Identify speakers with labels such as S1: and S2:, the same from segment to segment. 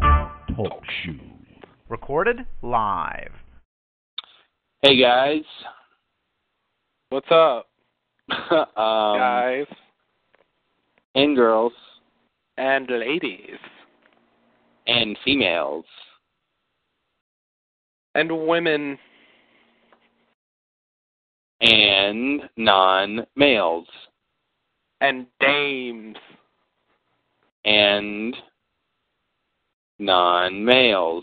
S1: Talk Show.
S2: recorded live.
S3: Hey guys,
S4: What's up,
S3: um,
S4: guys
S3: and girls
S4: and ladies
S3: and females.
S4: and women?
S3: and non males
S4: and dames
S3: and non males.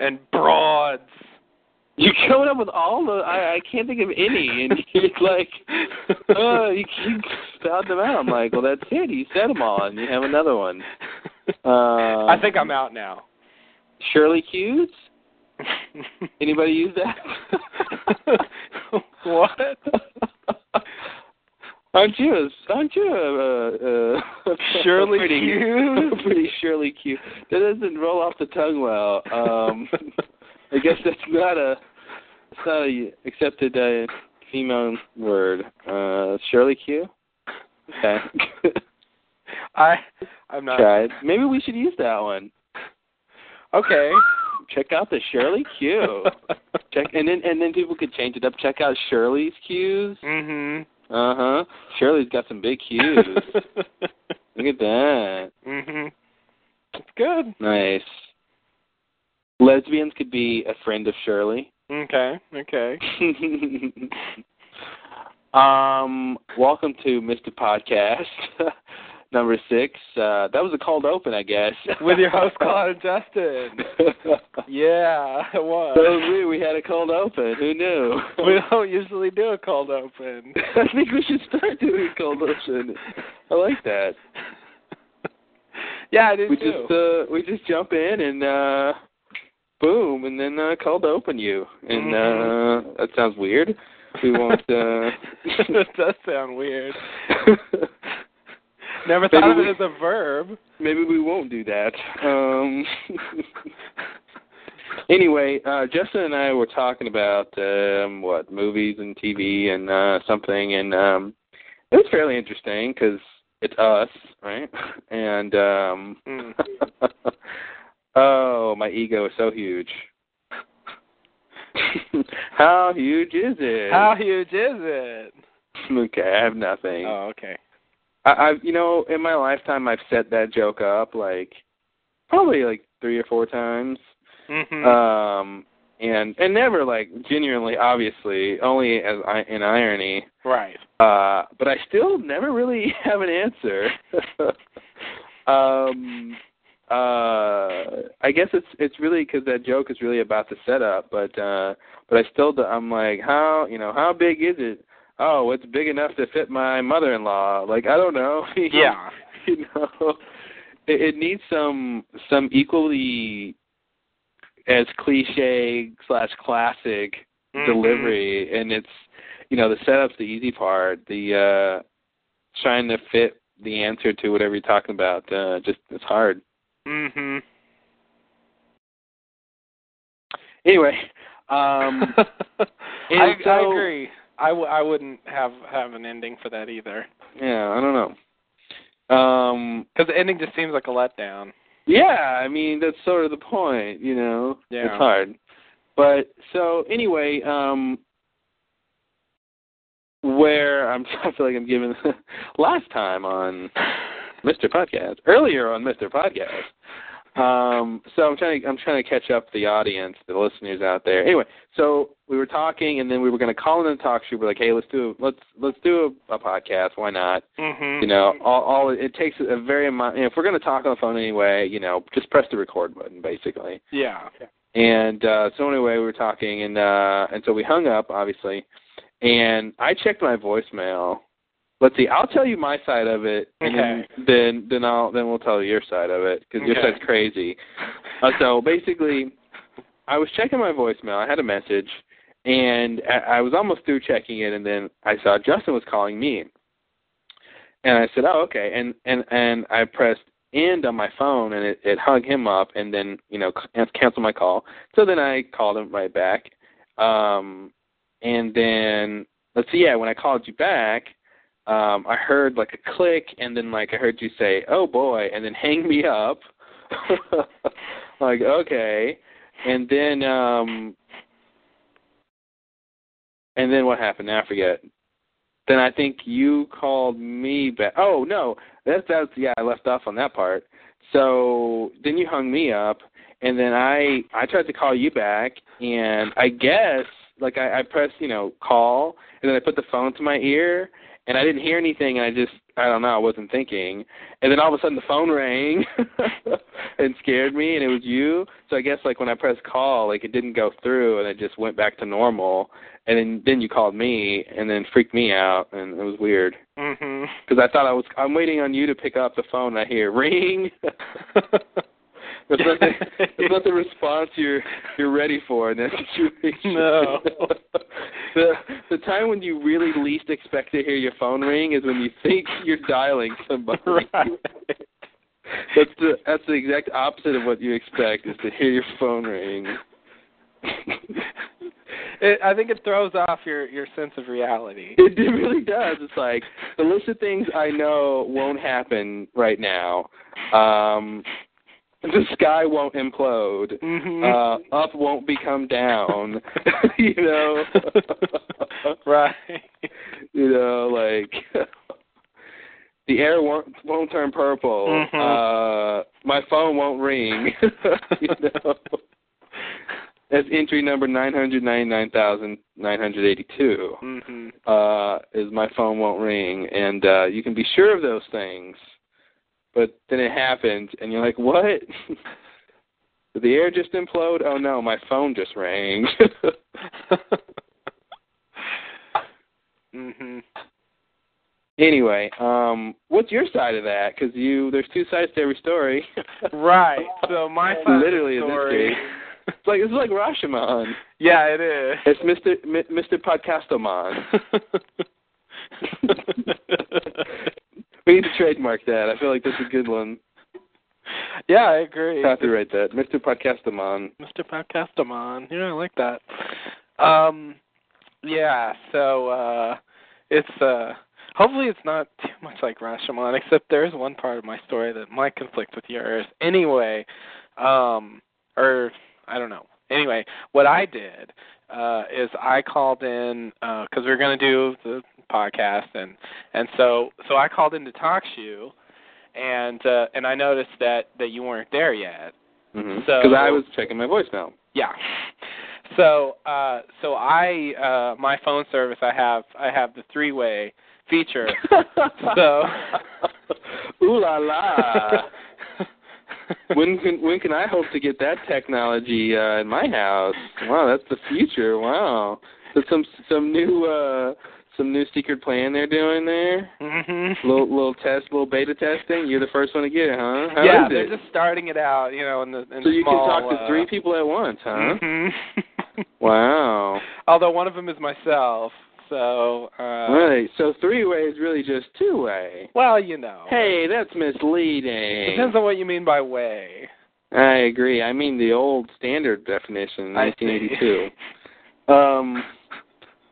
S4: and broads.
S3: You're coming up with all the I, I can't think of any, and you're like, uh, you keep spouting them out. I'm like, well, that's it. You said them all, and you have another one. Um,
S4: I think I'm out now.
S3: Shirley Hughes. Anybody use that?
S4: what?
S3: aren't you? A, aren't you? A, a, a
S4: Shirley
S3: pretty,
S4: Hughes?
S3: pretty Shirley Q. That doesn't roll off the tongue well. Um, I guess that's not a it's not a accepted uh, female word. Uh, Shirley Q. Okay,
S4: I I'm not
S3: tried. Maybe we should use that one.
S4: okay.
S3: Check out the Shirley Q. Check and then and then people could change it up. Check out Shirley's Q's.
S4: mhm.
S3: Uh huh. Shirley's got some big Q's. Look at that.
S4: mhm. It's good.
S3: Nice. Lesbians could be a friend of Shirley.
S4: Okay. Okay.
S3: um, welcome to Mr. Podcast number six. Uh, that was a cold open, I guess.
S4: With your host Colin and Justin.
S3: so
S4: Yeah, it was.
S3: we, we had a cold open. Who knew?
S4: We don't usually do a cold open.
S3: I think we should start doing a cold open. I like that.
S4: Yeah, I did
S3: We
S4: too.
S3: just uh, we just jump in and uh, boom, and then uh, cold open you, and
S4: Mhm.
S3: uh, that sounds weird. We won't. Uh...
S4: that does sound weird. Never
S3: Maybe
S4: thought of
S3: we-
S4: it as a verb.
S3: Maybe we won't do that. Um, anyway, uh, Justin and I were talking about um, what movies and TV and uh, something, and um, it was fairly interesting because it's us, right? And um,
S4: Mm.
S3: oh, my ego is so huge. How huge is it?
S4: How huge is it?
S3: okay, I have nothing.
S4: Oh, okay.
S3: I, I've you know in my lifetime I've set that joke up like probably like three or four times.
S4: hmm
S3: Um, and and never like genuinely, obviously, only as I, in irony.
S4: right.
S3: Uh, but I still never really have an answer. um, uh, I guess it's it's really because that joke is really about the setup, but uh, but I still do- I'm like how you know how big is it? Oh, it's big enough to fit my mother-in-law. Like I don't know. You know?
S4: Yeah.
S3: you know it, it needs some some equally as cliche slash classic
S4: Mhm.
S3: delivery and it's you know the setup's the easy part the uh trying to fit the answer to whatever you're talking about uh just it's hard
S4: Mhm.
S3: anyway um and
S4: I, I
S3: so-
S4: agree. I, w- I wouldn't have have an ending for that either.
S3: yeah i don't know um
S4: Because the ending just seems like a letdown.
S3: Yeah, I mean that's sort of the point, you know.
S4: Yeah.
S3: It's hard. But so anyway, um where I'm I feel like I'm giving last time on Mr. Podcast, earlier on Mr. Podcast. Um so I'm trying to I'm trying to catch up the audience, the listeners out there. Anyway, so we were talking and then we were going to call in the talk show. We're like, "Hey, let's do a, let's let's do a, a podcast. Why not?"
S4: Mhm.
S3: you know all, all it takes a very amount you know, if we're going to talk on the phone anyway you know just press the record button basically
S4: Yeah.
S3: and uh so anyway we were talking and uh and so we hung up obviously and i checked my voicemail let's see i'll tell you my side of it and then then then i'll then we'll tell you your side of it because your
S4: Okay.
S3: side's crazy uh, so basically i was checking my voicemail i had a message and I, I was almost through checking it and then i saw justin was calling me and I said, "Oh, okay." And and and I pressed end on my phone, and it, it hung him up, and then you know c- canceled my call. So then I called him right back, um, and then let's see, yeah, when I called you back, um, I heard like a click, and then like I heard you say, "Oh boy," and then hang me up. like okay and then um and then what happened i forget then i think you called me back oh no that's that's yeah i left off on that part so then you hung me up and then i i tried to call you back and i guess like i i pressed you know call and then i put the phone to my ear and i didn't hear anything and i just i don't know i wasn't thinking and then all of a sudden the phone rang and scared me and it was you so i guess like when i pressed call like it didn't go through and it just went back to normal and then then you called me and then freaked me out and it was weird
S4: Mhm.
S3: because I thought I was. I'm waiting on you to pick up the phone. And I hear ring. that's
S4: Mm-hmm.
S3: not the, that's not the response you're you're ready for in that situation.
S4: No.
S3: the the time when you really least expect to hear your phone ring is when you think you're dialing somebody.
S4: Right.
S3: That's the that's the exact opposite of what you expect is to hear your phone ring.
S4: It, I think it throws off your your sense of reality.
S3: It, it really does. It's like the list of things I know won't happen right now. Um, the sky won't implode.
S4: hmm
S3: Uh, up won't become down. you know,
S4: right.
S3: you know, like the air won't won't turn purple.
S4: Mhm.
S3: Uh, my phone won't ring. you know, that's entry number nine hundred ninety nine thousand nine hundred eighty two
S4: Mhm.
S3: uh, is my phone won't ring, and uh, you can be sure of those things. But then it happens, and you're like, what? Did the air just implode? Oh no, my phone just rang.
S4: mhm.
S3: anyway, um, what's your side of that? Because you, there's two sides to every story.
S4: Right. So my side of the
S3: Literally in this
S4: story.
S3: It's like this is like Rashomon.
S4: yeah, it is.
S3: It's Mr. M- Mr. Podcastoman. We need to trademark that. I feel like that's a good one.
S4: yeah, I agree.
S3: Copyright that, Mr. Podcastoman.
S4: Mr. Podcastamon. Yeah, I like that. Um yeah, so uh it's uh hopefully it's not too much like Rashomon, except there is one part of my story that might conflict with yours. Anyway, um or I don't know. Anyway, what I did uh is I called in uh 'cause we are going to do the podcast and and so so I called in to talk to you and uh and I noticed that that you weren't there yet.
S3: Because
S4: So-
S3: Mm-hmm. I was checking my voicemail.
S4: Yeah. So uh so I uh my phone service I have I have the three way feature. So-
S3: ooh la
S4: Uh,
S3: la. When can when can I hope to get that technology uh, in my house? Wow, that's the future. Wow, that's some some new uh, some new secret plan they're doing there.
S4: Mhm.
S3: Little little test, little beta testing. You're the first one to get it, huh? How
S4: yeah,
S3: is
S4: they're
S3: it?
S4: just starting it out, you know, in the in
S3: so you
S4: small,
S3: can talk to
S4: uh,
S3: three people at once, huh?
S4: mhm.
S3: Wow.
S4: Although one of them is myself. So uh
S3: Really? So three way is really just two way.
S4: well, you know.
S3: Hey, that's misleading.
S4: Oh. Depends on what you mean by way.
S3: I agree. I mean the old standard definition,
S4: I see.
S3: 1982. Um,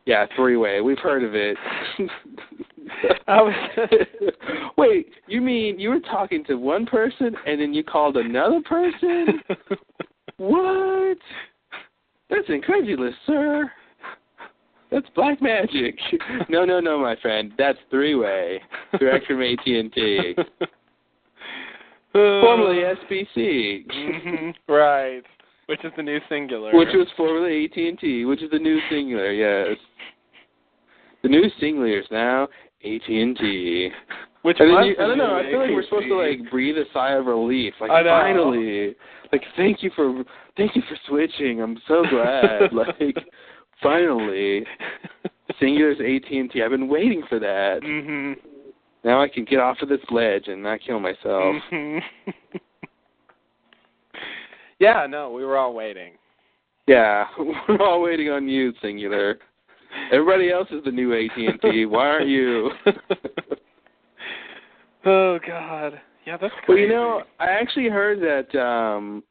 S3: yeah, three-way. We've heard of it.
S4: I was-
S3: Wait, you mean you were talking to one person and then you called another person? what? That's incredulous, sir. That's black magic. no, no, no, my friend. That's three-way. Direct from AT&T. Formerly SBC.
S4: hmm Right. Which is the new singular.
S3: Which was formerly AT and T, which is the new singular. Yes, the new singular is now AT and T.
S4: Which
S3: I
S4: must be
S3: don't know. I
S4: new
S3: feel like we're supposed to
S4: AT&T.
S3: like breathe a sigh of relief. Like
S4: I know.
S3: finally, like thank you for thank you for switching. I'm so glad. like finally, singular's AT and T. I've been waiting for that.
S4: Mhm.
S3: Now I can get off of this ledge and not kill myself.
S4: Mhm. yeah, no, we were all waiting.
S3: Yeah, we're all waiting on you, singular. Everybody else is the new AT and T. Why aren't you?
S4: oh God. Yeah, that's
S3: Well,
S4: crazy.
S3: you know, I actually heard that um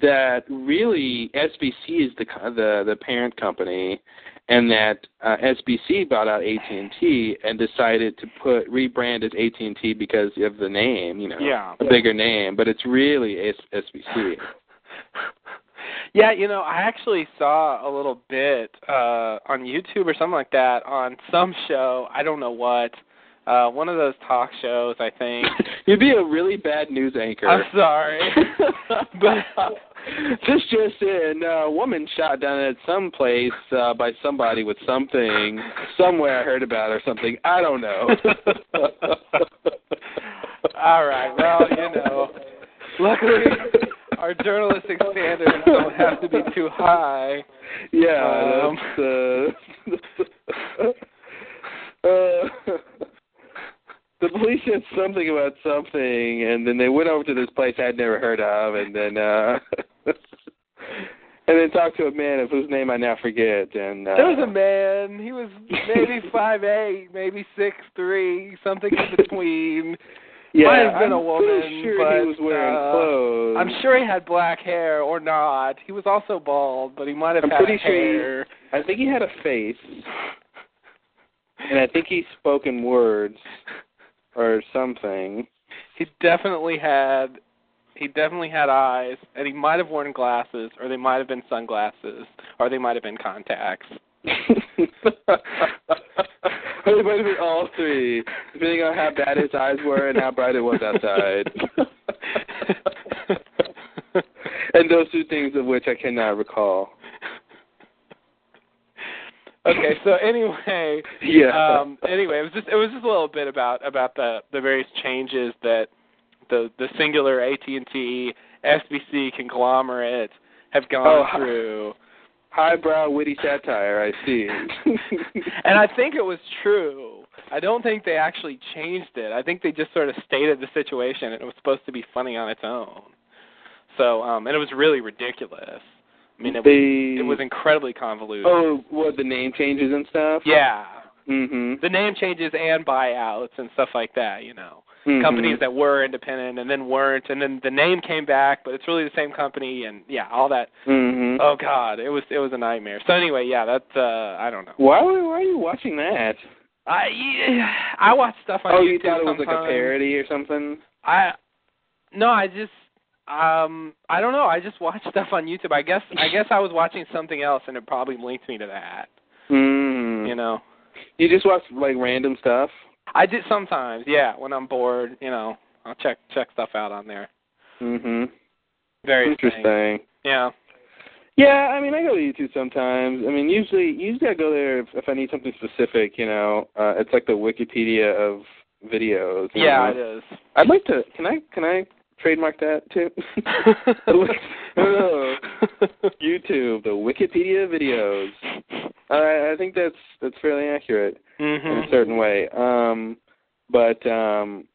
S3: that really SBC is the co- the the parent company, and that uh, SBC bought out AT and T and decided to put rebrand as AT and T because of the name, you know,
S4: Yeah.
S3: a bigger name, but it's really S- SBC.
S4: Yeah, you know, I actually saw a little bit uh on YouTube or something like that on some show, I don't know what. Uh one of those talk shows, I think.
S3: You'd be a really bad news anchor.
S4: I'm sorry.
S3: but this just in: uh, a woman shot down at some place uh, by somebody with something somewhere I heard about or something. I don't know.
S4: All right, well, you know, luckily our journalistic standards don't have to be too high.
S3: Yeah.
S4: Um,
S3: that's, uh, uh, the police said something about something, and then they went over to this place I'd never heard of, and then uh, and then talked to a man of whose name I now forget. And uh,
S4: There was a man. He was maybe five eight, maybe six three, something in between.
S3: Yeah,
S4: might have been
S3: I'm
S4: a
S3: pretty
S4: woman,
S3: sure
S4: but,
S3: he was wearing
S4: uh,
S3: clothes.
S4: I'm sure he had black hair or not. He was also bald, but he might have
S3: I'm
S4: had
S3: pretty sure he-
S4: hair.
S3: I think he had a face, and I think he spoke in words or something.
S4: He definitely had he definitely had eyes and he might have worn glasses or they might have been sunglasses or they might have been contacts.
S3: it might have been all three, depending on how bad his eyes were and how bright it was outside. and those two things of which I cannot recall.
S4: okay, so anyway,
S3: Yeah.
S4: um anyway, it was just it was just a little bit about about the the various changes that the the singular AT&T SBC conglomerate have gone
S3: Oh, hi-
S4: through.
S3: Highbrow witty satire, I see.
S4: and I think it was true. I don't think they actually changed it. I think they just sort of stated the situation, and it was supposed to be funny on its own. So, um, and it was really ridiculous. I mean, it, was,
S3: they,
S4: it was incredibly convoluted.
S3: Oh, what the name changes and stuff?
S4: yeah,
S3: Mhm.
S4: the name changes and buyouts and stuff like that. You know,
S3: Mhm.
S4: companies that were independent and then weren't, and then the name came back, but it's really the same company, and yeah, all that.
S3: Mhm.
S4: Oh God, it was it was a nightmare. So anyway, yeah, that's uh, I don't know.
S3: Why were- why are you watching that?
S4: I I watch stuff on
S3: oh,
S4: YouTube
S3: you thought it was like a
S4: sometimes.
S3: parody or something?
S4: I no, I just um I don't know. I just watch stuff on YouTube. I guess I guess I was watching something else and it probably linked me to that.
S3: Mm.
S4: You know.
S3: You just watch like random stuff.
S4: I did sometimes, yeah, when I'm bored, you know, I'll check check stuff out on there.
S3: Mhm.
S4: Very
S3: Interesting.
S4: Yeah.
S3: Yeah, I mean, I go to YouTube sometimes. I mean, usually, usually I go there if, if I need something specific. You know, uh, it's like the Wikipedia of videos. you
S4: Yeah, it
S3: know?
S4: is.
S3: I'd like to. Can I? Can I trademark that too? Hello. YouTube, the Wikipedia of videos. I, I think that's that's fairly accurate in a
S4: Mhm.
S3: certain way. Um, but um,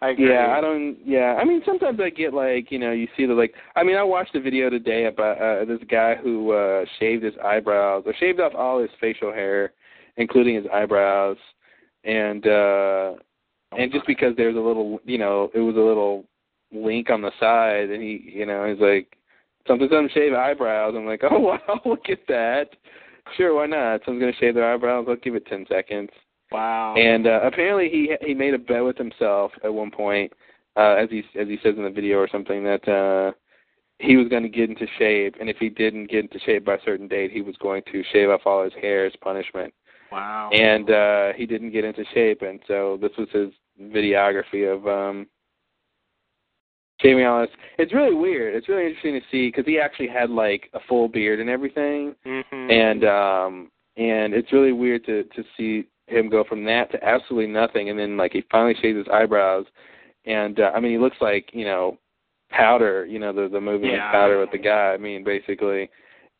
S4: I agree.
S3: Yeah, I don't. Yeah, I mean, sometimes I get like, you know, you see the like. I mean, I watched a video today about uh, this guy who uh shaved his eyebrows or shaved off all his facial hair, including his eyebrows, and uh
S4: Oh
S3: and just because there's a little, you know, it was a little link on the side, and he, you know, he's like, something, something, shave eyebrows. I'm like, oh wow, look at that. Sure, why not? Someone's gonna shave their eyebrows. I'll give it ten seconds.
S4: Wow.
S3: And uh, apparently he he made a bet with himself at one point, uh, as he as he says in the video or something that uh, he was going to get into shape, and if he didn't get into shape by a certain date, he was going to shave off all his hair as punishment.
S4: wow.
S3: And uh, he didn't get into shape, and so this was his videography of um, shaving all his. It's really weird. It's really interesting to see because he actually had like a full beard and everything
S4: Mhm.
S3: and um and it's really weird to to see him go from that to absolutely nothing and then like he finally shaves his eyebrows and uh, i mean he looks like you know powder you know the the movie
S4: Yeah.
S3: powder with the guy i mean basically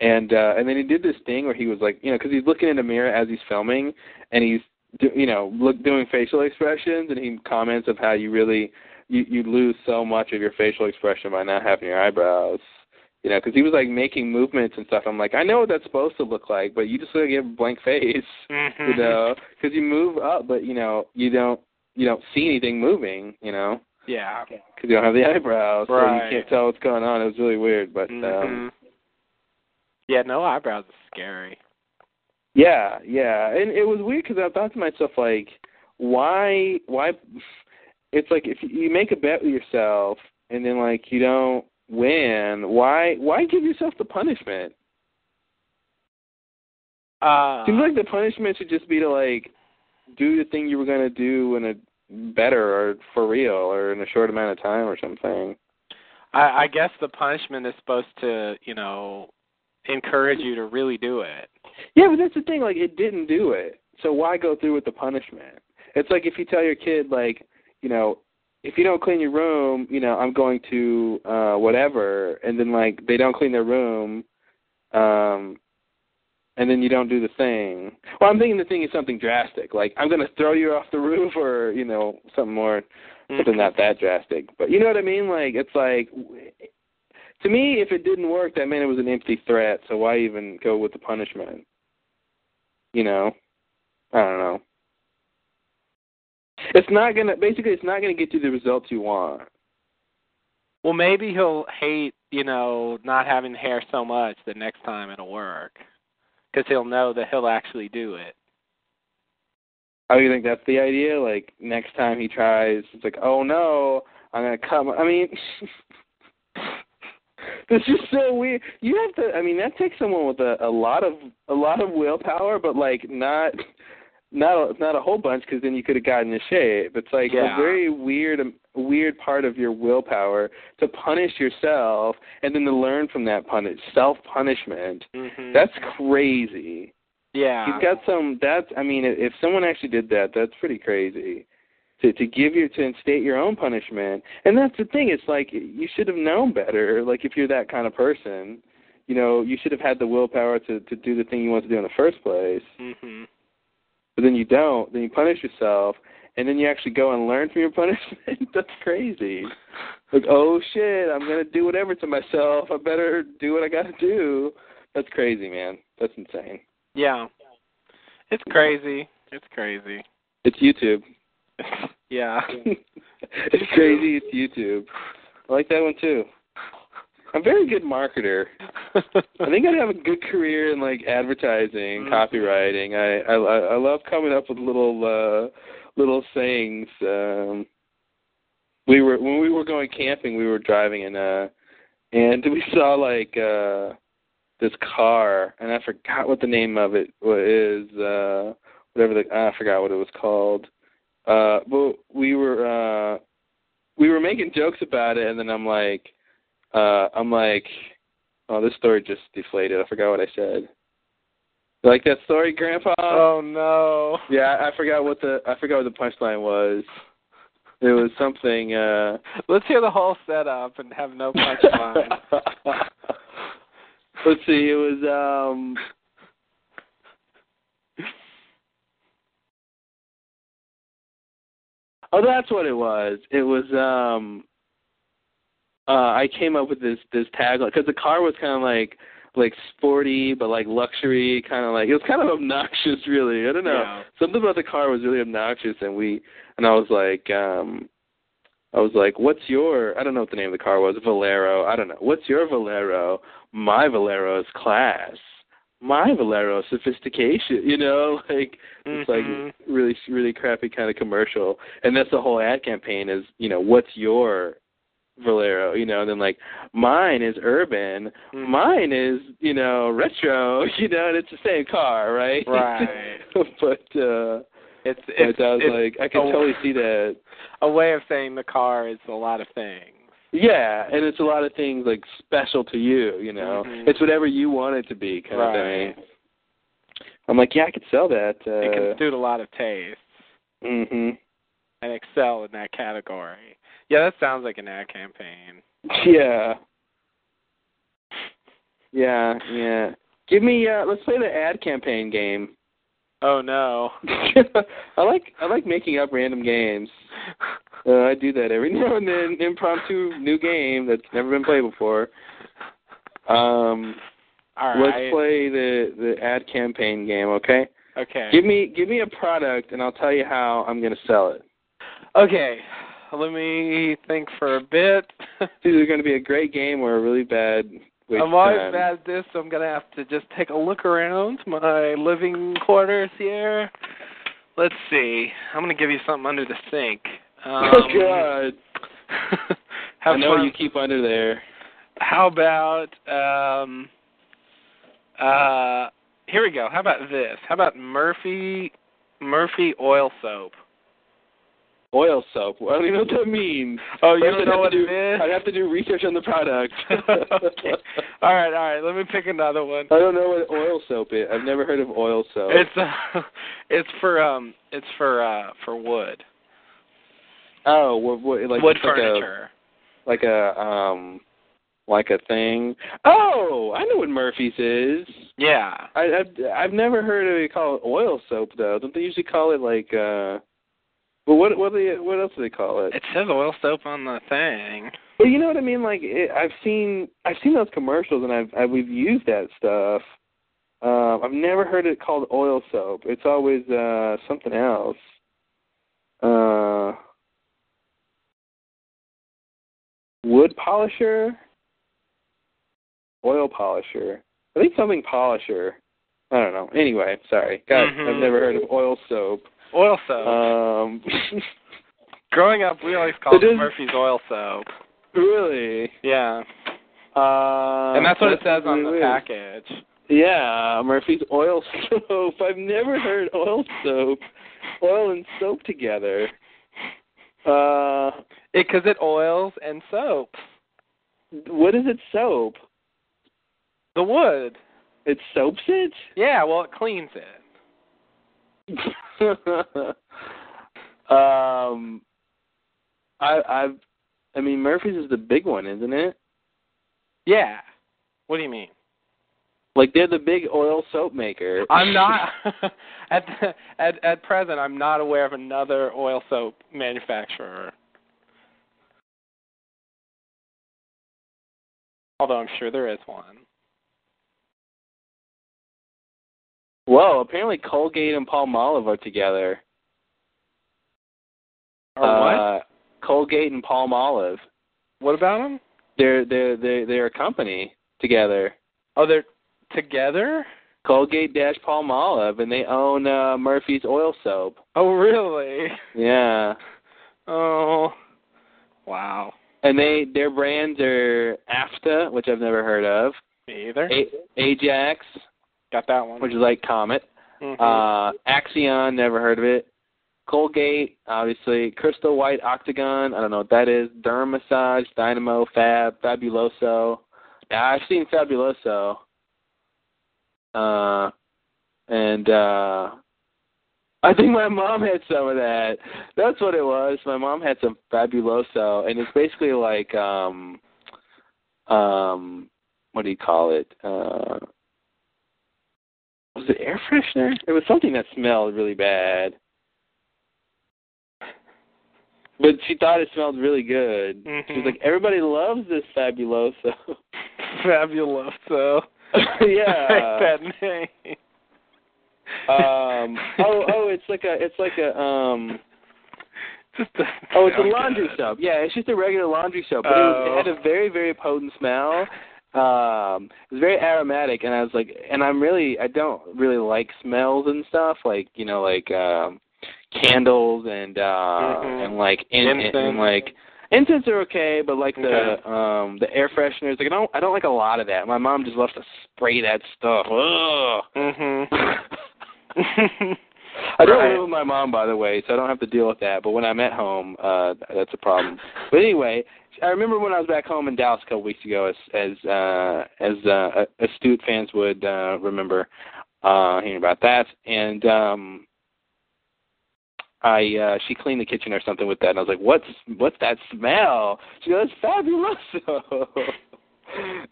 S3: and uh and then he did this thing where he was like you know because he's looking in the mirror as he's filming and he's do, you know look doing facial expressions and he comments of how you really you you lose so much of your facial expression by not having your eyebrows you know, because he was like making movements and stuff. I'm like, I know what that's supposed to look like, but you just look at a blank face,
S4: Mhm.
S3: you know, because you move up, but you know, you don't you don't see anything moving, you know,
S4: Yeah.
S3: because you don't have the eyebrows, so
S4: Right.
S3: you can't tell what's going on. It was really weird, but um,
S4: Mhm. Yeah, no eyebrows is scary.
S3: yeah, yeah, and it was weird because I thought to myself like, why, why? It's like if you make a bet with yourself and then like you don't win. Why why give yourself the punishment?
S4: Uh,
S3: Seems like the punishment should just be to like do the thing you were gonna do in a better or for real or in a short amount of time or something.
S4: I, I guess the punishment is supposed to, you know, encourage you to really do it.
S3: Yeah, but that's the thing. Like, it didn't do it, so why go through with the punishment? It's like if you tell your kid, like, you know, if you don't clean your room, you know, I'm going to uh whatever, and then like they don't clean their room, um, and then you don't do the thing. Well, I'm thinking the thing is something drastic, like I'm going to throw you off the roof, or you know, something more something not that drastic. But you know what I mean? Like it's like to me, if it didn't work, that meant it was an empty threat. So why even go with the punishment? You know, I don't know. It's not gonna basically. It's not gonna get you the results you want.
S4: Well, maybe he'll hate, you know, not having hair so much that next time it'll work, because he'll know that he'll actually do it.
S3: Oh, you think that's the idea? Like next time he tries, it's like, oh no, I'm gonna come. I mean, this is so weird. You have to. I mean, that takes someone with a, a lot of a lot of willpower, but like not not a, not a whole bunch, because then you could have gotten the shape. It's like
S4: Yeah.
S3: a very weird um, weird part of your willpower to punish yourself, and then to learn from that punish self punishment.
S4: Mm-hmm.
S3: That's crazy.
S4: yeah.
S3: He's got some. That's. I mean, if someone actually did that, that's pretty crazy. To to give your to instate your own punishment, and that's the thing. It's like you should have known better. Like if you're that kind of person, you know, you should have had the willpower to to do the thing you want to do in the first place. Mm-hmm.
S4: hmm
S3: But then you don't. Then you punish yourself, and then you actually go and learn from your punishment. that's crazy. Like oh shit, I'm gonna do whatever to myself. I better do what I gotta do. That's crazy, man. That's insane.
S4: Yeah. It's crazy. It's crazy.
S3: It's YouTube.
S4: yeah.
S3: it's crazy. It's YouTube. I like that one too. I'm a very good marketer. I think I'd have a good career in like advertising,
S4: Mhm.
S3: copywriting. I I I- I love coming up with little uh little sayings. Um we were when we were going camping, we were driving and uh and we saw like uh this car and I forgot what the name of it wa- is uh whatever the I forgot what it was called. Uh but we were uh we were making jokes about it and then I'm like uh I'm like Oh, this story just deflated. I forgot what I said. You like that story, Grandpa?
S4: oh no.
S3: Yeah, I, I forgot what the I forgot what the punchline was. It was something. uh
S4: Let's hear the whole setup and have no punchline.
S3: Let's see. It was um. Oh, that's what it was. It was um. Uh, I came up with this this tagline because the car was kind of like like sporty but like luxury kind of like it was kind of obnoxious really i don't know
S4: Yeah.
S3: something about the car was really obnoxious and we and i was like um i was like what's your i don't know what the name of the car was valero i don't know what's your valero my valero is class my valero is sophistication you know like it's
S4: Mhm.
S3: like really really crappy kind of commercial and that's the whole ad campaign is you know what's your valero you know and then like mine is urban
S4: Mhm.
S3: Mm-hmm. mine is you know retro you know and it's the same car right
S4: Right.
S3: but uh
S4: It's it's,
S3: but I was
S4: it's
S3: like I can
S4: a-
S3: totally see that
S4: a way of saying the car is a lot of things.
S3: yeah and it's a lot of things like special to you you know
S4: Mhm.
S3: it's whatever you want it to be kind
S4: Right.
S3: of thing I'm like yeah I could sell that uh
S4: it can suit a lot of tastes
S3: mhm
S4: and excel in that category. Yeah, that sounds like an ad campaign.
S3: Yeah. Yeah, yeah. Give me uh let's play the ad campaign game.
S4: Oh no.
S3: I like I like making up random games. Uh, I do that every now and then. Impromptu new game that's never been played before. Um
S4: All
S3: let's
S4: right.
S3: play the the ad campaign game, okay?
S4: okay.
S3: Give me give me a product and I'll tell you how I'm going to sell it.
S4: Okay. Let me think for a bit.
S3: It's either going to be a great game or a really bad waste
S4: I'm
S3: of
S4: always
S3: time.
S4: bad at this, so I'm gonna have to just take a look around my living quarters here. Let's see. I'm gonna give you something under the sink. Um,
S3: oh god.
S4: have
S3: I know
S4: fun.
S3: you keep under there.
S4: How about um uh here we go. How about this? How about Murphy Murphy oil soap?
S3: Oil soap. Well, I don't even know what that means.
S4: Oh, you
S3: First,
S4: don't
S3: I'd
S4: know
S3: have
S4: what
S3: to
S4: it
S3: do-
S4: is?
S3: I'd have to do research on the product.
S4: Okay. All right, all right. Let me pick another one.
S3: I don't know what oil soap is. I've never heard of oil soap.
S4: It's uh, it's for um it's for uh for wood.
S3: oh, what, what, like
S4: wood
S3: it's like
S4: furniture.
S3: A, like a um, like a thing. Oh, I know what Murphy's is.
S4: yeah.
S3: I, I've I've never heard of it called oil soap though. Don't they usually call it like? uh Well, what what do they, what else do they call it?
S4: It says oil soap on the thing.
S3: Well, you know what I mean. Like it, I've seen I've seen those commercials, and I've I, we've used that stuff. Um, I've never heard it called oil soap. It's always uh, something else. Uh, wood polisher, oil polisher. I think something polisher. I don't know. Anyway, sorry. God, I've
S4: Mhm.
S3: never heard of oil soap.
S4: Oil soap.
S3: Um,
S4: Growing up, we always called
S3: it
S4: it
S3: is-
S4: Murphy's oil soap.
S3: really.
S4: Yeah.
S3: Uh,
S4: and that's what it says on
S3: really
S4: the
S3: weird.
S4: package.
S3: Yeah, uh, Murphy's oil soap. I've never heard oil soap, oil and soap together. Uh,
S4: It because it oils and soaps
S3: what is it? Soap?
S4: the wood.
S3: It soaps it?
S4: Yeah, well, it cleans it.
S3: um, I, I've, I mean, Murphy's is the big one, isn't it?
S4: Yeah. What do you mean?
S3: Like they're the big oil soap maker.
S4: I'm not at the, at at present. I'm not aware of another oil soap manufacturer. Although I'm sure there is one.
S3: Whoa! Apparently, Colgate and Palmolive are together.
S4: Or what?
S3: Uh, Colgate and Palmolive.
S4: What about them?
S3: They're they're they're they're a company together.
S4: Oh, they're together.
S3: Colgate Dash Palmolive, and they own uh, Murphy's Oil Soap.
S4: Oh, really?
S3: Yeah,
S4: Oh, wow.
S3: and they their brands are AFTA, which I've never heard of,
S4: Me either.
S3: a- Ajax,
S4: Got that one.
S3: which is like Comet,
S4: Mhm.
S3: uh, Axion, never heard of it, Colgate, obviously, Crystal White Octagon, I don't know what that is, Dermassage, Dynamo, Fab, Fabuloso. Now, I've seen Fabuloso, uh, and uh, I think my mom had some of that. That's what it was. My mom had some Fabuloso, and it's basically like um, um, what do you call it? Uh, was it air freshener? It was something that smelled really bad. But she thought it smelled really good. She was
S4: Mhm.
S3: like, everybody loves this Fabuloso.
S4: Fabulous, though.
S3: yeah.
S4: I like that name.
S3: Um. Oh, oh, it's like a, it's like a, um.
S4: Just a,
S3: Oh, it's a laundry soap. Yeah, it's just a regular laundry soap, but it, was,
S4: Oh.
S3: it had a very, very potent smell. Um, it was very aromatic, and I was like, and I'm really, I don't really like smells and stuff, like you know, like um, candles and uh,
S4: Mhm.
S3: and like in,
S4: Incense.
S3: and like incense are okay, but like the
S4: Okay.
S3: um the air fresheners, like I don't, I don't like a lot of that. My mom just loves to spray that stuff. Ugh.
S4: Mm-hmm.
S3: I don't live with my mom, by the way, so I don't have to deal with that. But when I'm at home, uh that's a problem. But anyway, I remember when I was back home in Dallas a couple weeks ago, as as uh, as uh, astute fans would uh, remember uh, hearing about that, and um, I uh, she cleaned the kitchen or something with that, and I was like, "What's what's that smell?" She goes, "Fabuloso."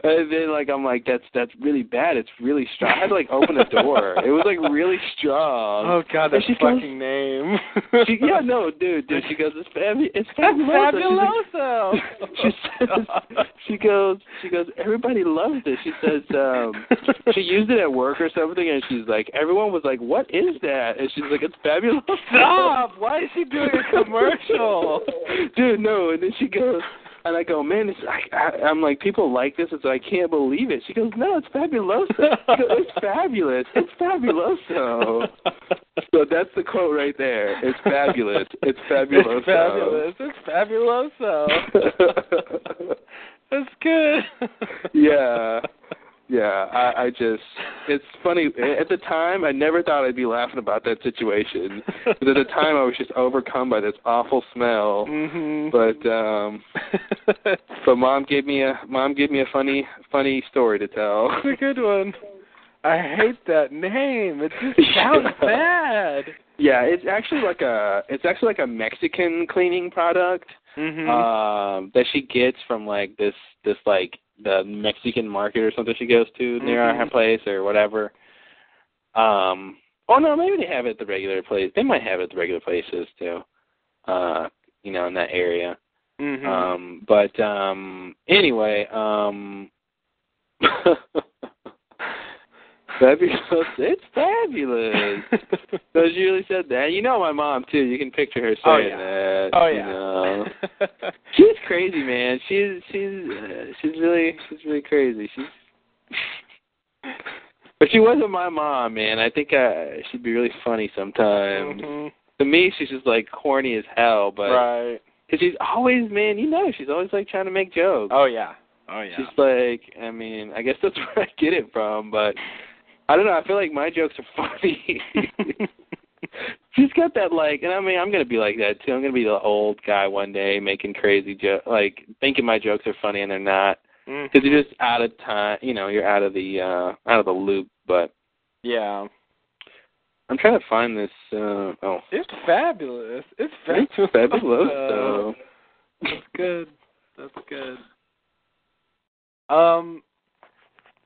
S3: And then, like, I'm like, that's that's really bad. It's really strong. I had to like open a door. It was like really strong.
S4: Oh
S3: And
S4: God, that
S3: she goes-
S4: fucking name.
S3: She, yeah, no, dude, dude. She goes, it's, fabu- it's
S4: That's
S3: fabuloso. She's like-
S4: fabuloso.
S3: she
S4: Oh,
S3: says, she goes, she goes, everybody loves this. She says, um, she used it at work or something, and she's like, everyone was like, what is that? And she's like, it's fabulous.
S4: Stop! Why is she doing a commercial?
S3: Dude, no. And then she goes, and I go, man, this, I, I, I'm like, people like this, and so I can't believe it. She goes, no, it's fabulous. It's fabulous. It's fabuloso. So that's the quote right there. It's fabulous. It's fabulous.
S4: It's fabulous. It's fabuloso. That's good.
S3: yeah, yeah. I, I just, it's funny. At the time, I never thought I'd be laughing about that situation, but at the time, I was just overcome by this awful smell.
S4: hmm
S3: But um,
S4: it's
S3: but mom gave me a mom gave me a funny funny story to tell.
S4: a good one. I hate that name. It just sounds
S3: Yeah.
S4: bad.
S3: yeah, it's actually like a it's actually like a Mexican cleaning product.
S4: Mm-hmm.
S3: um that she gets from like this this like the Mexican market or something she goes to near
S4: Mhm.
S3: her place or whatever. Um oh no, maybe they have it at the regular place. They might have it at the regular places too. Uh you know, in that area.
S4: hmm
S3: Um but um anyway, um Fabulous. It's fabulous. Those usually said that. You know my mom too. You can picture her saying
S4: Oh, yeah.
S3: that.
S4: oh
S3: you
S4: yeah.
S3: know. She's crazy, man. She's she's uh, she's really she's really crazy. She's but she wasn't my mom, man. I think uh she'd be really funny sometimes.
S4: Mhm.
S3: To me, she's just like corny as hell, but
S4: Right.
S3: 'cause she's always, man, you know, she's always like trying to make jokes.
S4: Oh yeah. Oh yeah.
S3: She's like, I mean, I guess that's where I get it from, but I don't know. I feel like my jokes are funny. she's got that like, and I mean, I'm gonna be like that too. I'm gonna be the old guy one day making crazy joke, like thinking my jokes are funny and they're not,
S4: Mhm.
S3: because you're just out of time. You know, you're out of the uh out of the loop. But
S4: Yeah.
S3: I'm trying to find this. uh Oh,
S4: It's fabulous. It's
S3: it's
S4: fabulous. Uh,
S3: fabulous. uh, So.
S4: That's good. That's good. Um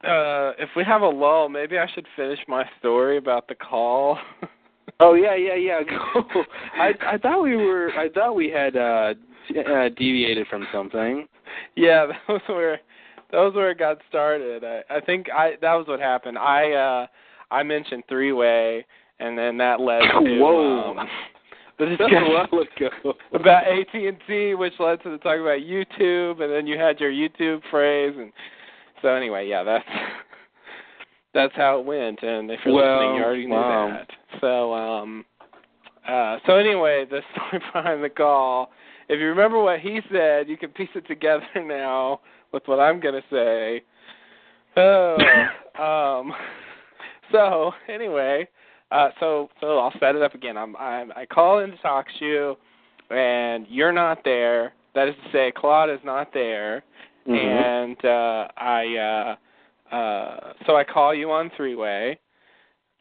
S4: uh if we have a lull, maybe I should finish my story about the call.
S3: Oh yeah, yeah, yeah. Go. I I thought we were. I thought we had uh, d- uh deviated from something.
S4: yeah, that was where that was where it got started. I, I think I that was what happened. I uh I mentioned three way and then that led to
S3: Whoa.
S4: um, the
S3: That's a
S4: discussion
S3: while ago.
S4: about AT and T, which led to the talk about YouTube, and then you had your YouTube phrase, and so anyway, yeah, that's that's how it went. And if you're listening, you
S3: Well,
S4: already knew
S3: wow.
S4: that. So um, uh, so anyway, the story behind the call. If you remember what he said, you can piece it together now with what I'm gonna say. Oh, um, so anyway, uh, so so I'll set it up again. I'm, I'm I call in to talk to you, and you're not there. That is to say, Claude is not there,
S3: Mhm.
S4: and uh, I uh, uh, so I call you on three way,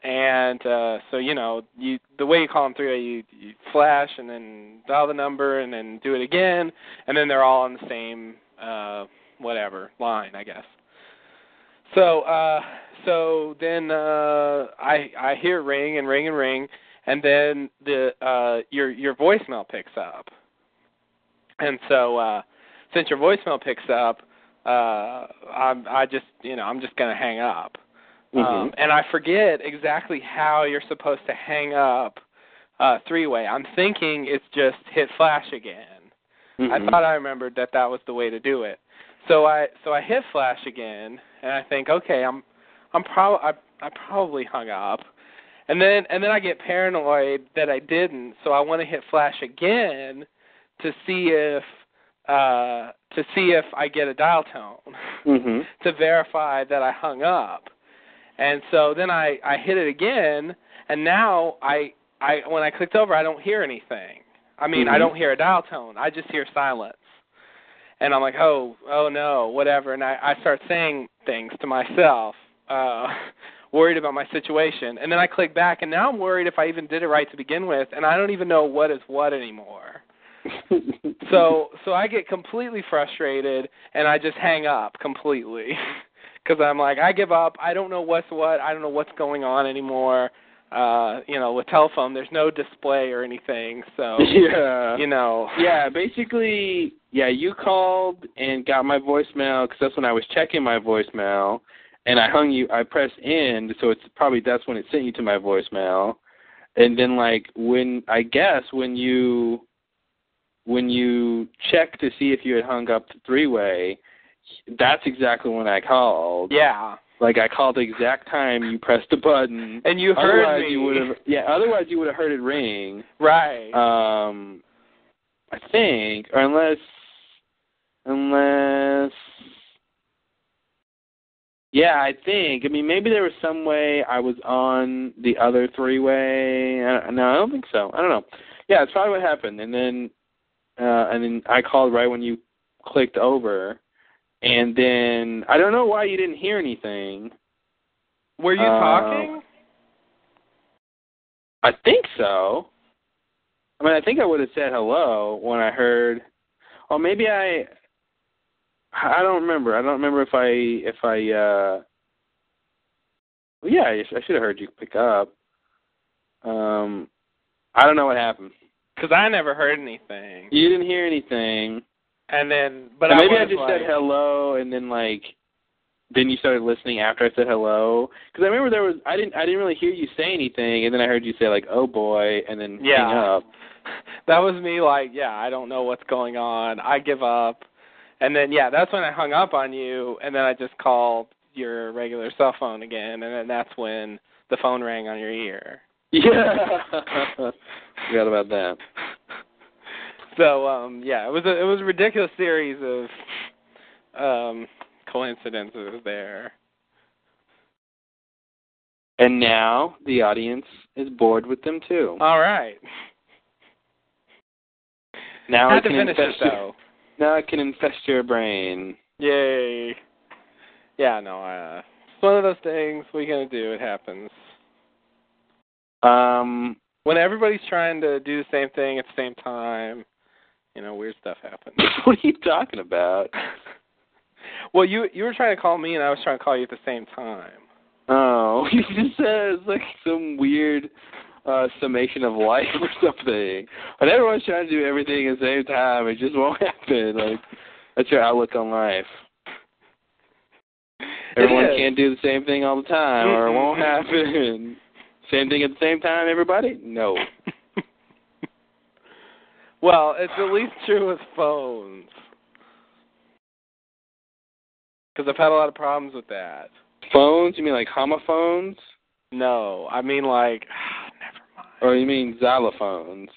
S4: and uh, so you know you the way you call on three way, you you flash and then dial the number and then do it again, and then they're all on the same uh, whatever line, I guess. So uh so then uh I I hear ring and ring and ring and then the uh your your voicemail picks up. And so uh since your voicemail picks up, uh I'm I just you know, I'm just gonna hang up. Um
S3: Mhm.
S4: and I forget exactly how you're supposed to hang up uh three way. I'm thinking it's just hit flash again. I
S3: Mhm.
S4: thought I remembered that that was the way to do it. So I so I hit flash again, and I think, okay, I'm I'm prob I I probably hung up, and then and then I get paranoid that I didn't, so I want to hit flash again to see if uh to see if I get a dial tone
S3: Mhm.
S4: to verify that I hung up. And so then I I hit it again, and now I I when I clicked over, I don't hear anything. I mean, I
S3: Mhm.
S4: don't hear a dial tone. I just hear silence. And I'm like, oh, oh no, whatever. And I, I start saying things to myself, uh, worried about my situation. And then I click back, and now I'm worried if I even did it right to begin with, and I don't even know what is what anymore. So so I get completely frustrated and I just hang up completely because I'm like I give up. I don't know what's what. I don't know what's going on anymore. Uh, you know, with telephone, there's no display or anything, so
S3: yeah.
S4: you know.
S3: Yeah, basically, yeah, you called and got my voicemail because that's when I was checking my voicemail, and I hung you. I pressed end, so it's probably that's when it sent you to my voicemail, and then like when I guess when you when you check to see if you had hung up the three way, that's exactly when I called.
S4: Yeah.
S3: Like I called the exact time you pressed the button.
S4: And you heard
S3: otherwise
S4: me.
S3: you would have yeah. Otherwise you would have heard it ring.
S4: right.
S3: Um, I think, or unless, unless, Yeah, I think. I mean, maybe there was some way I was on the other three way. No, I don't think so. I don't know. Yeah, that's probably what happened. And then, uh, and then I called right when you clicked over, and then I don't know why you didn't hear anything.
S4: Were you
S3: Uh,
S4: talking?
S3: I think so. I mean, I think I would have said hello when I heard. Or maybe I. I don't remember. I don't remember if I if I. uh well, Yeah, I, sh- I should have heard you pick up. Um, I don't know what happened.
S4: Because I never heard anything.
S3: You didn't hear anything.
S4: And then, but
S3: And maybe
S4: I,
S3: I
S4: was
S3: just
S4: like,
S3: said hello, and then like, then you started listening after I said hello. Because I remember there was I didn't I didn't really hear you say anything, and then I heard you say like oh boy, and then
S4: Yeah.
S3: hang up.
S4: That was me like, yeah, I don't know what's going on. I give up. And then yeah, that's when I hung up on you and then I just called your regular cell phone again and then that's when the phone rang on your ear.
S3: Yeah. Forgot about that.
S4: So um yeah, it was a it was a ridiculous series of um coincidences there.
S3: And now the audience is bored with them too.
S4: All right.
S3: now
S4: Had
S3: it
S4: to
S3: can
S4: finish it
S3: infest your,
S4: though.
S3: now it can infest your brain.
S4: Yay. Yeah, no, uh it's one of those things we gonna do, it happens.
S3: Um
S4: when everybody's trying to do the same thing at the same time, you know, weird stuff happens.
S3: what are you talking about?
S4: well, you you were trying to call me and I was trying to call you at the same time.
S3: Oh, you just said it's like some weird uh summation of life or something. And everyone's trying to do everything at the same time. It just won't happen. Like that's your outlook on life. Everyone
S4: is.
S3: can't do the same thing all the time, or it won't
S4: Mm-mm.
S3: happen. Same thing at the same time, everybody? No.
S4: Well, it's at least true with phones. Because I've had a lot of problems with that.
S3: Phones? You mean like homophones?
S4: No, I mean like, never mind.
S3: Or you mean xylophones?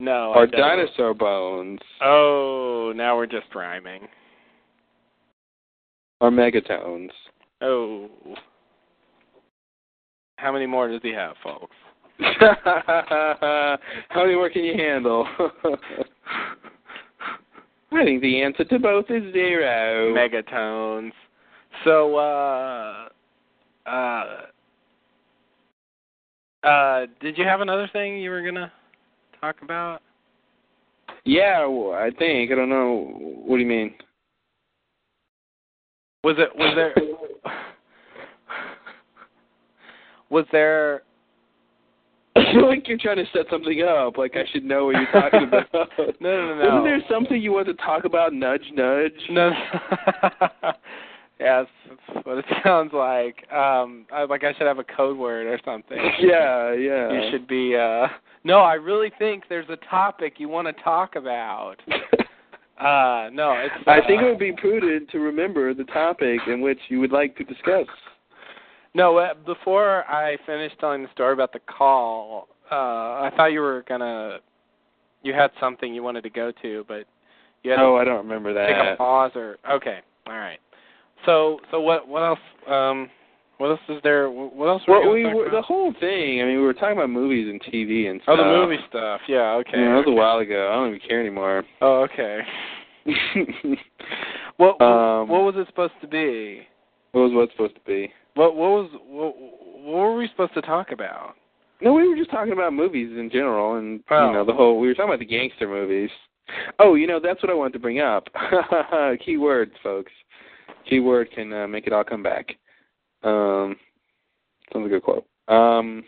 S4: no. Oh, I
S3: or
S4: don't.
S3: dinosaur bones?
S4: Oh, now we're just rhyming.
S3: Or megatones?
S4: Oh. How many more does he have, folks?
S3: How many more can you handle? I think the answer to both is zero.
S4: Megatones. So, uh, uh, uh, did you have another thing you were gonna talk about?
S3: yeah, well, I think. I don't know. What do you mean?
S4: Was it was there was there
S3: I feel like you're trying to set something up. Like I should know what you're talking about.
S4: no no
S3: Isn't
S4: no
S3: there something you want to talk about? Nudge, nudge.
S4: No. yeah, that's, that's what it sounds like. Um, I, like I should have a code word or something.
S3: Yeah, yeah.
S4: You should be. uh No, I really think there's a topic you want to talk about. Uh, no, it's. Uh,
S3: I think it would be prudent to remember the topic in which you would like to discuss.
S4: No, uh, before I finish telling the story about the call, uh, I thought you were gonna. You had something you wanted to go to, but you had a
S3: Oh, I don't remember
S4: take a
S3: that.
S4: pause or okay, all right. So so what what else um what else is there? wh- What else were
S3: Well,
S4: we
S3: we
S4: gonna
S3: were,
S4: talk
S3: the
S4: about?
S3: whole thing. I mean, we were talking about movies and TV and
S4: oh
S3: stuff.
S4: the movie stuff. Yeah okay.
S3: Yeah, that was a
S4: okay.
S3: while ago. I don't even care anymore.
S4: Oh okay. What
S3: Um,
S4: what was it supposed to be?
S3: what was what supposed to be?
S4: What what was what, what were we supposed to talk about?
S3: No, we were just talking about movies in general, and
S4: Oh.
S3: you know the whole. We were talking about the gangster movies. Oh, you know that's what I wanted to bring up. Key word, folks. Key word can uh, make it all come back. Um, sounds a good quote. Um,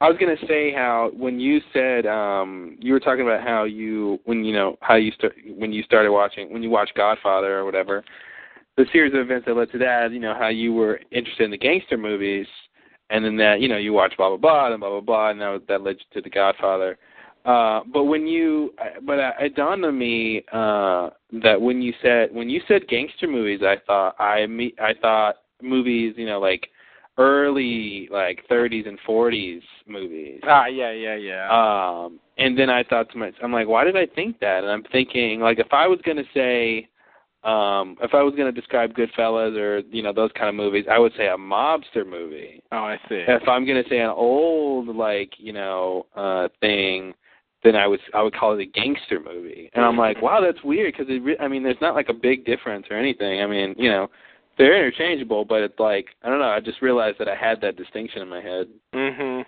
S3: I was gonna say how when you said um, you were talking about how you when you know how you start when you started watching when you watched Godfather or whatever, the series of events that led to that. You know how you were interested in the gangster movies and then that you know you watch blah blah blah and blah blah blah and that was- that led you to the Godfather. Uh, but when you, I- but I- it dawned on me uh, that when you said when you said gangster movies, I thought I me I thought movies you know like early like 30s and 40s movies.
S4: Ah, yeah, yeah, yeah.
S3: Um, and then I thought to myself, I'm like, why did I think that? And I'm thinking, like, if I was gonna say, um, if I was gonna describe Goodfellas or you know those kind of movies, I would say a mobster movie.
S4: oh, I see.
S3: If I'm gonna say an old like you know uh thing, then I would I would call it a gangster movie. And I'm like, wow, that's weird because it re- I mean, there's not like a big difference or anything. I mean, you know, they're interchangeable, but it's like I don't know. I just realized that I had that distinction in my head.
S4: Mhm.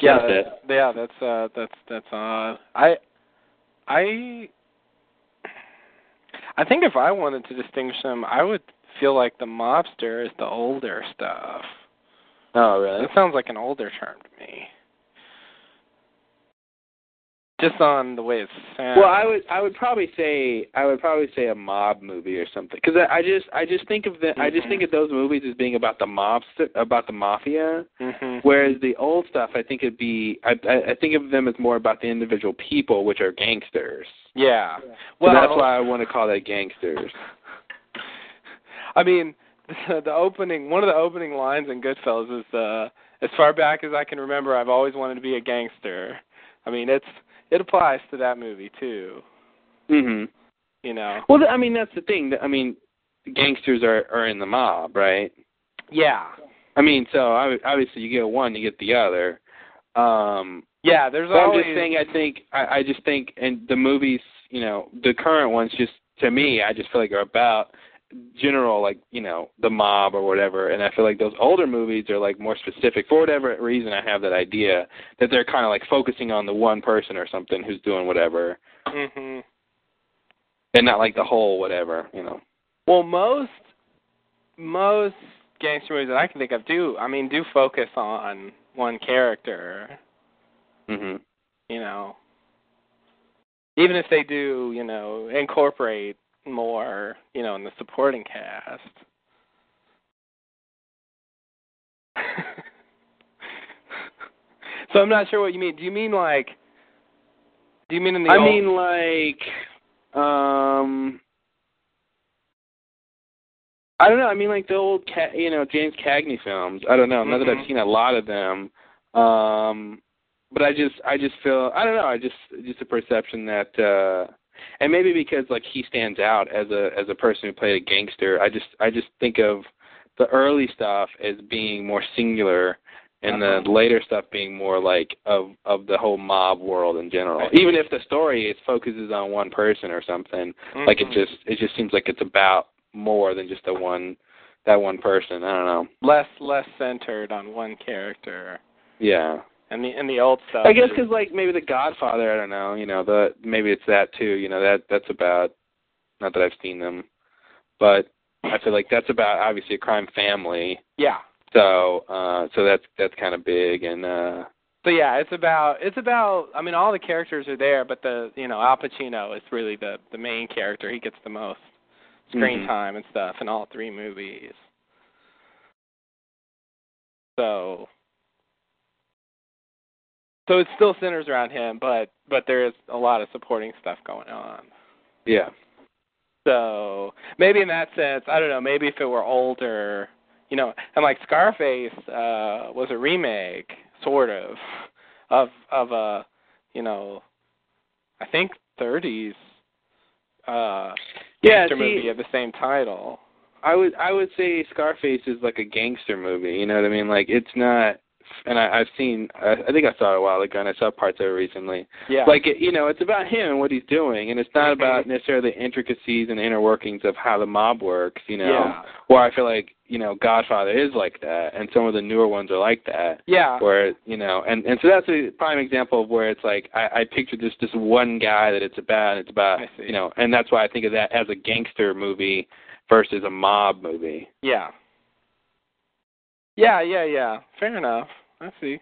S3: That's
S4: that-
S3: it.
S4: yeah, that's uh, that's that's odd. I, I, I think if I wanted to distinguish them, I would feel like the mobster is the older stuff.
S3: Oh, really?
S4: That sounds like an older term to me. Just on the way it sounds.
S3: Well, I would I would probably say I would probably say a mob movie or something because I, I just I just think of the I just
S4: Mhm.
S3: think of those movies as being about the mobster about the mafia,
S4: Mhm.
S3: whereas the old stuff I think it'd be I I, I think of them as more about the individual people, which are gangsters.
S4: Yeah.
S3: So
S4: Well,
S3: that's why I want to call that gangsters.
S4: I mean, the, the opening one of the opening lines in Goodfellas is uh as far back as I can remember, I've always wanted to be a gangster. I mean, it's it applies to that movie too,
S3: hmm
S4: you know.
S3: Well, th- I mean that's the thing. that- I mean, gangsters are are in the mob, right?
S4: Yeah.
S3: I mean, so ob- obviously you get one, you get the other. Um,
S4: Yeah, there's
S3: But I'm
S4: always
S3: just saying. I think. I, I just think, and the movies, you know, the current ones, just to me, I just feel like are about general, like you know, the mob or whatever. And I feel like those older movies are like more specific for whatever reason. I have that idea that they're kind of like focusing on the one person or something who's doing whatever,
S4: Mhm.
S3: and not like the whole whatever, you know.
S4: Well, most most gangster movies that I can think of do, I mean, do focus on one character,
S3: Mhm.
S4: you know. Even if they do, you know, incorporate more, you know, in the supporting cast. so I'm not sure what you mean. Do you mean like? Do you mean in the?
S3: I
S4: old-
S3: mean, like, um. I don't know. I mean, like the old, Ca- you know, James Cagney films. I don't know. Not that
S4: Mhm.
S3: I've seen a lot of them, um, but I just, I just feel, I don't know. I just, just a perception that, uh, and maybe because like he stands out as a as a person who played a gangster. I just, I just think of the early stuff as being more singular, and
S4: Uh-huh.
S3: the later stuff being more like of of the whole mob world in general.
S4: Right.
S3: Even if the story is focuses on one person or something, like it
S4: Mhm.
S3: just it just seems like it's about more than just the one that one person. I don't know.
S4: less less centered on one character.
S3: Yeah.
S4: And the and the old stuff.
S3: I guess
S4: is-
S3: because like maybe The Godfather. I don't know. You know the maybe it's that too. You know that that's about. Not that I've seen them, but I feel like that's about obviously a crime family.
S4: yeah.
S3: So uh so that's that's kind of big and uh
S4: So yeah, it's about it's about I mean all the characters are there, but the you know Al Pacino is really the the main character. He gets the most screen
S3: Mhm.
S4: time and stuff in all three movies. So so it still centers around him, but but there is a lot of supporting stuff going on.
S3: yeah.
S4: So maybe in that sense, I don't know. Maybe if it were older, you know, and like Scarface uh, was a remake, sort of, of of a, you know, I think 30s uh,
S3: Yeah,
S4: gangster
S3: see-
S4: movie of the same title.
S3: I would I would say Scarface is like a gangster movie. You know what I mean? Like it's not. And I, I've seen. I, I think I saw it a while ago, and I saw parts of it recently.
S4: Yeah. Mm-hmm.
S3: Like it, you know, it's about him and what he's doing, and it's not about necessarily the intricacies and inner workings of how the mob works. You know,
S4: Yeah.
S3: where I feel like you know Godfather is like that, and some of the newer ones are like that.
S4: Yeah.
S3: Where you know, and and so that's a prime example of where it's like I, I picture this this one guy that it's about. It's about
S4: I see.
S3: you know, and that's why I think of that as a gangster movie versus a mob movie.
S4: Yeah. Yeah, yeah, yeah. Fair enough. I see.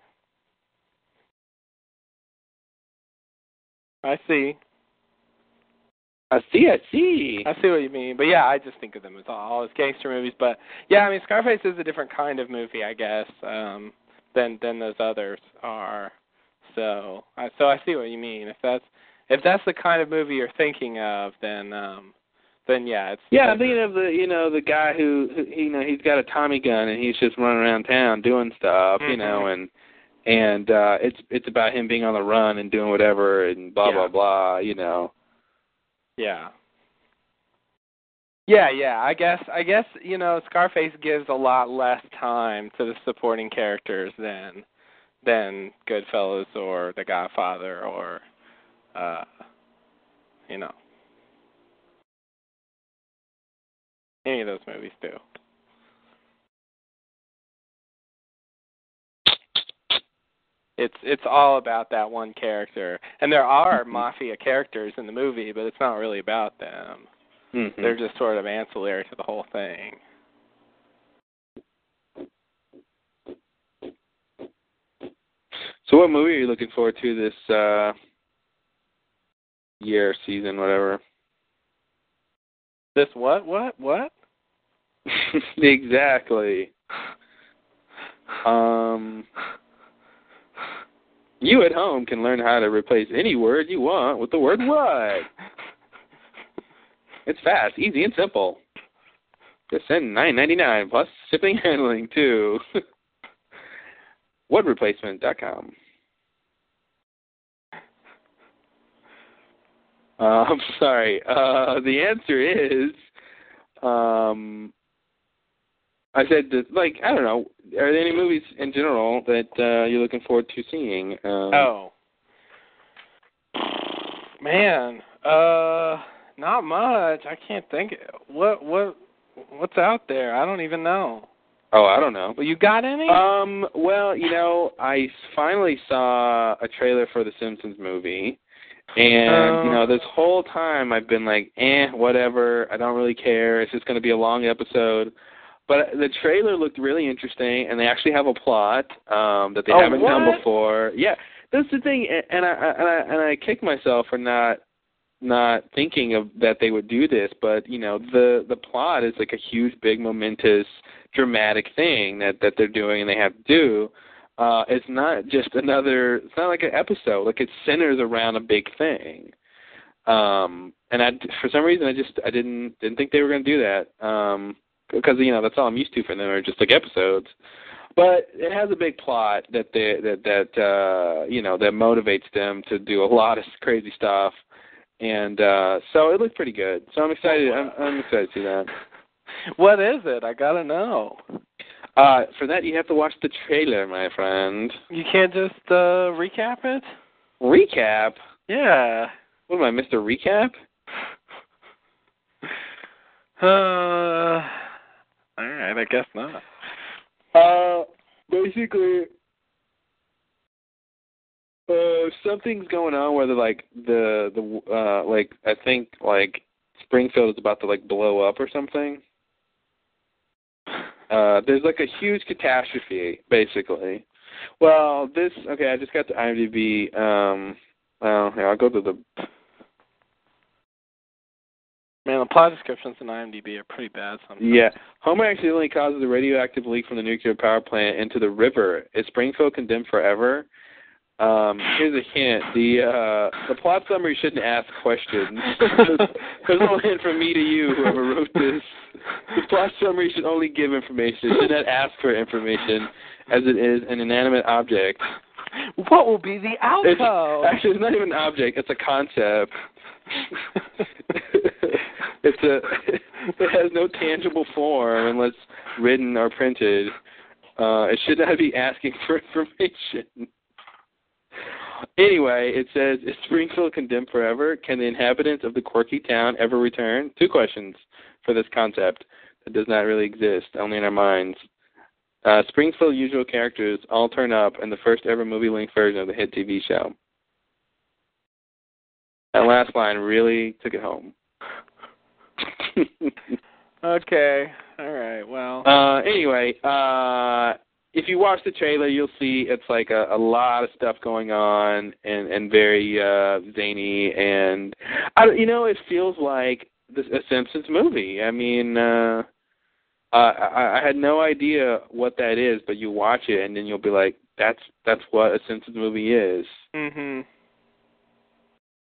S4: I see.
S3: I see, I see.
S4: I see what you mean, but yeah, I just think of them as all as gangster movies. But yeah, I mean, Scarface is a different kind of movie, I guess, um, than than those others are. So, I, so I see what you mean. If that's if that's the kind of movie you're thinking of, then um, then yeah, it's
S3: Yeah, I'm thinking of the you know the guy who, who you know he's got a Tommy gun and he's just running around town doing stuff, you know,
S4: Mhm.
S3: and and uh it's it's about him being on the run and doing whatever and blah
S4: Yeah.
S3: blah blah, you know.
S4: Yeah. Yeah, yeah. I guess I guess, you know, Scarface gives a lot less time to the supporting characters than than Goodfellas or The Godfather or uh you know. Any of those movies do. It's it's all about that one character. And there are mafia characters in the movie, but it's not really about them.
S3: Mm-hmm.
S4: They're just sort of ancillary to the whole thing.
S3: So what movie are you looking forward to this uh year, season, whatever?
S4: This what what what?
S3: exactly. Um you at home can learn how to replace any word you want with the word what. It's fast, easy, and simple. Just send nine ninety nine plus shipping handling to woodreplacement.com. Uh, I'm sorry. Uh, the answer is, um, I said that, like I don't know. Are there any movies in general that uh, you're looking forward to seeing? Um,
S4: Oh. Man, uh not much. I can't think what what what's out there? I don't even know.
S3: oh, I don't know.
S4: Well, you got any?
S3: Um, well, you know, I finally saw a trailer for the Simpsons movie. And you
S4: Oh.
S3: know, this whole time I've been like, eh, whatever. I don't really care. It's just going to be a long episode. But the trailer looked really interesting, and they actually have a plot um, that they
S4: Oh,
S3: haven't done
S4: what?
S3: before. Yeah, that's the thing, a- and I and I and I kick myself for not not thinking of that they would do this. But you know, the the plot is like a huge, big, momentous, dramatic thing that that they're doing and they have to do. Uh, it's not just another. It's not like an episode. Like it centers around a big thing. Um, and I, for some reason, I just I didn't didn't think they were going to do that. Um, because you know that's all I'm used to from them are just like episodes. But it has a big plot that they that that uh, you know that motivates them to do a lot of crazy stuff. And uh, so it looked pretty good. So I'm excited. I'm, I'm excited to see that.
S4: what is it? I got to know.
S3: Uh, for that, you have to watch the trailer, my friend.
S4: You can't just uh recap it?
S3: Recap.
S4: Yeah.
S3: What am I, Mr. Recap?
S4: Uh, all right, I guess not.
S3: Uh, basically, uh, something's going on where the like the the uh like I think like Springfield is about to like blow up or something. Uh, there's like a huge catastrophe, basically. Well, this okay. I just got to IMDb. Um, well, here, I'll go to the
S4: Man, the plot descriptions in IMDb are pretty bad sometimes.
S3: Yeah. Homer accidentally causes a radioactive leak from the nuclear power plant into the river. Is Springfield condemned forever? Um, here's a hint. The uh, the plot summary shouldn't ask questions. There's- There's no hint from me to you, whoever wrote this. The plot summary should only give information. It should not ask for information, as it is an inanimate object.
S4: What will be the
S3: It's,
S4: outcome?
S3: actually, it's not even an object. It's a concept. it's a it has no tangible form unless written or printed. Uh, it should not be asking for information. Anyway, it says, is Springfield condemned forever? Can the inhabitants of the quirky town ever return? Two questions for this concept that does not really exist, only in our minds. Uh, Springfield usual characters all turn up in the first ever movie length version of the hit TV show. That last line really took it home.
S4: okay. All right. Well.
S3: uh, anyway, uh, if you watch the trailer, you'll see it's like a, a lot of stuff going on and and very uh, zany and I, don't- you know it feels like the, a Simpsons movie. I mean, uh, I, I I had no idea what that is, but you watch it and then you'll be like, that's that's what a Simpsons movie is.
S4: mhm. Mm-hmm.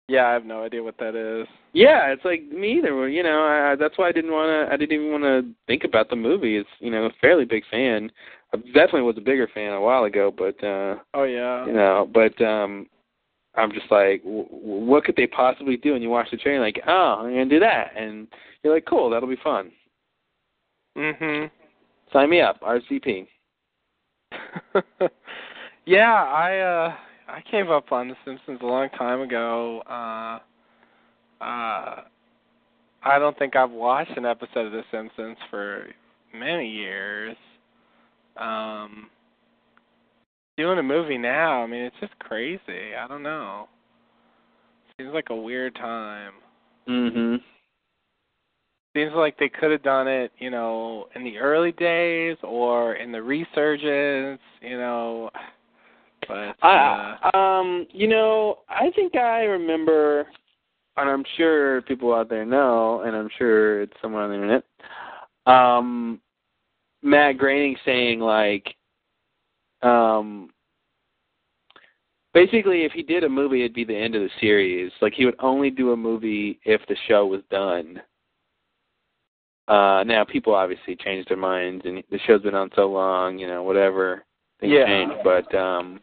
S4: Yeah, I have no idea what that is.
S3: Yeah, it's like me either. Well, You know, I, I- that's why I didn't want to. I didn't even want to think about the movie. It's you know a fairly big fan. I definitely was a bigger fan a while ago, but uh
S4: Oh yeah.
S3: you know, but um I'm just like, w- w- what could they possibly do? And you watch the trailer, like, oh, I'm gonna do that, and you're like, cool, that'll be fun.
S4: Mhm.
S3: Sign me up, RCP.
S4: Mm-hmm. yeah, I uh I gave up on The Simpsons a long time ago. Uh uh I don't think I've watched an episode of The Simpsons for many years. Um doing a movie now, I mean it's just crazy. I don't know. Seems like a weird time.
S3: Mm-hmm.
S4: Seems like they could have done it, you know, in the early days or in the resurgence, you know. But uh,
S3: I, um, you know, I think I remember, and I'm sure people out there know, and I'm sure it's somewhere on the internet. Um, Matt Groening saying like, um, basically, if he did a movie, it'd be the end of the series. Like he would only do a movie if the show was done. Uh, now people obviously changed their minds, and the show's been on so long, you know, whatever things
S4: Yeah.
S3: change. But um,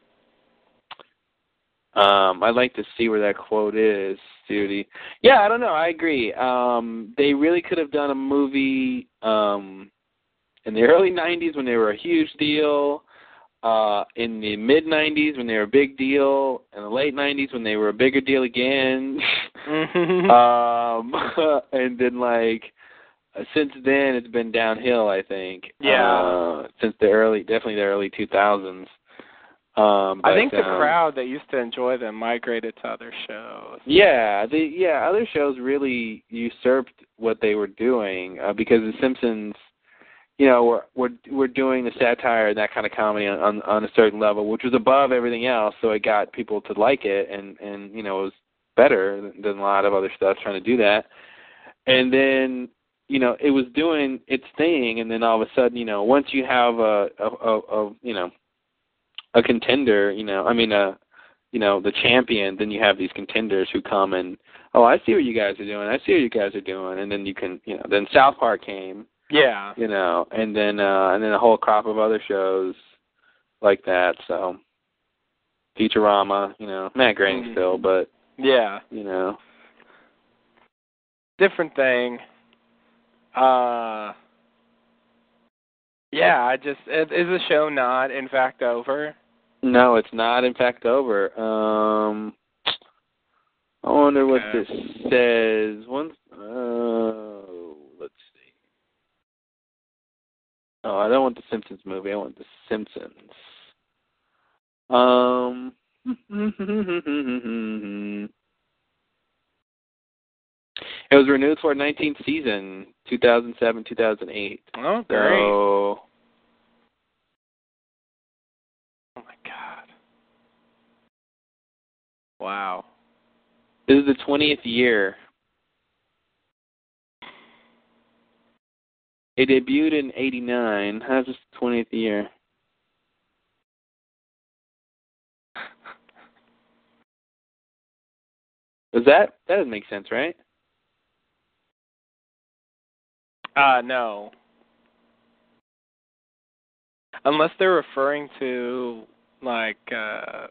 S3: um, I'd like to see where that quote is, Judy. Yeah, I don't know. I agree. Um, they really could have done a movie um, in the early '90s when they were a huge deal, uh, in the mid '90s when they were a big deal, in the late '90s when they were a bigger deal again,
S4: mhm.
S3: um,
S4: Mm-hmm.
S3: and then like uh, since then it's been downhill. I think.
S4: Yeah.
S3: Uh, since the early, definitely the early 2000s. Um,
S4: I
S3: but,
S4: think the
S3: um,
S4: crowd that used to enjoy them migrated to other shows.
S3: Yeah, the yeah other shows really usurped what they were doing uh, because The Simpsons, you know, were were were doing the satire and that kind of comedy on, on on a certain level, which was above everything else. So it got people to like it, and and you know it was better than, than a lot of other stuff trying to do that. And then you know it was doing its thing, and then all of a sudden you know once you have a a, a, a you know a contender, you know I mean a you know the champion then you have these contenders who come and oh i see what you guys are doing i see what you guys are doing and then you can you know then south park came
S4: Yeah.
S3: you know and then uh and then a whole crop of other shows like that so futurama you know matt groening
S4: Mhm.
S3: still but
S4: Yeah.
S3: you know
S4: Different thing. Uh Yeah, I just is is the show not in fact over?
S3: no it's not in fact over um i wonder what
S4: Okay.
S3: this says once uh let's see Oh, I don't want the Simpsons movie. I want the Simpsons. Um. it was renewed for a 19th season, 2007, 2008.
S4: Oh,
S3: So,
S4: great. Oh Oh my god. Wow.
S3: this is the 20th year. It debuted in 89. How's this the 20th year? Does that that doesn't make sense, right?
S4: Uh no. Unless they're referring to like uh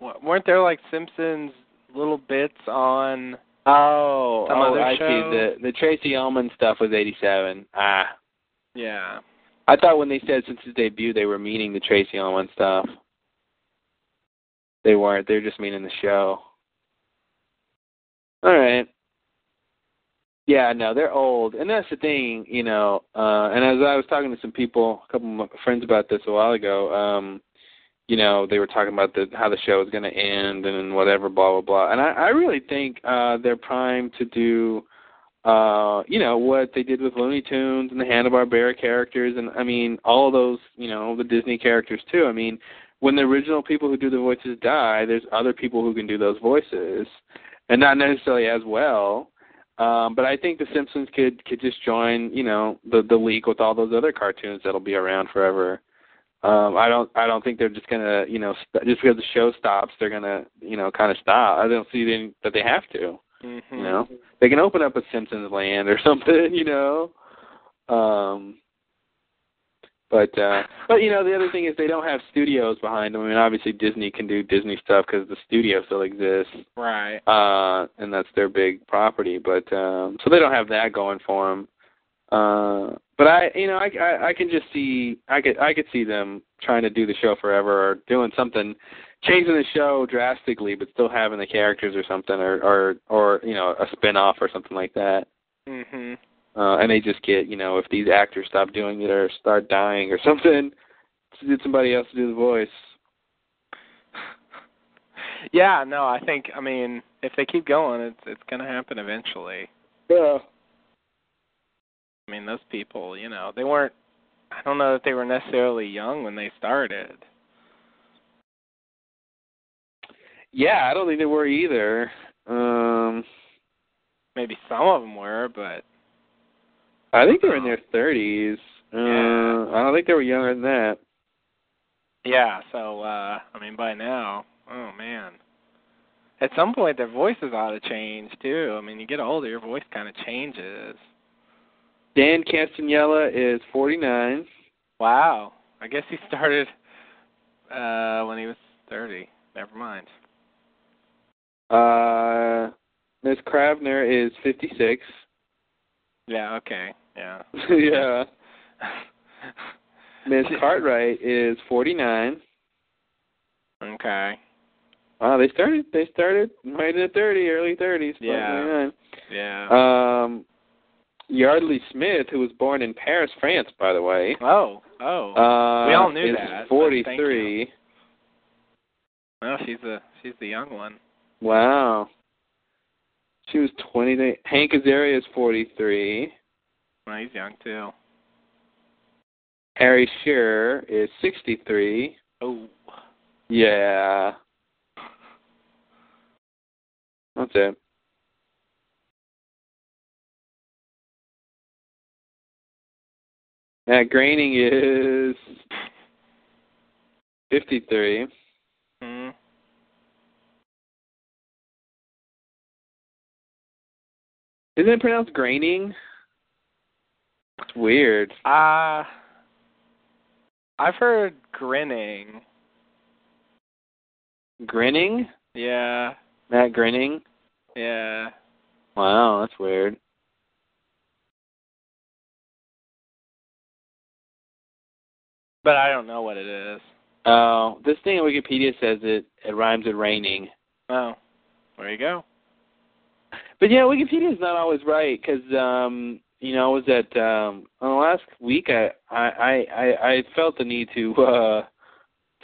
S4: wa- weren't there like Simpsons little bits on
S3: Oh,
S4: Some
S3: oh,
S4: other
S3: I
S4: show?
S3: see. The the Tracy Ullman stuff was 87. Ah,
S4: yeah.
S3: I thought when they said since his debut, they were meaning the Tracy Ullman stuff. They weren't. They were just meaning the show. All right. Yeah, no, they're old, and that's the thing, you know. Uh, and as I was talking to some people, a couple of my friends about this a while ago, um, you know, they were talking about the how the show is going to end and whatever, blah blah blah. And I, I really think uh, they're primed to do uh, you know, what they did with Looney Tunes and the Hanna Barbera characters and I mean all those, you know, the Disney characters too. I mean, when the original people who do the voices die, there's other people who can do those voices. And not necessarily as well. Um, but I think the Simpsons could could just join, you know, the the league with all those other cartoons that'll be around forever. Um, I don't. I don't think they're just gonna, you know, st- just because the show stops, they're gonna, you know, kind of stop. I don't see any, that they have to.
S4: Mm-hmm.
S3: You know, they can open up a Simpsons Land or something. You know, um, but uh, but you know, the other thing is they don't have studios behind them. I mean, obviously Disney can do Disney stuff because the studio still exists
S4: Right.
S3: uh and that's their big property but um so they don't have that going for them uh but i you know I, I i can just see i could i could see them trying to do the show forever or doing something changing the show drastically but still having the characters or something or or or you know a spin off or something like that
S4: Mhm.
S3: uh and they just get you know if these actors stop doing it or start dying or something get somebody else to do the voice
S4: Yeah, no, I think I mean if they keep going, it's it's going to happen eventually.
S3: yeah
S4: I mean, those people, you know, they weren't. I don't know that they were necessarily young when they started.
S3: yeah i don't think they were either um
S4: Maybe some of them were, but
S3: I think they were in their thirties. Uh,
S4: Yeah.
S3: I don't think they were younger than that.
S4: yeah. So uh I mean, by now, oh man, at some point their voices ought to change too. I mean, you get older, your voice kind of changes.
S3: Dan Castanella is forty nine.
S4: Wow. I guess he started uh when he was thirty. Never mind.
S3: Uh, Miss Kravner is fifty six.
S4: Yeah. Okay. Yeah.
S3: yeah. Miss
S4: Yeah.
S3: Cartwright is forty nine.
S4: okay.
S3: Wow, they started. They started right in the thirty, early thirties.
S4: Yeah. Yeah.
S3: Um, Yardley Smith, who was born in Paris, France, by the way.
S4: oh. Oh.
S3: Uh,
S4: We all knew
S3: is
S4: that, but thank
S3: Forty three.
S4: well, she's the she's the young one.
S3: Wow. She was 20. Hank Azaria is 43.
S4: Well, he's young too.
S3: Harry Shearer is 63.
S4: Oh.
S3: Yeah. That's it. Matt Groening is 53.
S4: Mm.
S3: Isn't it pronounced graining? It's weird.
S4: Uh I've heard grinning.
S3: Grinning?
S4: Yeah.
S3: Matt Grinning?
S4: Yeah.
S3: Wow, that's weird.
S4: But I don't know what it is.
S3: Oh, this thing on Wikipedia says it it rhymes with raining.
S4: Oh. There you go.
S3: But yeah, Wikipedia's not always right because um, you know, I was at um, on the last week I I I I I felt the need to uh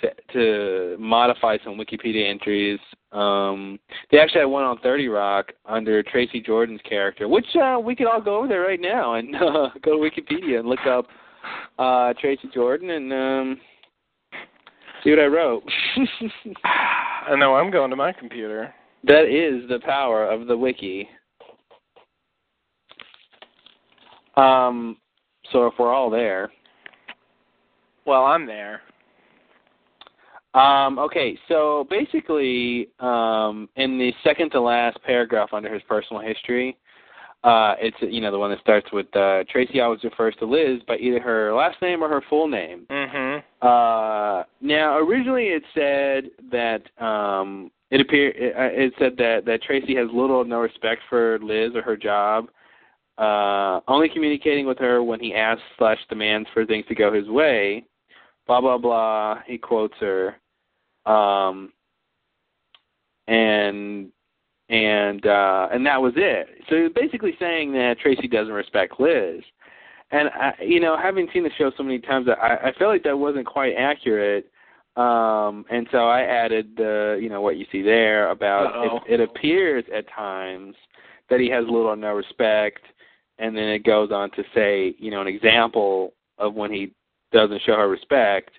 S3: to to modify some Wikipedia entries. Um, they actually had one on Thirty Rock under Tracy Jordan's character, which uh, we could all go over there right now and uh, go to Wikipedia and look up uh Tracy Jordan and um see what I wrote.
S4: I know I'm going to my computer.
S3: That is the power of the wiki. Um, so if we're all there,
S4: Well, I'm there.
S3: um, okay. So basically, um, in the second to last paragraph under his personal history, uh, it's you know the one that starts with uh, Tracy always refers to Liz by either her last name or her full name.
S4: Mhm.
S3: Uh, now, originally it said that um, it appear it, uh, it said that that Tracy has little or no respect for Liz or her job, uh, only communicating with her when he asks slash demands for things to go his way. Blah blah blah. He quotes her, um, and and uh, and that was it. So he was basically saying that Tracy doesn't respect Liz and I, you know, having seen the show so many times, I, I feel like that wasn't quite accurate. Um, and so I added the, you know, what you see there
S4: Uh-oh.
S3: about it, it appears at times that he has little or no respect, and then it goes on to say, you know, an example of when he doesn't show her respect.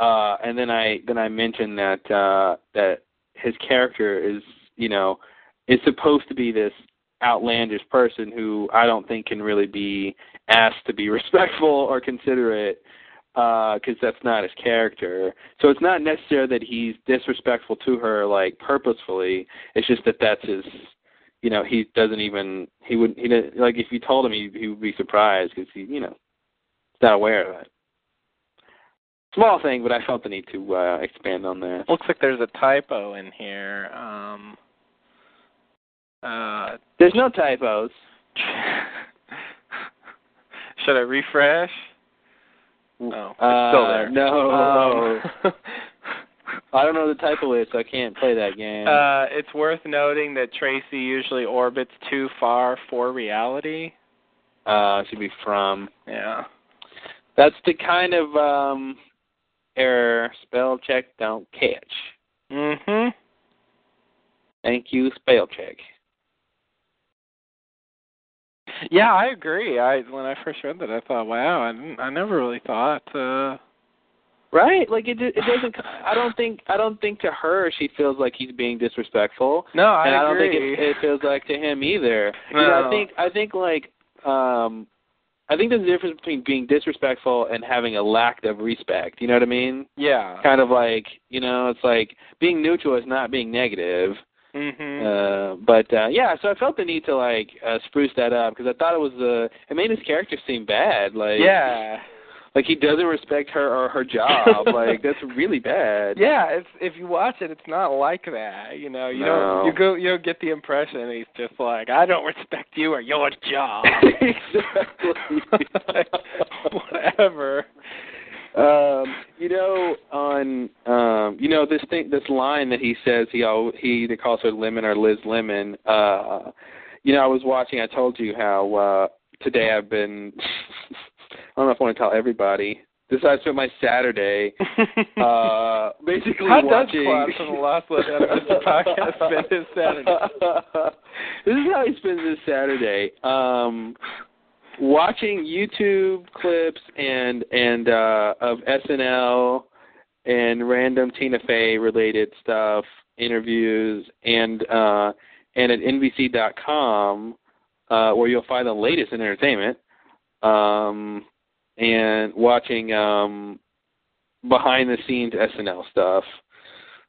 S3: Uh, and then I then I mentioned that uh, that his character is, you know, is supposed to be this outlandish person who I don't think can really be asked to be respectful or considerate because that's not his character. So it's not necessarily that he's disrespectful to her like purposefully. It's just that that's his. You know, he doesn't even he would he didn't, like if you told him he he would be surprised because he you know he's not aware of it. Small thing, but I felt the need to uh, expand on that.
S4: Looks like there's a typo in here. Um, uh,
S3: There's no typos.
S4: should I refresh? No, it's still
S3: Uh,
S4: there.
S3: No,
S4: Um,
S3: I don't know what the typo is, so I can't play that game.
S4: uh, it's worth noting that Tracy usually orbits too far for reality.
S3: uh, it should be from.
S4: Yeah.
S3: That's the kind of um error spell check don't catch.
S4: Mhm.
S3: Thank you, spell check.
S4: Yeah, I agree. I when I first read that, I thought, wow, I didn't, I never really thought. Uh,
S3: Right? Like it. It doesn't. I don't think. I don't think to her she feels like he's being disrespectful,
S4: no, I
S3: and I don't
S4: agree.
S3: think it, it feels like to him either. You know, I
S4: No.
S3: think. I think like. um I think there's a difference between being disrespectful and having a lack of respect. You know what I mean?
S4: yeah.
S3: Kind of like, you know, it's like being neutral is not being negative.
S4: mhm.
S3: Uh, but uh yeah, so I felt the need to like uh, spruce that up because I thought it was uh it made his character seem bad. Like
S4: yeah.
S3: like he doesn't respect her or her job. like that's really bad.
S4: Yeah, it's if you watch it, it's not like that. You know, you
S3: No.
S4: don't you go you don't get the impression that he's just like I don't respect you or your job.
S3: exactly.
S4: Like, whatever.
S3: Um, you know, on um, you know this thing, this line that he says he al- he that calls her Lemon or Liz Lemon. Uh, you know, I was watching. I told you how uh, today I've been. I don't know if I want to tell everybody. This I spent my Saturday uh, basically
S4: How
S3: watching.
S4: does Claude from the Lost Love Anarchist podcast spend his Saturday?
S3: this is how he spends his Saturday. Um, watching YouTube clips and and uh, of SNL and random Tina Fey related stuff, interviews, and uh, and at NBC.com, uh, where you'll find the latest in entertainment. Um, and watching um, behind the scenes SNL stuff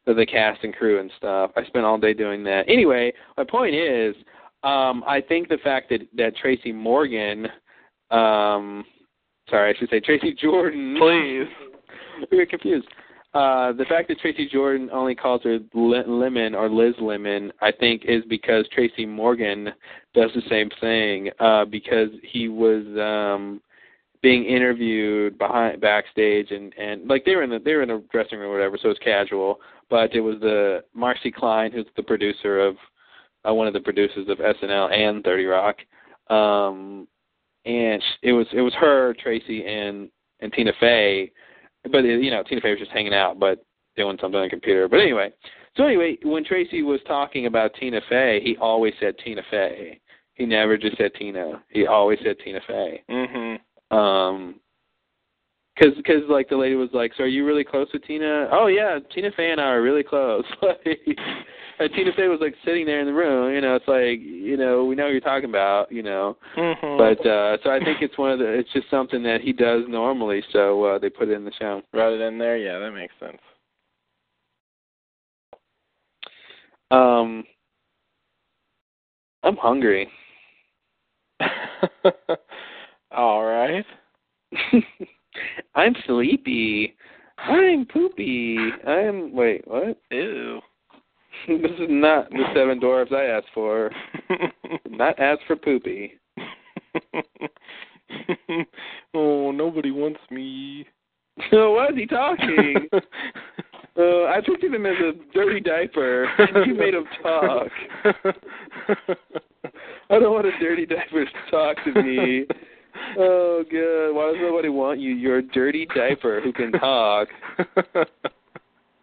S3: the, the cast and crew and stuff. I spent all day doing that. Anyway, my point is, um, I think the fact that that Tracy Morgan, um, sorry, I should say Tracy Jordan.
S4: Please.
S3: we were confused. Uh, the fact that Tracy Jordan only calls her Le- Lemon or Liz Lemon, I think, is because Tracy Morgan does the same thing. Uh, because he was um, being interviewed behind backstage, and and like they were in the they were in the dressing room or whatever, so it's casual but it was the Marcy Klein, who's the producer of uh, one of the producers of SNL and Thirty Rock, um, and sh- it was it was her, Tracy, and and Tina Fey, but uh, you know Tina Fey was just hanging out, but doing something on the computer. But anyway, so anyway, when Tracy was talking about Tina Fey, he always said Tina Fey. He never just said Tina. He always said Tina Fey.
S4: Mhm.
S3: Um, cause, cause like the lady was like, "So are you really close with Tina?" Oh yeah, Tina Fey and I are really close. like, and Tina Fey was like sitting there in the room. You know, it's like, you know, we know what you're talking about. You know,
S4: Mhm.
S3: but uh, so I think it's one of the. It's just something that he does normally, so uh, they put it in the show.
S4: rather than there, yeah, that makes sense.
S3: Um, I'm hungry.
S4: All right.
S3: I'm sleepy. I'm poopy. I'm wait, what?
S4: Ew.
S3: this is not the seven dwarfs I asked for. Not asked for poopy.
S4: oh, nobody wants me.
S3: So what is he talking? uh, I picked him as a dirty diaper. You made him talk. I don't want a dirty diaper to talk to me. Oh god, why does nobody want you? You're a dirty diaper who can talk.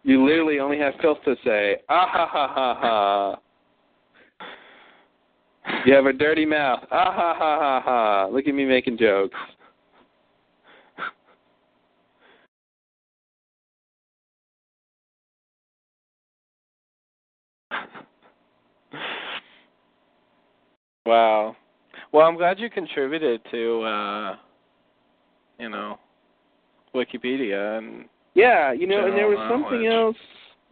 S3: You literally only have filth to say. Ah ha ha ha ha. You have a dirty mouth. Ah ha ha ha ha. Look at me making jokes.
S4: wow. Well, I'm glad you contributed to, uh, you know, Wikipedia and
S3: Yeah, you know, and there
S4: General
S3: was something
S4: knowledge.
S3: else.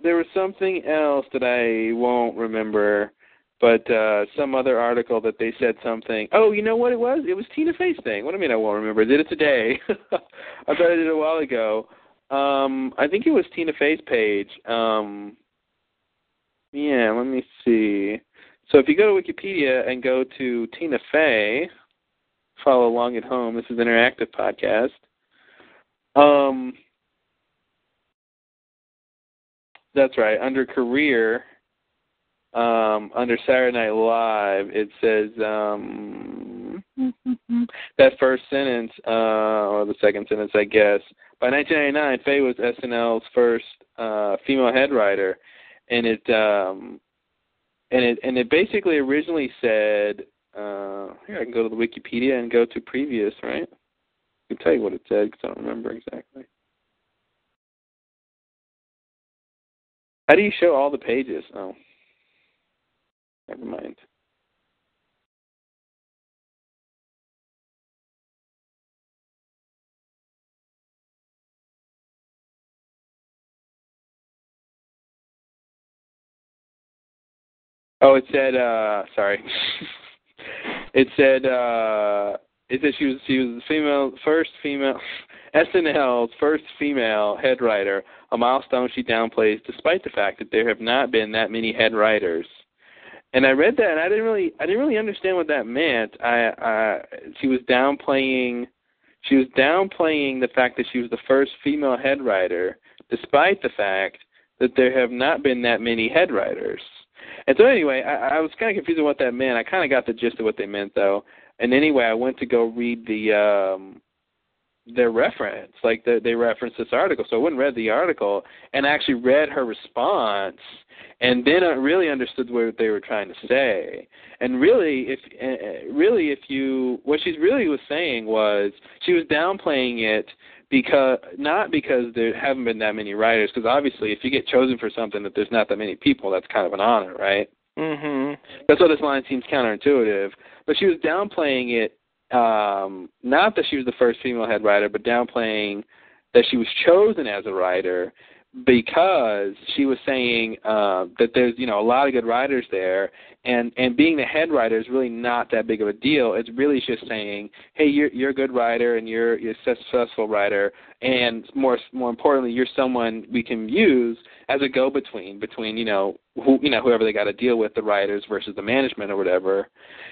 S3: There was something else that I won't remember, but uh some other article that they said something. Oh, you know what it was? It was Tina Fey's thing. What do I mean I won't remember? I did it today. I bet I did it a while ago. Um I think it was Tina Fey's page. Um Yeah, let me see. So if you go to Wikipedia and go to Tina Fey, follow along at home. This is interactive podcast. Um That's right. Under career, um, under Saturday Night Live, it says um, that first sentence, uh, or the second sentence, I guess. By 1999, Faye was SNL's first uh, female head writer, and it um, and it and it basically originally said. Uh, here I can go to the Wikipedia and go to previous, right? I can tell you what it said because I don't remember exactly. How do you show all the pages? Oh, never mind. Oh, it said. uh Sorry, it said. uh It said she was she was the female first female SNL's first female head writer a milestone she downplays despite the fact that there have not been that many head writers. And I read that and I didn't really I didn't really understand what that meant. I uh she was downplaying she was downplaying the fact that she was the first female head writer despite the fact that there have not been that many head writers. And so anyway, I, I was kind of confused on what that meant. I kind of got the gist of what they meant though. And anyway, I went to go read the um their reference, like they, they referenced this article. So I went and read the article and actually read her response, and then I really understood what they were trying to say. And really, if eh, eh, really if you what she really was saying was she was downplaying it because not because there haven't been that many writers, because obviously if you get chosen for something that there's not that many people, that's kind of an honor, right?
S4: mhm.
S3: That's why this line seems counterintuitive. But she was downplaying it, um, not that she was the first female head writer, but downplaying that she was chosen as a writer because she was saying uh, that there's you know a lot of good writers there, and and being the head writer is really not that big of a deal. It's really just saying, hey, you're you're a good writer and you're, you're a successful writer, and more more importantly, you're someone we can use as a go between between you know who you know whoever they got to deal with the writers versus the management or whatever.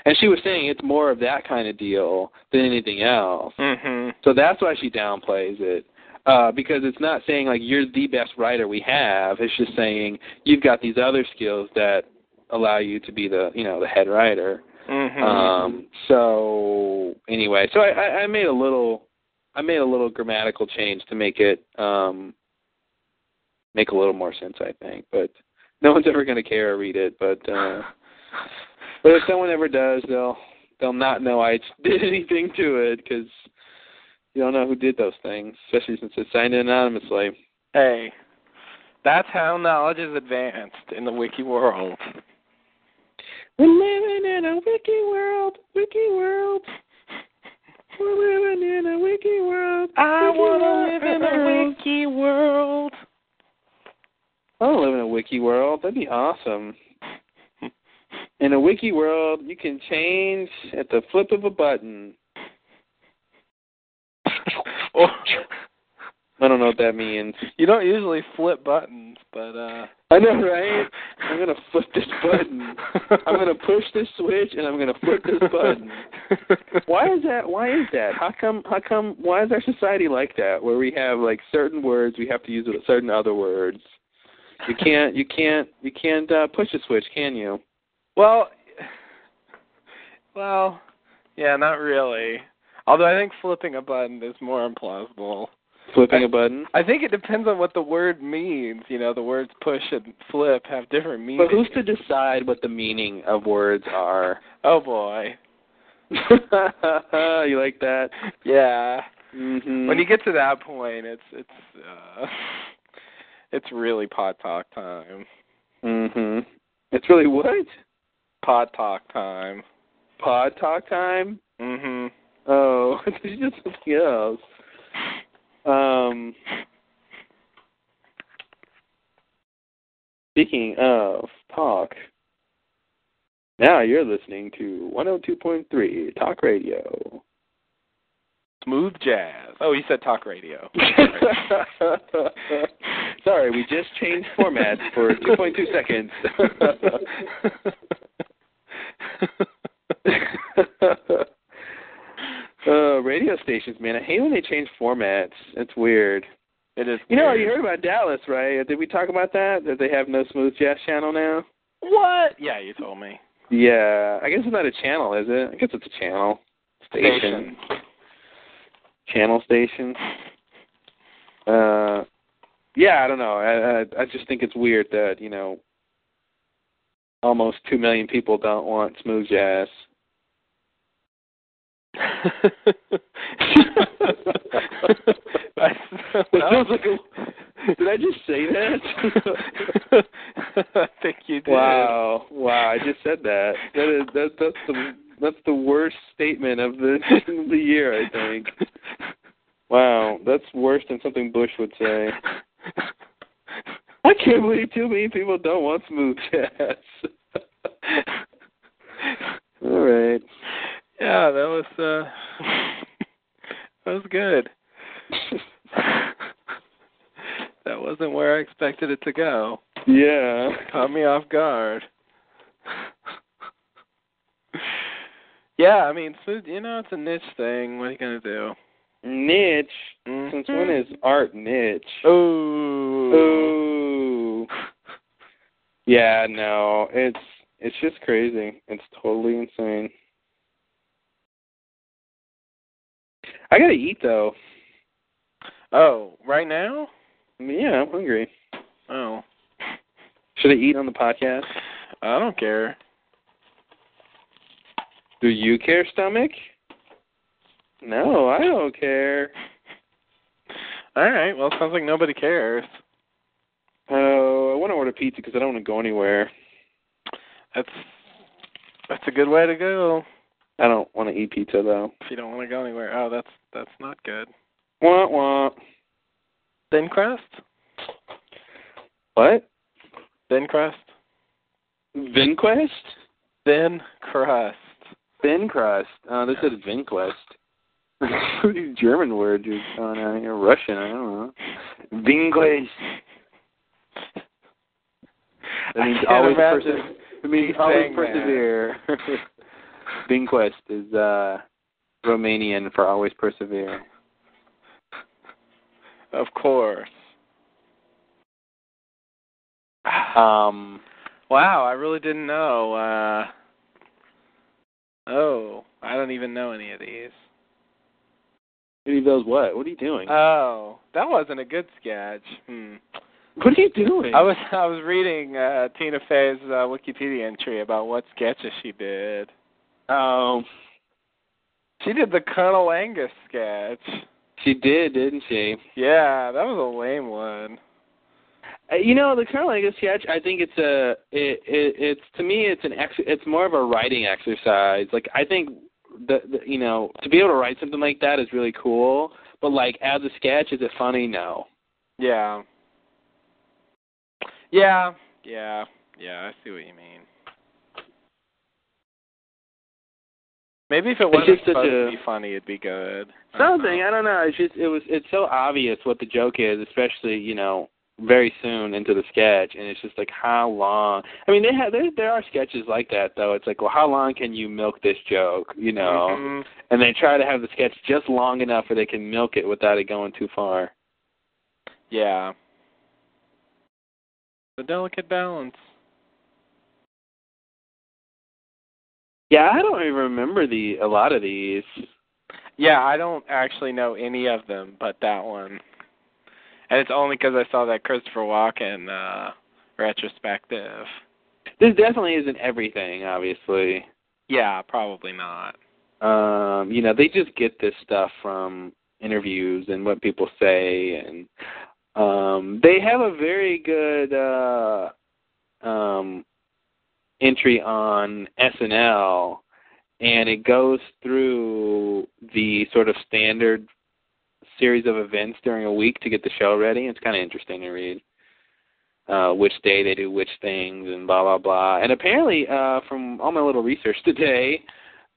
S3: And she was saying it's more of that kind of deal than anything else.
S4: Mhm.
S3: So that's why she downplays it. Uh, because it's not saying like you're the best writer we have. It's just saying you've got these other skills that allow you to be the you know the head writer.
S4: Mhm.
S3: Um, so anyway, so I, I, I made a little, I made a little grammatical change to make it um, make a little more sense, I think. But no one's ever going to care or read it. But uh, but if someone ever does, they'll they'll not know I did anything to it because you don't know who did those things, especially since it's signed anonymously.
S4: hey, that's how knowledge is advanced in the wiki world.
S3: We're living in a wiki world, wiki world. We're living in a wiki world.
S4: I
S3: wiki
S4: wanna live in
S3: world.
S4: a wiki world.
S3: I want to live in a wiki world. That'd be awesome. In a wiki world, you can change at the flip of a button.
S4: Or,
S3: I don't know what that means.
S4: you don't usually flip buttons, but uh
S3: I know, right? I'm gonna flip this button. I'm gonna push this switch, and I'm gonna flip this button. Why is that? Why is that? How come? How come? Why is our society like that? Where we have like certain words we have to use with certain other words. You can't. You can't. You can't uh, push a switch, can you?
S4: Well, well, yeah, not really. Although I think flipping a button is more implausible.
S3: Flipping a button.
S4: I think it depends on what the word means. You know, the words push and flip have different meanings.
S3: But who's to decide what the meaning of words are?
S4: oh boy.
S3: you like that?
S4: Yeah.
S3: hmm
S4: When you get to that point, it's it's uh, it's really pod talk time.
S3: hmm It's really what?
S4: Pod talk time.
S3: Pod talk time?
S4: Mhm.
S3: Oh, you did something else. Um, Um, speaking of talk, now you're listening to 102.3 Talk Radio.
S4: Smooth jazz. Oh, you said talk radio.
S3: Sorry, we just changed format for 2.2 seconds. uh, radio stations, man. I hate when they change formats. It's weird.
S4: it is.
S3: You know,
S4: weird.
S3: you heard about Dallas, right? Did we talk about that? That they have no smooth jazz channel now?
S4: What? Yeah, you told me.
S3: Yeah, I guess it's not a channel, is it? I guess it's a channel station. Channel station. Uh, yeah, I don't know. I, I I just think it's weird that you know almost two million people don't want smooth jazz.
S4: I
S3: That sounds like a- Did I just say that?
S4: I think you did.
S3: wow, wow! I just said that. That is that, that's the that's the worst statement of the of the year, I think. Wow, that's worse than something Bush would say. I can't believe too many people don't want smooth jazz. All right.
S4: Yeah, that was uh that was good. that wasn't where I expected it to go.
S3: Yeah.
S4: Caught me off guard. yeah, I mean, so, you know, it's a niche thing. What are you gonna do?
S3: Niche. Since when
S4: Mhm.
S3: is art niche?
S4: Oh, Ooh.
S3: Ooh. Yeah, no. It's it's just crazy. It's totally insane. I gotta eat though.
S4: Oh, right now?
S3: I mean, yeah, I'm hungry.
S4: Oh,
S3: Should I eat on the podcast?
S4: I don't care.
S3: Do you care, stomach? No, I don't care.
S4: All right. Well, sounds like nobody cares.
S3: Oh, I want to order pizza because I don't want to go anywhere.
S4: That's that's a good way to go.
S3: I don't want to eat pizza though.
S4: If you don't want to go anywhere. Oh, that's that's not good.
S3: Wah wah.
S4: Thin crust?
S3: What?
S4: Thin crust?
S3: Vinquest?
S4: Thin crust.
S3: Vincrust. Uh, they said Vinquest. These German words you're throwing out here. Russian, I don't know. Vinquest. That
S4: I
S3: means
S4: can't
S3: always
S4: imagine
S3: perse- It means
S4: me
S3: always
S4: saying that.
S3: persevere. Vinquest is uh Romanian for always persevere.
S4: Of course.
S3: Um
S4: Uh, Wow, I really didn't know. Uh Oh, I don't even know any of these.
S3: Any of those what? What are you doing?
S4: Oh, that wasn't a good sketch. Hmm.
S3: what are you doing?
S4: I was I was reading uh Tina Fey's uh, Wikipedia entry about what sketches she did.
S3: Oh,
S4: She did the Colonel Angus sketch.
S3: she did, didn't she?
S4: Yeah, that was a lame one.
S3: Uh, You know, the Colonel Angus sketch. I think it's a. It, it, it's to me, it's an. Ex- it's more of a writing exercise. Like I think the, the you know to be able to write something like that is really cool. But like as a sketch, is it funny? No.
S4: Yeah. Yeah, yeah, yeah, I see what you mean. Maybe if it wasn't
S3: just such
S4: supposed
S3: a-
S4: to be funny, it'd be good. I don't
S3: Something
S4: know.
S3: I don't know. It's just it was. It's so obvious what the joke is, especially you know very soon into the sketch, and it's just like how long. I mean, they have there there are sketches like that though. It's like well, how long can you milk this joke? You know.
S4: Mhm.
S3: and they try to have the sketch just long enough where they can milk it without it going too far.
S4: Yeah. The delicate balance.
S3: Yeah, I don't even remember the a lot of these.
S4: Yeah, I don't actually know any of them but that one. And it's only because I saw that Christopher Walken uh, retrospective.
S3: This definitely isn't everything, obviously.
S4: Yeah, probably not.
S3: Um, you know, they just get this stuff from interviews and what people say and um they have a very good uh um entry on SNL and it goes through the sort of standard series of events during a week to get the show ready. It's kind of interesting to read uh, which day they do which things and blah blah blah. And apparently, uh, from all my little research today,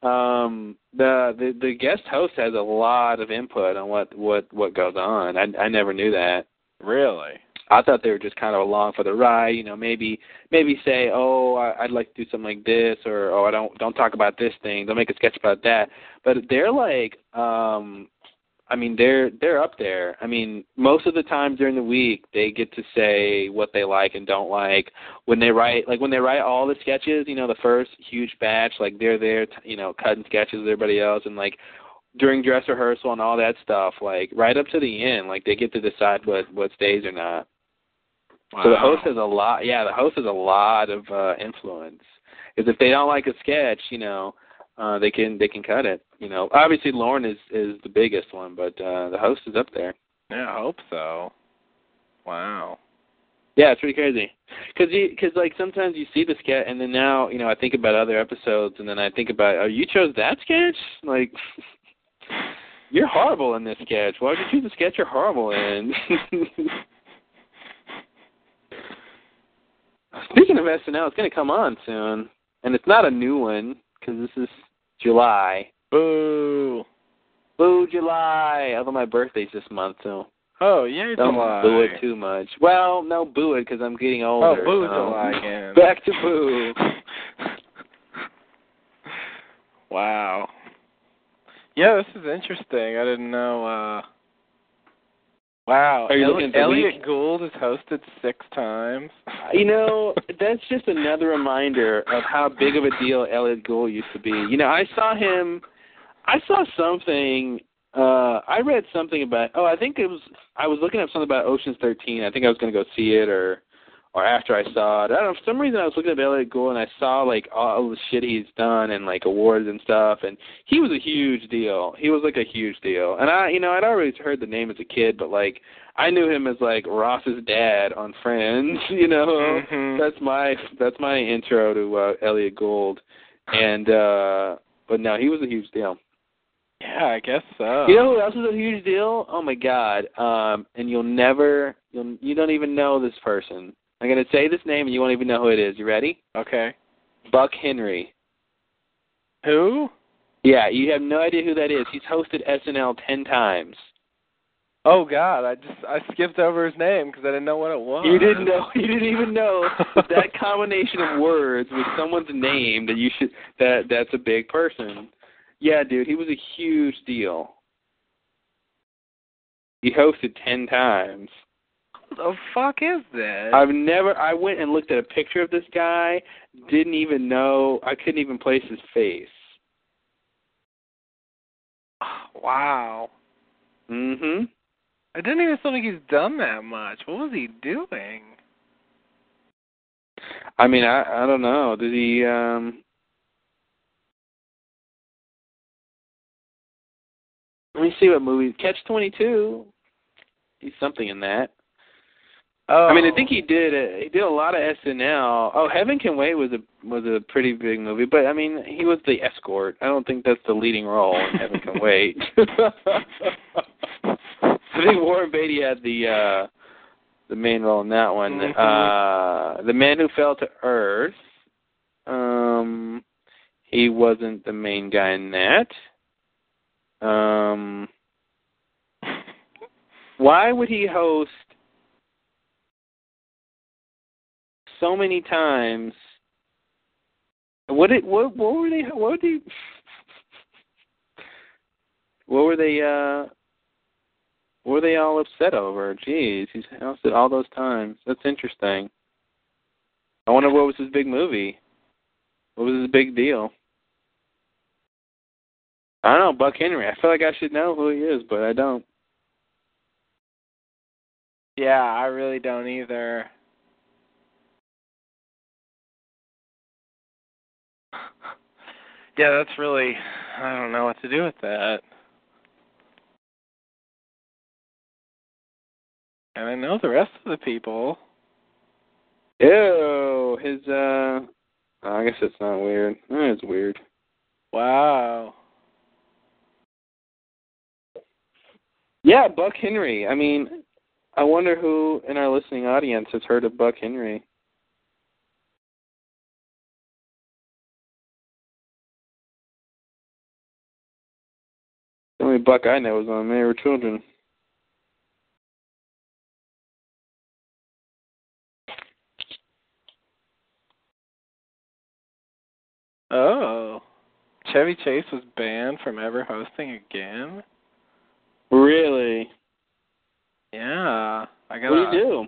S3: um, the, the the guest host has a lot of input on what what what goes on. I I never knew that.
S4: Really?
S3: I thought they were just kind of along for the ride, you know. Maybe, maybe say, "Oh, I, I'd like to do something like this," or "Oh, I don't don't talk about this thing. Don't make a sketch about that." But they're like, um, I mean, they're they're up there. I mean, most of the time during the week, they get to say what they like and don't like. When they write, like when they write all the sketches, you know, the first huge batch, like they're there, t- you know, cutting sketches with everybody else, and like during dress rehearsal and all that stuff, like right up to the end, like they get to decide what what stays or not. So the host has a lot. Yeah, the host has a lot of uh, influence. Because if they don't like a sketch, you know, uh, they can they can cut it. You know, obviously Lauren is is the biggest one, but uh, the host is up there.
S4: Yeah, I hope so. Wow.
S3: Yeah, it's pretty crazy. Cause, you, cause like sometimes you see the sketch, and then now you know I think about other episodes, and then I think about, oh, you chose that sketch? Like, you're horrible in this sketch. Why would you choose a sketch you're horrible in? Speaking of SNL, it's gonna come on soon, and it's not a new one because this is July.
S4: Boo.
S3: Boo, July. Although my birthday's this month, so
S4: Oh, yeah,
S3: don't
S4: July.
S3: boo it too much. Well, no, boo it because I'm getting
S4: oh,
S3: older.
S4: boo
S3: so.
S4: July again.
S3: Back to boo.
S4: wow. Yeah, this is interesting. I didn't know. uh Wow.
S3: Are you
S4: Elli-
S3: looking at the
S4: Elliot
S3: week?
S4: Gould has hosted six times.
S3: You know, that's just another reminder of how big of a deal Elliot Gould used to be. You know, I saw him. I saw something. Uh, I read something about. Oh, I think it was. I was looking up something about Ocean's Thirteen. I think I was going to go see it, or, or after I saw it. I don't know. For some reason, I was looking up Elliot Gould, and I saw like all the shit he's done and like awards and stuff. And he was a huge deal. He was like a huge deal. And I, you know, I'd already heard the name as a kid, but like I knew him as like Ross's dad on Friends. You know
S4: Mhm.
S3: that's my that's my intro to uh, Elliot Gould, and uh but no, he was a huge deal.
S4: yeah, I guess so.
S3: You know who else was a huge deal? Oh my God! Um, and you'll never you'll you don't even know this person. I'm gonna say this name and you won't even know who it is. You ready?
S4: Okay.
S3: Buck Henry.
S4: Who?
S3: Yeah, you have no idea who that is. He's hosted SNL ten times.
S4: Oh God, I just I skipped over his name because I didn't know what it was.
S3: You didn't know. You didn't even know that, that combination of words with someone's name that you should that that's a big person. Yeah, dude, he was a huge deal. He hosted ten times.
S4: the fuck is this?
S3: I've never. I went and looked at a picture of this guy. Didn't even know. I couldn't even place his face.
S4: wow.
S3: hmm
S4: I didn't even think he's done that much. What was he doing?
S3: I mean, I I don't know. Did he? um Let me see what movie. Catch twenty two. He's something in that.
S4: Oh,
S3: I mean, I think he did. A, he did a lot of SNL. Oh, Heaven Can Wait was a was a pretty big movie, but I mean, he was the escort. I don't think that's the leading role in Heaven Can Wait. I think Warren Beatty had the uh the main role in that one.
S4: Mhm.
S3: Uh The Man Who Fell to Earth. Um he wasn't the main guy in that. Um why would he host so many times? What did what what were they what did they, what were they uh what were they all upset over? Jeez, he's hosted all those times. That's interesting. I wonder what was his big movie. What was his big deal? I don't know, Buck Henry. I feel like I should know who he is, but I don't.
S4: Yeah, I really don't either. Yeah, that's really. I don't know what to do with that. And I know the rest of the people.
S3: Ew, his uh I guess it's not weird. That is weird.
S4: Wow.
S3: Yeah, Buck Henry. I mean, I wonder who in our listening audience has heard of Buck Henry. The only Buck I know was on They Were Children.
S4: Oh. Chevy Chase was banned from ever hosting a game?
S3: Really?
S4: Yeah. I got
S3: What do you do?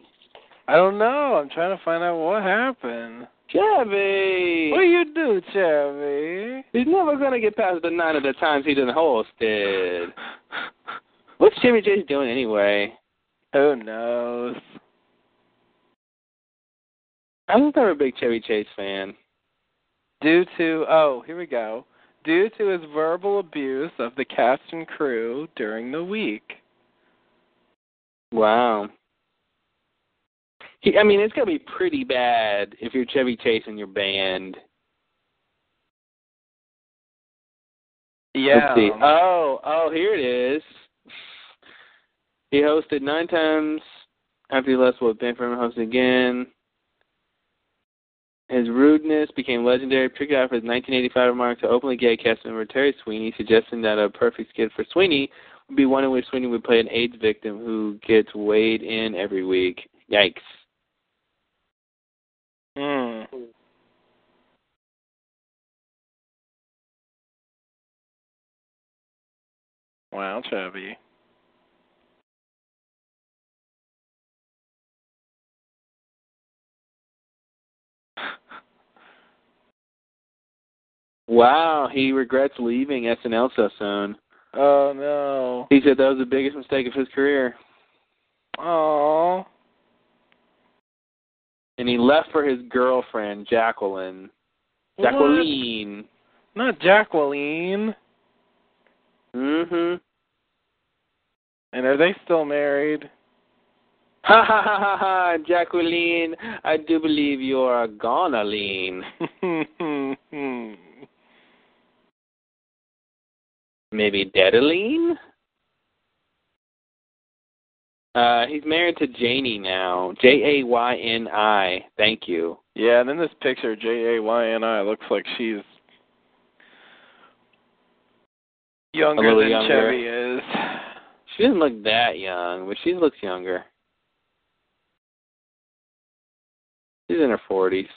S4: I don't know. I'm trying to find out what happened.
S3: Chevy!
S4: What do you do, Chevy?
S3: He's never going to get past the nine of the times he didn't host it. What's Jimmy J's doing anyway?
S4: Who knows?
S3: I was never a big Chevy Chase fan.
S4: Due to oh, here we go. Due to his verbal abuse of the cast and crew during the week.
S3: Wow. He, I mean, it's gonna be pretty bad if you're Chevy Chase and you're banned.
S4: Yeah.
S3: Let's see.
S4: Uh,
S3: Oh, oh, here it is. He hosted nine times after he left what Ben Furman hosted again. His rudeness became legendary, particularly after his 1985 remark to openly gay cast member Terry Sweeney, suggesting that a perfect skit for Sweeney would be one in which Sweeney would play an AIDS victim who gets weighed in every week. Yikes. Uh,
S4: Hmm. Wow, Chevy.
S3: Wow, he regrets leaving SNL so soon.
S4: Oh no.
S3: He said that was the biggest mistake of his career.
S4: Oh.
S3: And he left for his girlfriend, Jacqueline. Jacqueline.
S4: Not Jacqueline.
S3: Mm-hmm.
S4: And are they still married?
S3: Ha ha ha ha ha, Jacqueline. I do believe you are a gonaline.
S4: Hmm,
S3: Maybe Deadaline? Uh, he's married to Janie now. J A Y N I. Thank you.
S4: yeah, and in this picture, J A Y N I looks like she's
S3: A
S4: younger
S3: little
S4: than
S3: younger.
S4: Chevy is.
S3: She doesn't look that young, but she looks younger. She's in her forties.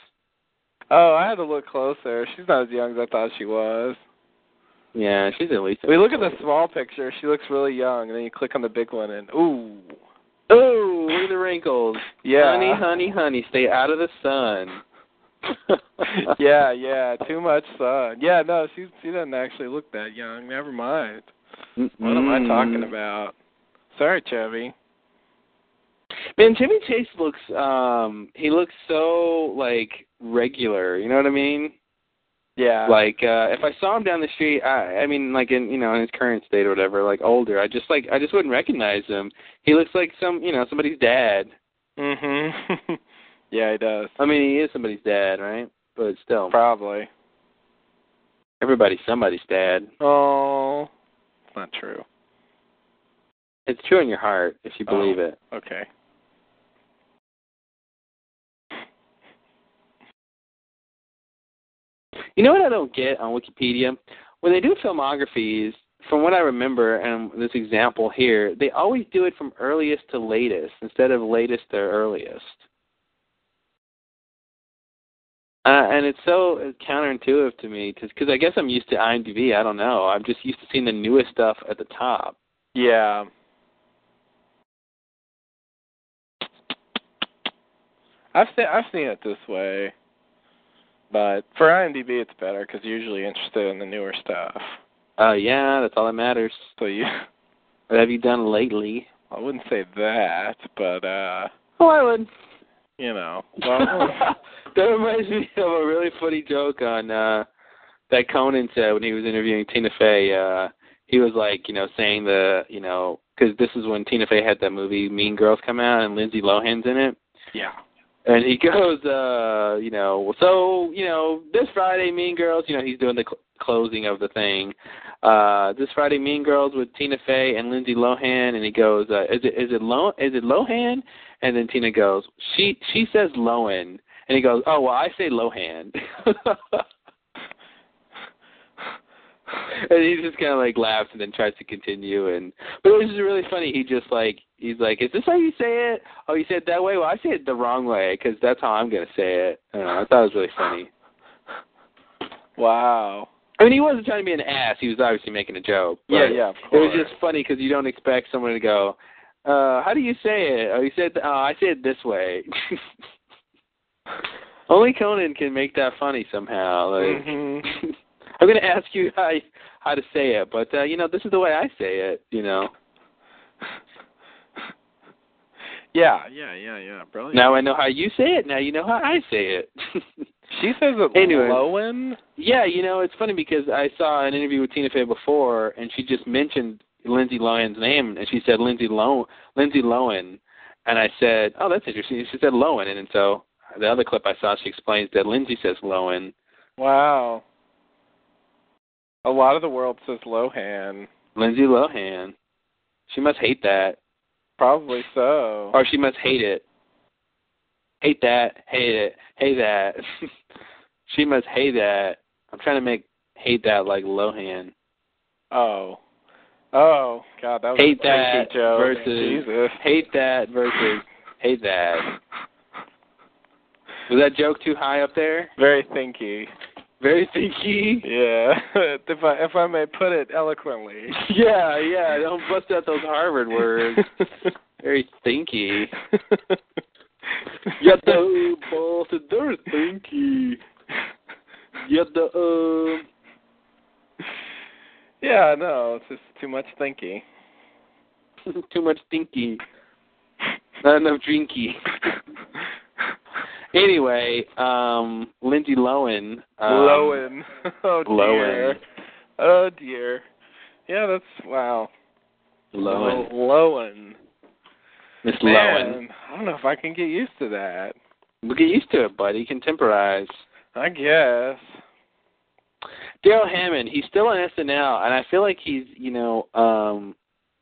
S4: Oh, I had to look closer. She's not as young as I thought she was.
S3: Yeah, she's at least.
S4: We look at the small picture. She looks really young, and then you click on the big one, and ooh,
S3: Oh, look at the wrinkles.
S4: yeah,
S3: Honey, honey, honey, stay out of the sun.
S4: yeah, yeah, too much sun. Yeah, no, she she doesn't actually look that young. Never mind.
S3: Mm-hmm.
S4: What am
S3: Mm.
S4: I talking about? Sorry, Chevy.
S3: Man, Jimmy Chase looks. Um, he looks so like regular. You know what I mean?
S4: Yeah.
S3: Like uh if I saw him down the street, I I mean like in you know in his current state or whatever, like older, I just like I just wouldn't recognize him. He looks like some you know somebody's dad.
S4: Mhm. yeah, he does.
S3: I mean he is somebody's dad, right? But still,
S4: Probably.
S3: everybody's somebody's dad.
S4: Oh, it's not true.
S3: It's true in your heart if you
S4: Oh.
S3: believe it.
S4: Okay.
S3: You know what I don't get on Wikipedia? When they do filmographies, from what I remember, and this example here, they always do it from earliest to latest instead of latest to earliest. Uh, and it's so counterintuitive to me because I guess I'm used to IMDb. I don't know. I'm just used to seeing the newest stuff at the top.
S4: Yeah. I've seen I've seen it this way, but for IMDb it's better because you're usually interested in the newer stuff.
S3: Oh yeah, that's all that matters.
S4: So you,
S3: What have you done lately?
S4: I wouldn't say that, but uh,
S3: Oh, I would.
S4: you know, well,
S3: that reminds me of a really funny joke on uh that Conan said when he was interviewing Tina Fey. Uh, he was like, you know, saying the, you know, because this is when Tina Fey had that movie Mean Girls come out and Lindsay Lohan's in it.
S4: yeah.
S3: And he goes, uh, you know, so, you know, this Friday, Mean Girls, you know, he's doing the cl- closing of the thing. uh, this Friday Mean Girls with Tina Fey and Lindsay Lohan, and he goes, uh, is it is it Lo is it Lohan? And then Tina goes, she she says Lohan, and he goes, oh well, I say Lohan. and he just kind of like laughs and then tries to continue and but it was just really funny he just like he's like is this how you say it oh you say it that way well i say it the wrong way because that's how i'm going to say it i don't know i thought it was really funny
S4: Wow.
S3: i mean he wasn't trying to be an ass he was obviously making a joke but
S4: yeah, yeah, of
S3: Oh, it
S4: course.
S3: was just funny because you don't expect someone to go uh how do you say it oh you said oh i say it this way only conan can make that funny somehow like
S4: Mhm.
S3: I'm gonna ask you how how to say it, but uh, you know this is the way I say it. You know
S4: Yeah, yeah, yeah, Oh, yeah. Brilliant.
S3: now I know how you say it. Now you know how I say it.
S4: she says it
S3: Anyway.
S4: Lowen.
S3: yeah, you know it's funny because I saw an interview with Tina Fey before, and she just mentioned Lindsay Lohan's name, and she said Lindsay Lohan, Lindsay Lohan, and I said, oh that's interesting. She said Lohan, and, and so the other clip I saw, she explains that Lindsay says Lohan,
S4: Wow. A lot of the world says Lohan.
S3: Lindsay Lohan. She must hate that.
S4: Probably so.
S3: or she must hate it. Hate that, hate it, hate that. she must hate that. I'm trying to make hate that like Lohan.
S4: Oh. Oh, God, that was
S3: Hate
S4: a crazy
S3: that
S4: joke.
S3: versus-
S4: Jesus.
S3: Hate that versus hate that. Was that joke too high up there?
S4: Very thinky.
S3: Very thinky.
S4: Yeah. if I if I may put it eloquently.
S3: Yeah, yeah. Don't bust out those Harvard words. Very thinky. Get the uh, balls. They're thinky. Get the uh,
S4: Yeah, no, it's just too much thinky.
S3: too much thinky. Not enough drinky. Anyway, um, Lindsay Lohan. Um,
S4: Lowen. Oh
S3: Lowen.
S4: dear. Oh dear. Yeah, that's wow.
S3: Lohan.
S4: Lowen.
S3: Miss Lohan.
S4: Oh, Man, I don't know if I can get used to that.
S3: We'll get used to it, buddy. You can temporize.
S4: I guess.
S3: Daryl Hammond. He's still on SNL, and I feel like he's, you know, um,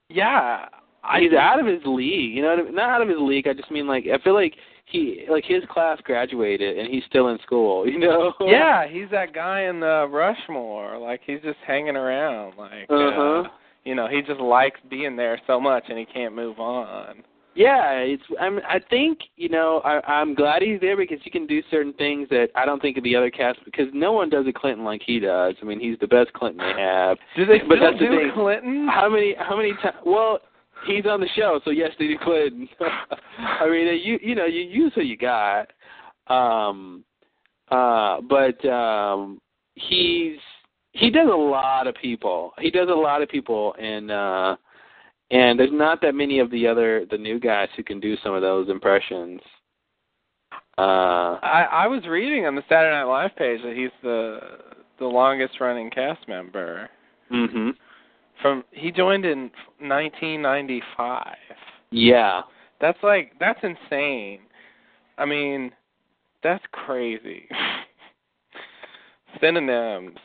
S4: Yeah. I
S3: he's out of his league. You know, what I mean? not out of his league. I just mean like I feel like he, like his class graduated, and he's still in school. You know.
S4: Yeah, he's that guy in uh, Rushmore. Like he's just hanging around. Like
S3: Uh huh.
S4: uh, you know, he just likes being there so much, and he can't move on.
S3: Yeah, it's. I'm. I think you know. I, I'm glad he's there because he can do certain things that I don't think the other cast because no one does a Clinton like he does. I mean, he's the best Clinton they have.
S4: Do they still
S3: But that's the
S4: do
S3: thing.
S4: Clinton?
S3: How many? How many times? Well, he's on the show, so yes, they do Clinton. I mean, you you know, you use who you got. Um, uh, but um, he's he does a lot of people. He does a lot of people, and uh, and there's not that many of the other the new guys who can do some of those impressions. Uh,
S4: I I was reading on the Saturday Night Live page that he's the the longest running cast member.
S3: hmm
S4: From he joined in 1995.
S3: Yeah.
S4: That's like that's insane. I mean, that's crazy. Synonyms.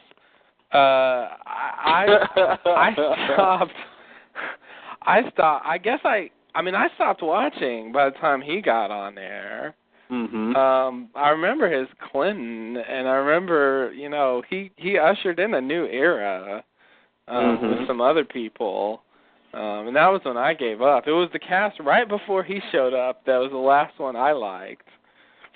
S4: Uh, I I, I stopped. I stopped. I guess I. I mean, I stopped watching by the time he got on there.
S3: hmm
S4: Um, I remember his Clinton, and I remember, you know, he he ushered in a new era um,
S3: Mhm.
S4: with some other people, um, and that was when I gave up. It was the cast right before he showed up that was the last one I liked,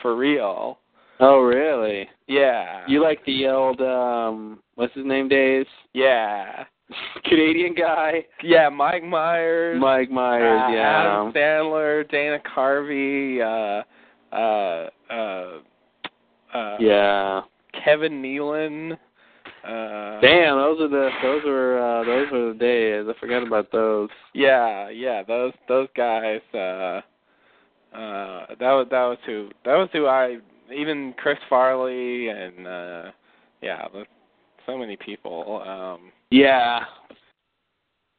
S4: for real.
S3: oh, really?
S4: Yeah.
S3: You like the old um what's his name days?
S4: yeah.
S3: Canadian guy.
S4: Yeah, Mike Myers.
S3: Mike Myers,
S4: uh,
S3: yeah.
S4: Adam Sandler, Dana Carvey, uh, uh, uh, uh,
S3: yeah.
S4: Kevin Nealon. Uh,
S3: Damn, those are the those were uh those were the days. I forgot about those.
S4: Yeah, yeah, those those guys. Uh, uh, that was that was who that was who I even Chris Farley and uh, yeah, the- so many people. Um,
S3: Yeah.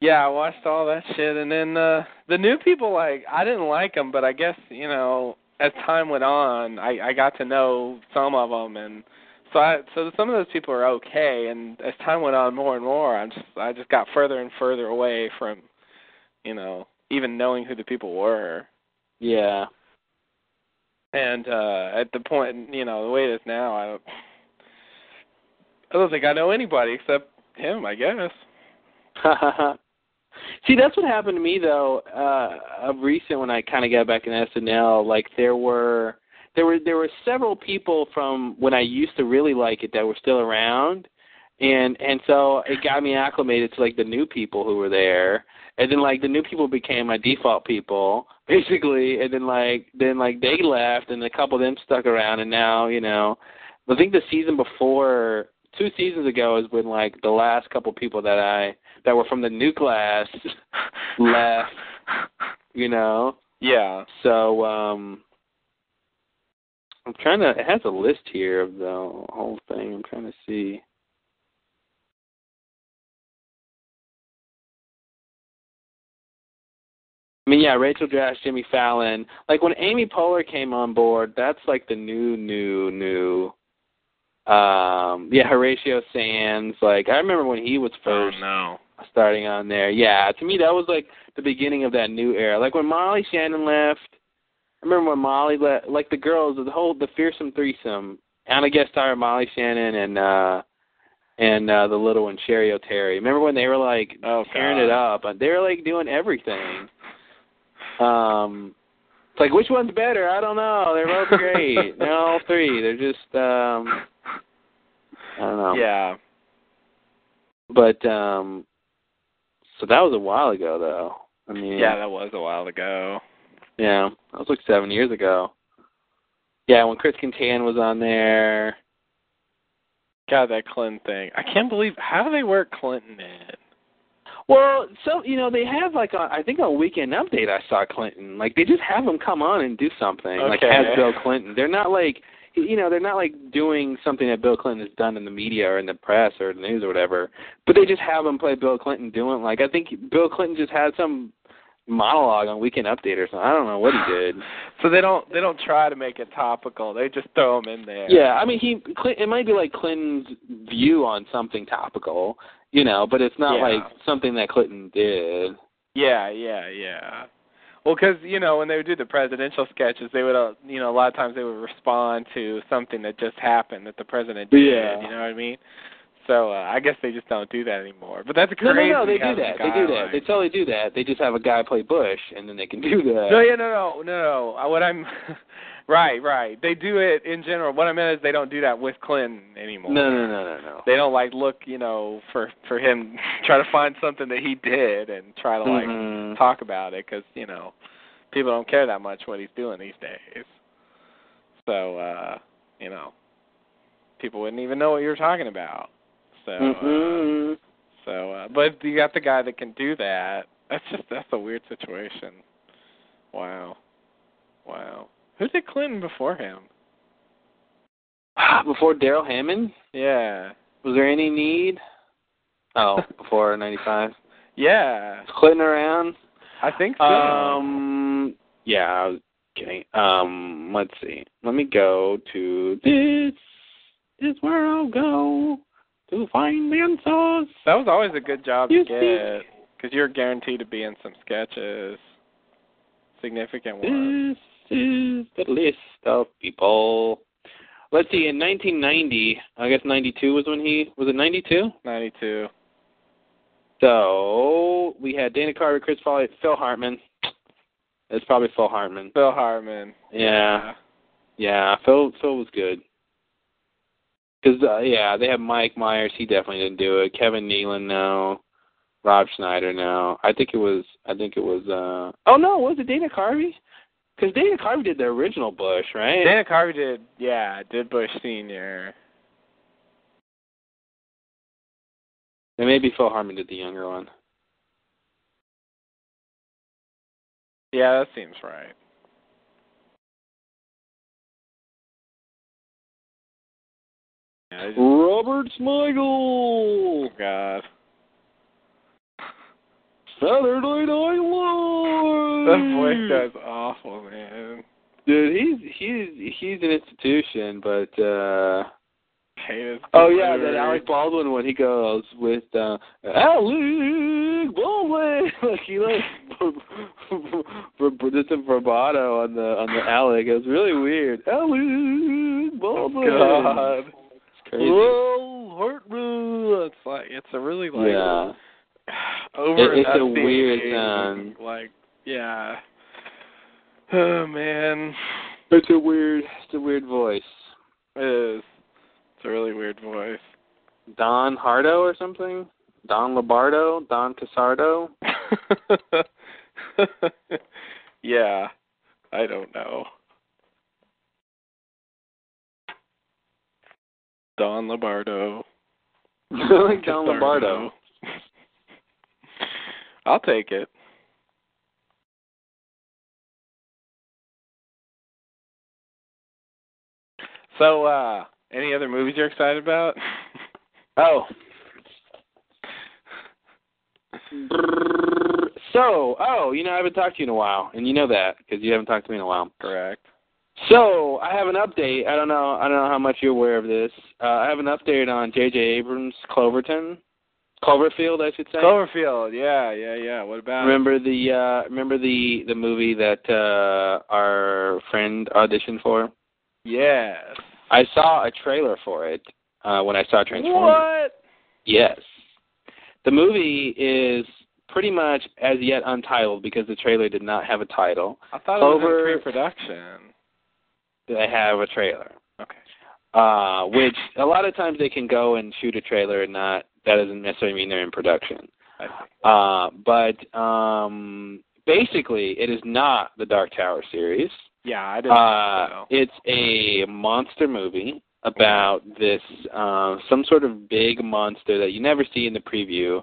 S4: yeah, I watched all that shit, and then uh, the new people like I didn't like them, but I guess you know as time went on, I I got to know some of them, and so I so some of those people are okay, and as time went on, more and more, I just I just got further and further away from, you know, even knowing who the people were.
S3: Yeah.
S4: And uh at the point, you know, the way it is now, I don't I don't think I know anybody except him, I guess.
S3: See, that's what happened to me though. Uh, of recent, when I kind of got back in SNL, like there were there were there were several people from when I used to really like it that were still around, and and so it got me acclimated to like the new people who were there, and then like the new people became my default people basically, and then like then like they left, and a couple of them stuck around, and now you know, I think the season before two seasons ago is when like the last couple people that I that were from the new class left, you know.
S4: Yeah.
S3: So um I'm trying to it has a list here of the whole thing. I'm trying to see. I mean, yeah, Rachel Dratch, Jimmy Fallon. Like when Amy Poehler came on board, that's like the new, new, new um yeah horatio sands like i remember when he was first
S4: Oh, no.
S3: starting on there yeah to me that was like the beginning of that new era like when molly shannon left i remember when molly left like the girls the whole the fearsome threesome anna guest star molly shannon and uh and uh the little one sherry o'terry remember when they were like
S4: Oh,
S3: tearing
S4: God.
S3: it up they were like doing everything um it's like which one's better i don't know they're both great they're all three they're just um I don't know.
S4: Yeah.
S3: But um so that was a while ago though. I mean
S4: Yeah, that was a while ago.
S3: yeah. That was like seven years ago. Yeah, when Chris Kintan was on there.
S4: God, that Clinton thing. I can't believe how do they work Clinton in?
S3: Well, so you know, they have like a, I think on weekend update I saw Clinton. Like they just have him come on and do something. Like
S4: Okay.
S3: as Bill Clinton. They're not like you know, they're not like doing something that Bill Clinton has done in the media or in the press or the news or whatever. But they just have him play Bill Clinton doing like I think Bill Clinton just had some monologue on Weekend Update or something. I don't know what he did.
S4: So they don't they don't try to make it topical. They just throw him in there.
S3: Yeah, I mean, he Clin- it might be like Clinton's view on something topical, you know, but it's not
S4: Yeah.
S3: like something that Clinton did.
S4: Yeah, yeah, yeah. Well, because you know when they would do the presidential sketches, they would uh, you know a lot of times they would respond to something that just happened that the president did.
S3: Yeah.
S4: You know what I mean? So uh, I guess they just don't do that anymore. But that's
S3: No,
S4: crazy.
S3: no, no, they do
S4: having
S3: that.
S4: a
S3: They do that.
S4: guideline.
S3: They totally do that. They just have a guy play Bush, and then they can do that.
S4: No, yeah, no, no, no, no. Uh, What I'm right, right. They do it in general. What I meant is they don't do that with Clinton anymore.
S3: no, no, no, no, no.
S4: They don't like look, you know, for for him try to find something that he did and try to like
S3: Mhm.
S4: talk about it because you know people don't care that much what he's doing these days. So uh, you know, people wouldn't even know what you're talking about. So uh,
S3: Mhm.
S4: so, uh, but you got the guy that can do that. That's just that's a weird situation. Wow, wow. Who did Clinton before him?
S3: Before Daryl Hammond,
S4: Yeah,
S3: was there any need? Oh, before '95,
S4: yeah.
S3: Clinton around.
S4: I think so.
S3: Um, yeah, I was kidding. Um, let's see. Let me go to this. Is where I'll go to find the answers.
S4: That was always a good job
S3: You
S4: to
S3: see-
S4: get because you're guaranteed to be in some sketches, significant ones.
S3: This is Mm-hmm. the list of people. Let's see. In 1990, I guess 92 was when he was it 92.
S4: Ninety-two.
S3: So we had Dana Carter, Chris Foley, Phil Hartman. It's probably Phil Hartman.
S4: Bill Hartman.
S3: Yeah. Yeah, Phil Phil was good. Cause uh, yeah, they have Mike Myers. He definitely didn't do it. Kevin Nealon, no. Rob Schneider, no. I think it was. I think it was. uh Oh no, was it Dana Carvey? Because Dana Carvey did the original Bush, right?
S4: Dana Carvey did. Yeah, did Bush Senior.
S3: and maybe Phil Harmon did the younger one.
S4: Yeah, that seems right. Yeah, they just-
S3: Robert Smigel,
S4: oh God.
S3: Saturday Night Live.
S4: That
S3: Mm.
S4: voice guy's awful, man.
S3: Dude, he's he's he's an institution, but. uh
S4: hated.
S3: Oh yeah, that Alec Baldwin one. He goes with uh, Alec Baldwin. like he like did some bravado on the on the Alec. It was really weird. Alec Baldwin.
S4: God.
S3: It's crazy.
S4: Whoa, hurt me. It's like it's a really like
S3: yeah.
S4: over
S3: It- it's
S4: and
S3: a
S4: updated
S3: weird,
S4: game,
S3: um,
S4: like yeah. Oh man,
S3: It's a weird. It's a weird voice.
S4: it is. It's a really weird voice.
S3: Don Hardo or something. Don Labardo. Don Casardo.
S4: yeah, I don't know. Don Labardo.
S3: like Don Lombardo.
S4: I'll take it. So, uh, any other movies you're excited about?
S3: Oh. So, oh, you know, I haven't talked to you in a while, and you know that because you haven't talked to me in a while.
S4: Correct.
S3: So, I have an update. I don't know. I don't know how much you're aware of this. Uh, I have an update on J.J. Abrams' Cloverton, Cloverfield, I should say.
S4: Cloverfield. Yeah, yeah, yeah. What about? it?
S3: Remember the uh, remember the the movie that uh, our friend auditioned for?
S4: Yes.
S3: I saw a trailer for it uh, when I saw Transformers.
S4: What?
S3: Yes. The movie is pretty much as yet untitled because the trailer did not have a title.
S4: I thought it was
S3: Clover-
S4: in pre-production.
S3: They have a trailer,
S4: Okay.
S3: uh, which a lot of times they can go and shoot a trailer and not. That doesn't necessarily mean they're in production.
S4: I see.
S3: Uh, but um, basically, it is not the Dark Tower series.
S4: Yeah, I didn't.
S3: Uh,
S4: think so.
S3: it's a monster movie about this uh, some sort of big monster that you never see in the preview.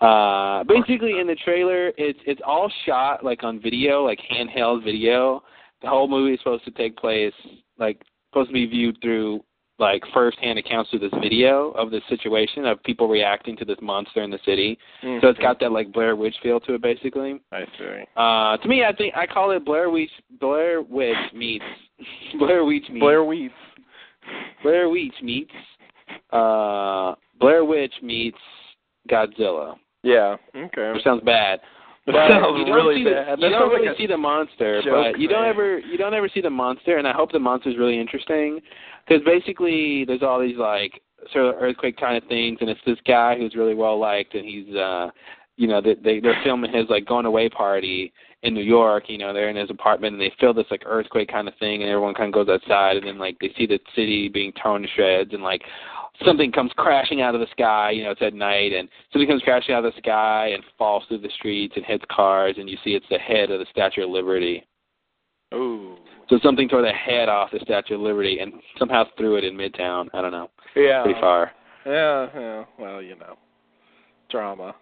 S3: Uh, basically, in the trailer, it's it's all shot like on video, like handheld video. The whole movie is supposed to take place like supposed to be viewed through like first-hand accounts of this video of this situation of people reacting to this monster in the city.
S4: Mhm.
S3: So it's got that like Blair Witch feel to it, basically.
S4: I see.
S3: Uh, to me, I think I call it Blair Witch. Blair Witch meets Blair Witch meets
S4: Blair Weeds.
S3: Blair Witch meets uh, Blair Witch meets Godzilla.
S4: Yeah. Okay.
S3: Which sounds bad.
S4: That
S3: But
S4: sounds
S3: you don't
S4: really
S3: see
S4: bad.
S3: The, you
S4: That
S3: don't
S4: sounds like
S3: really
S4: a
S3: see the monster,
S4: joke,
S3: but you don't
S4: man.
S3: ever you don't ever see the monster, and I hope the monster's really interesting because basically there's all these like sort of earthquake kind of things, and it's this guy who's really well liked, and he's uh you know they, they they're filming his like going away party in New York. You know they're in his apartment, and they feel this like earthquake kind of thing, and everyone kind of goes outside, and then like they see the city being torn to shreds, and like something comes crashing out of the sky. You know, it's at night, and something comes crashing out of the sky and falls through the streets and hits cars, and you see it's the head of the Statue of Liberty.
S4: Ooh.
S3: So something tore the head off the Statue of Liberty and somehow threw it in Midtown. I don't know,
S4: Yeah.
S3: pretty far.
S4: Yeah. Yeah. Well, you know, drama.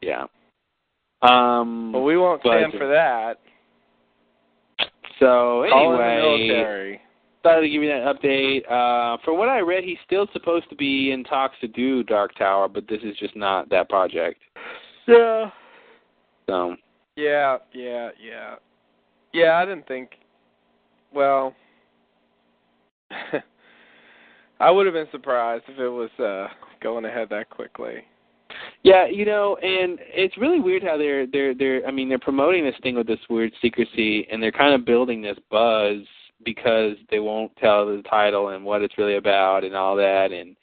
S3: Yeah. Um.
S4: But we won't
S3: But-
S4: stand for that.
S3: so
S4: Call in the
S3: anyway,
S4: military.
S3: thought I'd give you that update. Uh, from what I read, he's still supposed to be in talks to do Dark Tower, but this is just not that project.
S4: Yeah.
S3: So
S4: Yeah. Yeah. Yeah. Yeah. I didn't think. Well. I would have been surprised if it was uh going ahead that quickly.
S3: Yeah, you know, and it's really weird how they're they're they're I mean they're promoting this thing with this weird secrecy and they're kind of building this buzz because they won't tell the title and what it's really about and all that and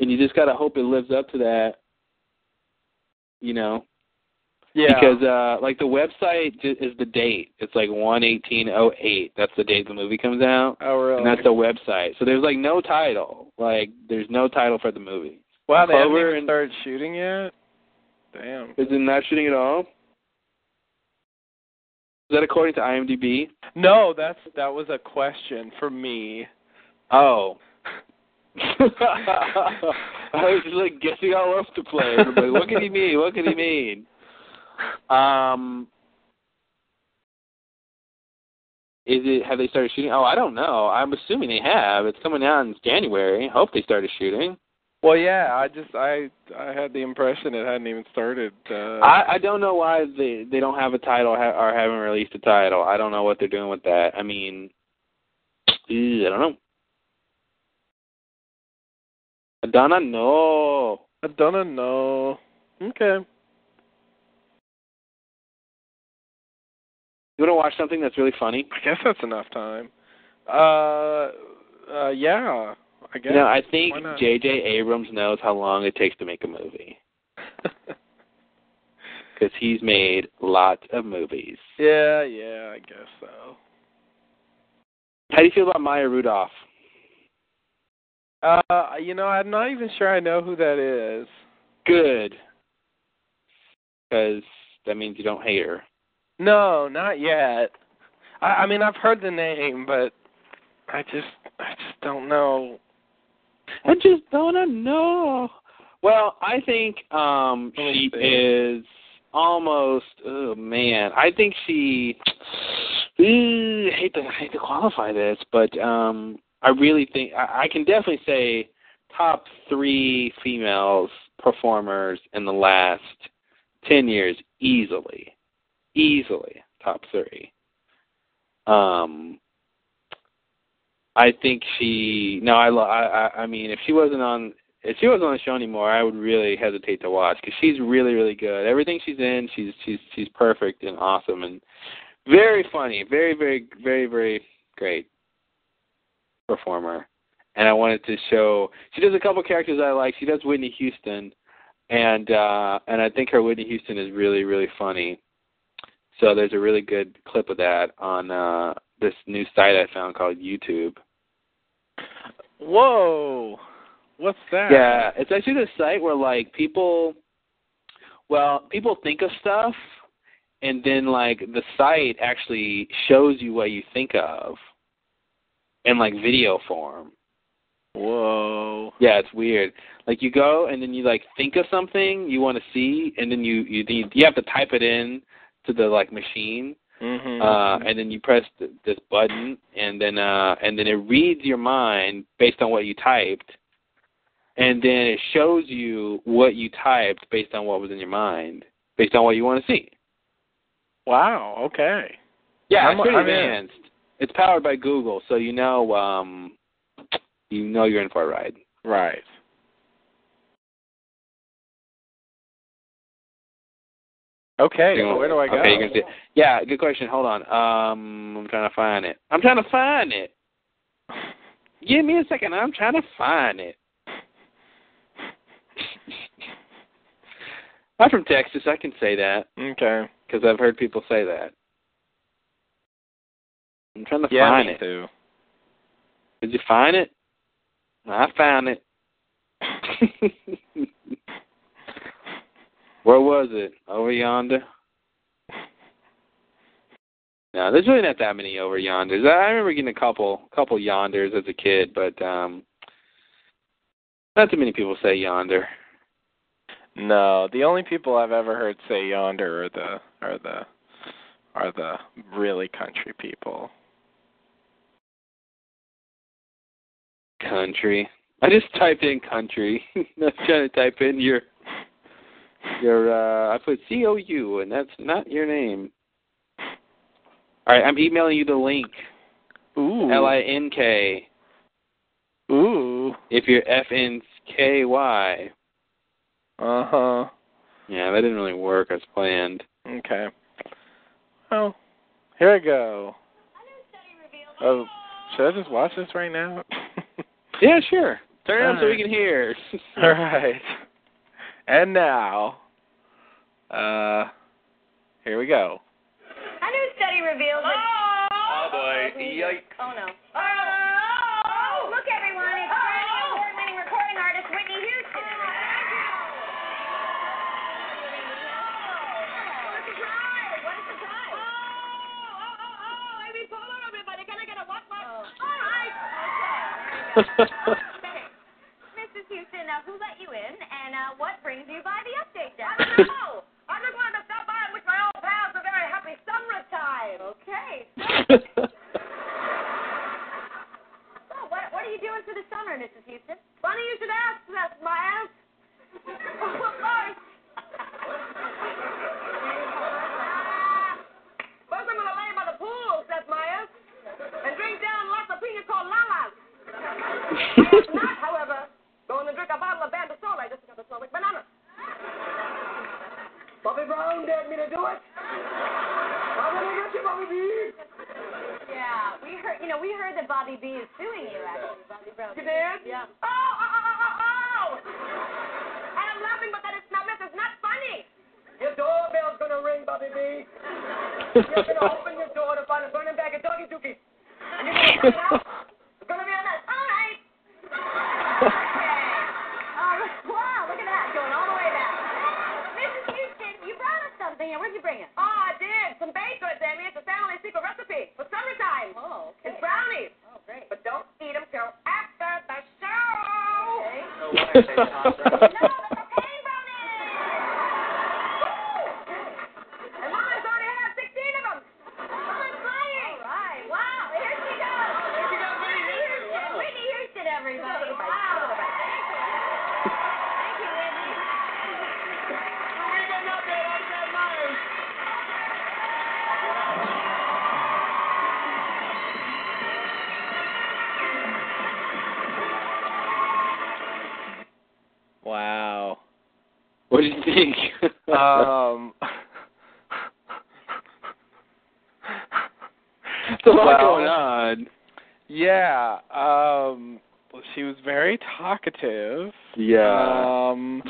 S3: and you just got to hope it lives up to that. You know,
S4: Yeah.
S3: because uh like the website ju- is the date. It's like 11808. That's the date the movie comes out.
S4: oh really?
S3: And that's the website. So there's like no title. Like there's no title for the movie.
S4: wow. They haven't
S3: Clover
S4: even
S3: and-
S4: started shooting yet. Damn.
S3: Is it not shooting at all? Is that according to IMDb?
S4: No, that's that was a question for me.
S3: Oh. I was just like guessing all over the place. I'm like, what could he mean? What could he mean? Um, is it? Have they started shooting? Oh, I don't know. I'm assuming they have. It's coming out in January. Hope they started shooting.
S4: Well, yeah, I just I I had the impression it hadn't even started. Uh,
S3: I, I don't know why they they don't have a title ha- or haven't released a title. I don't know what they're doing with that. I mean, eh, I don't know. Adana, no.
S4: I don't know. Okay.
S3: You want to watch something that's really funny?
S4: I guess that's enough time. Uh, uh yeah. I guess.
S3: No, I think
S4: Why not?
S3: J.J. Abrams knows how long it takes to make a movie because he's made lots of movies.
S4: yeah, yeah, I guess so.
S3: How do you feel about Maya Rudolph?
S4: Uh, you know, I'm not even sure I know who that is.
S3: Good, because that means you don't hate her.
S4: No, not yet. I, I mean, I've heard the name, but I just, I just don't know.
S3: I just don't know. Well, I think um
S4: Let me
S3: she
S4: see.
S3: is almost. Oh man, I think she. Ooh, I hate to I hate to qualify this, but um I really think I, I can definitely say top three females performers in the last ten years easily, easily top three. Um, I think she. No, I. lo- I. I I mean, if she wasn't on, if she wasn't on the show anymore, I would really hesitate to watch because she's really, really good. Everything she's in, she's she's she's perfect and awesome and very funny, very, very, very, very great performer. And I wanted to show. She does a couple characters I like. She does Whitney Houston, and uh and I think her Whitney Houston is really, really funny. So there's a really good clip of that on uh this new site I found called YouTube.
S4: Whoa, what's that?
S3: Yeah, it's actually the site where like people, well, people think of stuff, and then like the site actually shows you what you think of, in like video form.
S4: Whoa.
S3: Yeah, it's weird. Like you go and then you like think of something you want to see, and then you you you you have to type it in to the like machine,
S4: Mhm.
S3: uh, and then you press th- this button, and then uh, and then it reads your mind based on what you typed, and then it shows you what you typed based on what was in your mind, based on what you want to see.
S4: wow. Okay.
S3: Yeah,
S4: I'm-
S3: it's pretty
S4: I'm in.
S3: advanced. It's powered by Google, so you know um, you know you're in for a ride.
S4: Right. Okay.
S3: Hang
S4: so
S3: on.
S4: where do I go?
S3: Okay, you can see it. Yeah, good question. Hold on. Um, I'm trying to find it. I'm trying to find it. Give me a second. I'm trying to find it. I'm from Texas. I can say that
S4: okay.
S3: because I've heard people say that. I'm trying to
S4: Yeah,
S3: find
S4: me
S3: it.
S4: too.
S3: Did you find it? I found it. Where was it? Over yonder? No, there's really not that many over yonders. I I remember getting a couple couple yonders as a kid, but um not too many people say yonder.
S4: No, the only people I've ever heard say yonder are the are the are the really country people.
S3: Country. I just typed in country. I was trying to type in your your uh I put C O U and that's not your name. All right, I'm emailing you the link.
S4: Ooh.
S3: L I N K.
S4: Ooh.
S3: If you're F N K Y.
S4: Uh huh.
S3: Yeah, that didn't really work as planned.
S4: Okay. Well, here I go. Oh, should I just watch this right now?
S3: Yeah, sure. Turn it up so
S4: Alright.
S3: we can hear.
S4: All right. And now, uh, here we go.
S1: A new study reveals that. Oh, boy. Yikes. Oh, no. Oh, oh, look, everyone. It's Grammy award winning recording artist Whitney Houston. What a surprise. What a surprise. Oh, oh, oh, oh. I mean, hold on, everybody. Can I get a what, what? Oh, Mrs. Houston, uh, who let you in, and uh, what brings you by the update desk? I don't know. I'm just going to stop by and wish my old pals a very happy summertime. Okay. So, what, what are you doing for the summer, Mrs. Houston? Funny you should ask that, my aunt. of course. First, I'm going to lay by the pool, says Myers, and drink down lots of pina coladas. I am not, however, going to drink a you know, we heard that Bobby B is suing you, actually, Bobby Brown.
S5: You did?
S1: Yeah.
S5: Oh, oh, oh, oh, oh! And I'm laughing, but that is not meant. It's not funny. Your doorbell's gonna ring, Bobby B. You're gonna open your door to find a burning bag of doggy dookie. And you're gonna come out. It's gonna be a mess.
S1: All right. All right. Wow, look at that, going all the way back. Mrs. Houston, you brought us something, and where'd you bring it?
S5: Oh, I did. Some baked goods, Amy. It's a family secret recipe for summertime.
S1: Oh,
S5: It's brownies.
S1: Oh, great.
S5: But don't eat them till after the show.
S1: Okay. No,
S3: That's
S1: that's a pain brownie.
S5: And Mama's already had 16 of them.
S1: Mama's flying. All right. Wow, here she goes. Whitney Houston. Whitney Houston, everybody. Wow. Thank you, Whitney.
S4: Wow.
S3: What do you think?
S4: Um.
S3: It's a lot
S4: well,
S3: going on.
S4: Yeah. Um. She was very talkative.
S3: Yeah.
S4: Um.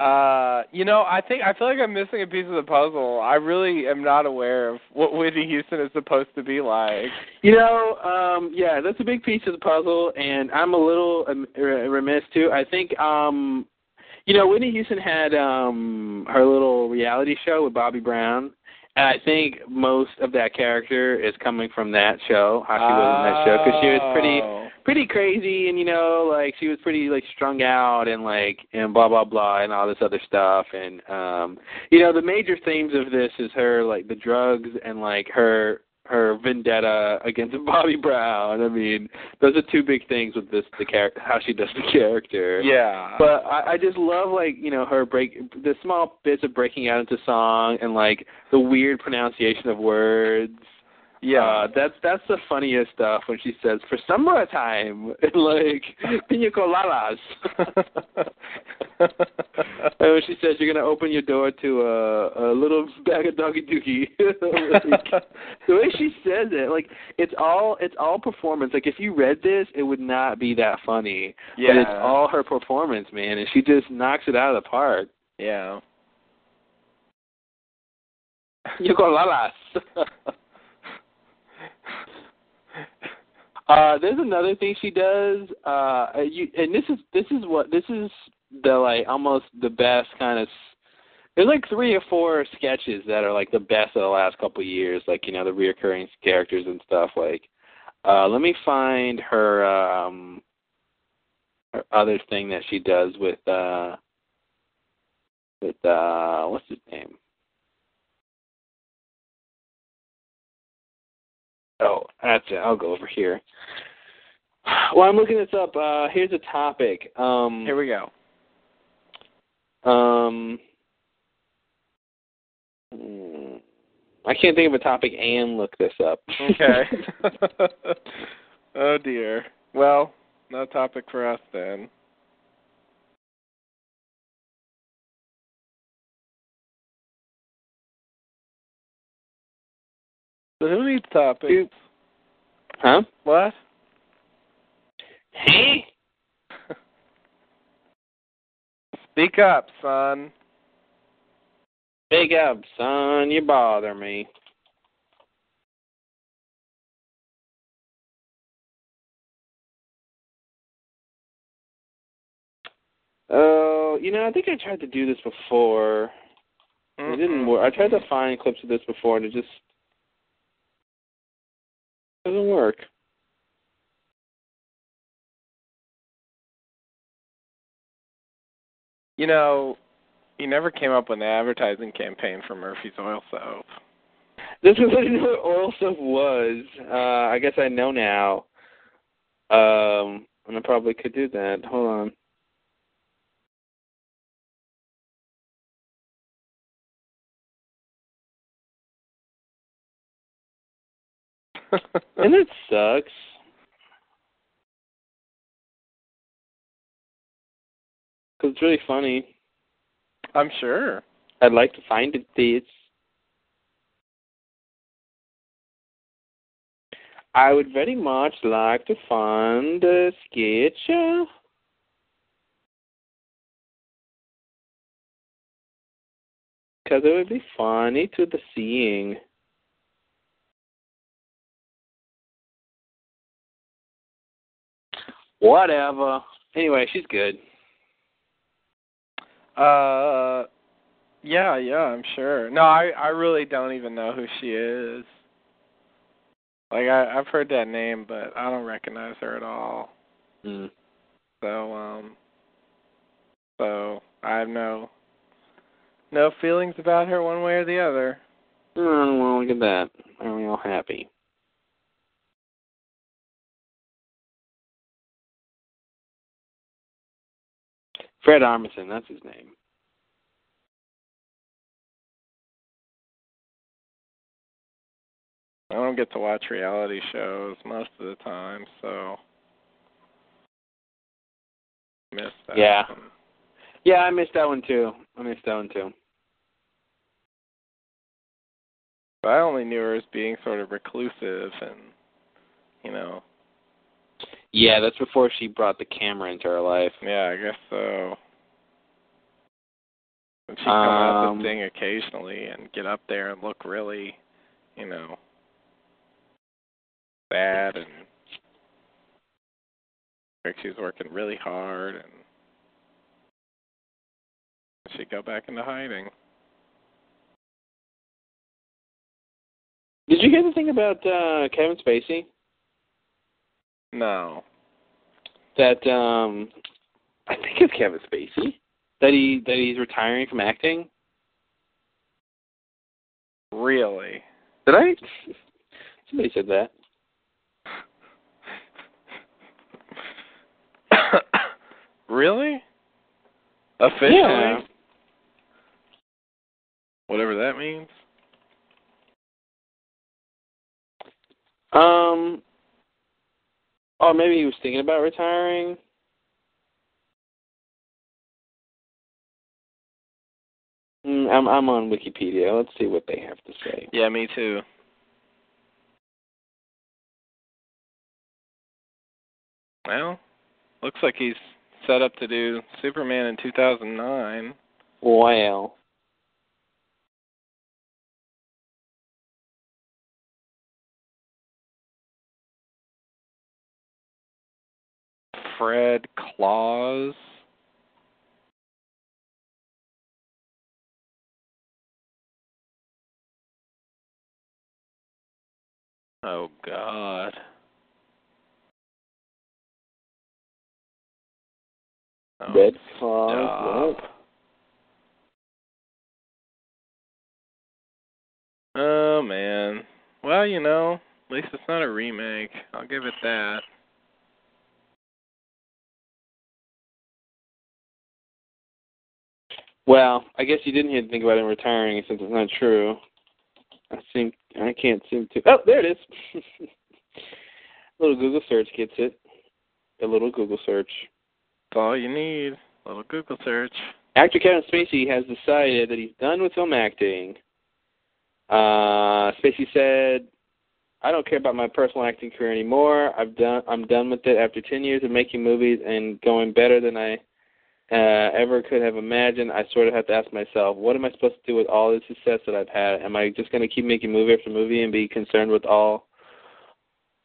S4: Uh, you know, I think I feel like I'm missing a piece of the puzzle. I really am not aware of what Whitney Houston is supposed to be like.
S3: you know, um, yeah, that's a big piece of the puzzle, and I'm a little um, re- remiss too. I think, um, you know, Whitney Houston had um, her little reality show with Bobby Brown, and I think most of that character is coming from that show, how Ah, she was in that show, because she was pretty
S4: Oh.
S3: pretty crazy and you know like she was pretty like strung out and like and blah blah blah and all this other stuff and um you know the major themes of this is her like the drugs and like her her vendetta against Bobby Brown. I mean, those are two big things with this the char- how she does the character.
S4: Yeah.
S3: But I, I just love like you know her break the small bits of breaking out into song and like the weird pronunciation of words.
S4: yeah.
S3: Uh, that's that's the funniest stuff when she says for summertime like pina coladas. and when she says you're gonna open your door to a, a little bag of doggy dookie. Like, the way she says it, like it's all it's all performance. Like if you read this, it would not be that funny.
S4: yeah.
S3: But it's all her performance, man, and she just knocks it out of the park.
S4: Yeah.
S3: Pina coladas. Uh, there's another thing she does. Uh, you, and this is this is what this is the like almost the best kind of. s- There's like three or four sketches that are like the best of the last couple of years. Like you know the reoccurring characters and stuff. Like, uh, let me find her um her other thing that she does with uh with uh what's his name. Oh, that's it. I'll go over here. Well, I'm looking this up. Uh, here's a topic. Um,
S4: Here we go.
S3: um, mm, I can't think of a topic and look this up.
S4: Okay. oh dear. Well, no topic for us then. So who needs topics?
S3: Who- huh?
S4: What?
S3: Hey.
S4: Speak up, son.
S3: Big up, son. You bother me. Oh, you know, I think I tried to do this before. It didn't work. I tried to find clips of this before, and it just doesn't work.
S4: You know, you never came up with an advertising campaign for Murphy's Oil Soap.
S3: This is what I knew oral soap was. Uh, I guess I know now. Um, and I probably could do that. Hold on. And it sucks. Cause it's really funny.
S4: I'm sure.
S3: I'd like to find it, please. I would very much like to find a sketch. uh, Because it would be funny to the seeing. Whatever. Anyway, she's good.
S4: Uh, yeah, yeah, I'm sure. No, I I really don't even know who she is. Like I I've heard that name, but I don't recognize her at all.
S3: Mm.
S4: So um, so I have no no feelings about her one way or the other.
S3: Oh, well, look at that. Are we all happy? Fred Armisen, that's his name.
S4: I don't get to watch reality shows most of the time, so miss that.
S3: Yeah.
S4: one.
S3: Yeah, I missed that one too. I missed that one too.
S4: But I only knew her as being sort of reclusive and you know,
S3: Yeah, that's before she brought the camera into her life.
S4: yeah, I guess so. And she'd come out
S3: Um,
S4: the thing occasionally and get up there and look really, you know, bad and like she was working really hard and she'd go back into hiding.
S3: Did you hear the thing about uh Kevin Spacey?
S4: No.
S3: That um I think it's Kevin Spacey. That he that he's retiring from acting?
S4: Really?
S3: Did I somebody said that.
S4: really? Officially?
S3: Yeah.
S4: Whatever that means.
S3: Um. Oh, maybe he was thinking about retiring. Mm, I'm I'm on Wikipedia. Let's see what they have to say.
S4: Yeah, me too. Well, looks like he's set up to do Superman in 2009.
S3: Wow.
S4: Fred Claus. Oh God. Oh,
S3: Red Claw.
S4: stop. Oh man. Well, you know, at least it's not a remake. I'll give it that.
S3: Well, I guess you didn't hear to think about him retiring since it's not true. I seem I can't seem to. Oh, there it is. little Google search gets it. A little Google search.
S4: That's all you need. A little Google search.
S3: Actor Kevin Spacey has decided that he's done with film acting. Uh, Spacey said, "I don't care about my personal acting career anymore. I've done. I'm done with it after 10 years of making movies and going better than I uh, ever could have imagined. I sort of have to ask myself, what am I supposed to do with all the success that I've had? Am I just going to keep making movie after movie and be concerned with all?"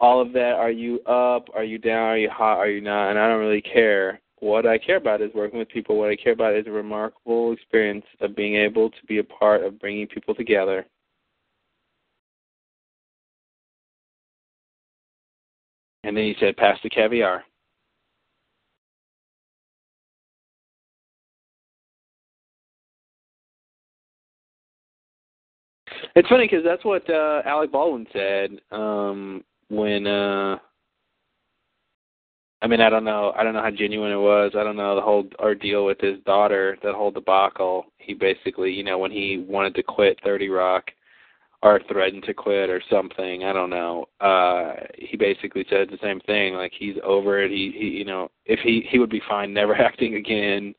S3: All of that, are you up? Are you down? Are you hot? Are you not? And I don't really care what I care about is working with people. What I care about is a remarkable experience of being able to be a part of bringing people together. And then he said, pass the caviar. It's funny because that's what uh, Alec Baldwin said um, when uh, I mean, I don't know. I don't know how genuine it was. I don't know the whole ordeal with his daughter, that whole debacle. He basically, you know, when he wanted to quit 30 Rock or threatened to quit or something, I don't know. Uh he basically said the same thing like he's over it. He he you know, if he he would be fine never acting again.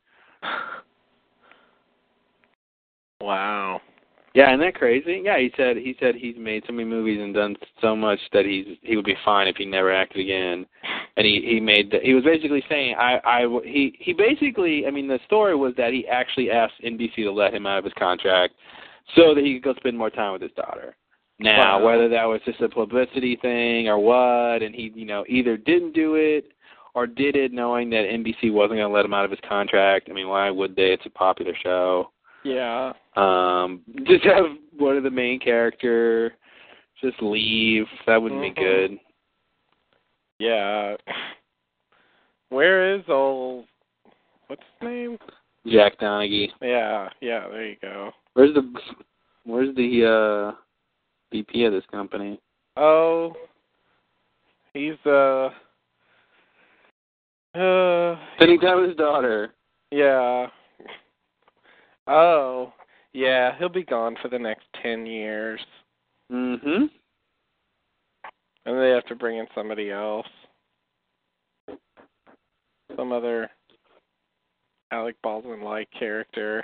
S4: Wow.
S3: Yeah, isn't that crazy? Yeah, he said he said he's made so many movies and done so much that he's he would be fine if he never acted again. And he he made the, he was basically saying I I w- he he basically I mean the story was that he actually asked NBC to let him out of his contract so that he could go spend more time with his daughter. Now,
S4: Wow.
S3: whether that was just a publicity thing or what, and he you know either didn't do it or did it knowing that NBC wasn't going to let him out of his contract. I mean, why would they? It's a popular show
S4: Yeah.
S3: um just have one of the main character just leave that wouldn't be
S4: Mhm.
S3: good
S4: Yeah. Where is old what's his name?
S3: jack donaghy
S4: Yeah, yeah, there you go.
S3: where's the where's the uh vp of this company
S4: Oh he's uh uh
S3: spending time with his daughter
S4: yeah. Oh. Yeah, he'll be gone for the next ten years.
S3: mhm
S4: And they have to bring in somebody else. Some other Alec Baldwin like character.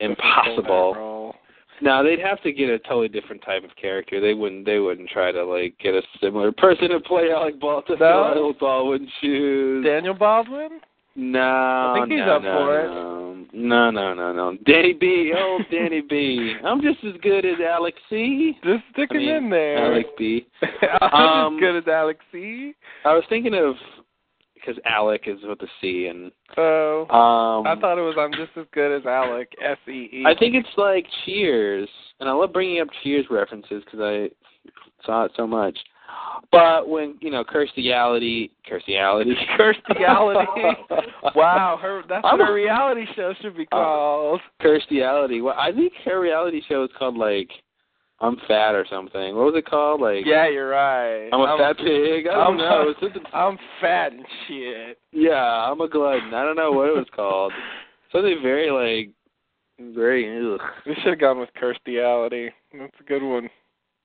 S4: to fulfill that
S3: impossible
S4: role.
S3: no they'd have to get a totally different type of character they wouldn't they wouldn't try to like get a similar person to play alec ball to
S4: No?
S3: fill alec baldwin's shoes
S4: Daniel Baldwin?
S3: No,
S4: think he's
S3: no,
S4: up
S3: no,
S4: for it.
S3: no. No, no, no, no. Danny B, old Danny B. I'm just as good as Alex C.
S4: Just stick
S3: I
S4: him
S3: mean,
S4: in there.
S3: Alex B.
S4: I'm
S3: Um,
S4: as good as Alex C.
S3: I was thinking of because Alec is with the C, and
S4: So
S3: um,
S4: I thought it was I'm just as good as Alec S E E.
S3: I think it's like Cheers, and I love bringing up Cheers references because I saw it so much. But when you know, cursiality, cursiality,
S4: Kirstiality. wow, her that's
S3: I'm
S4: what
S3: a-
S4: a reality show should be called.
S3: Kirstiality. Well, I think her reality show is called like I'm fat or something. What was it called? Like
S4: yeah, you're right.
S3: I'm a fat pig. I don't
S4: I'm-
S3: know. It's something-
S4: I'm fat and shit.
S3: yeah, I'm a glutton. I don't know what it was called. Something very like very ugh.
S4: We should have gone with Kirstiality. That's a good one.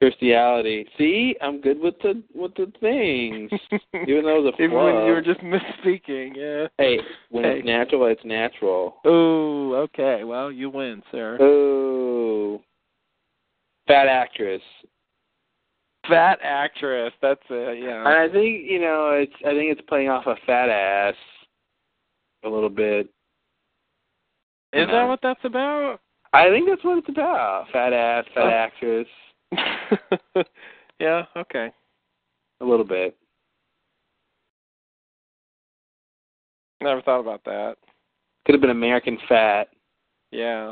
S3: Kirstiality. See, I'm good with the with the things. Even though it was a
S4: Even when you
S3: flub.
S4: were just misspeaking, yeah.
S3: hey, when
S4: Hey.
S3: it's natural, it's natural.
S4: Ooh, okay. Well, you win, sir.
S3: Ooh, fat actress.
S4: Fat actress. That's it. Yeah.
S3: And I think you know it's. I think it's playing off a fat ass a little bit.
S4: Is
S3: Yeah.
S4: that what that's about?
S3: I think that's what it's about. Fat ass, fat
S4: Oh.
S3: actress,
S4: yeah. Okay.
S3: a little bit.
S4: Never thought about that.
S3: Could have been American Fat.
S4: Yeah,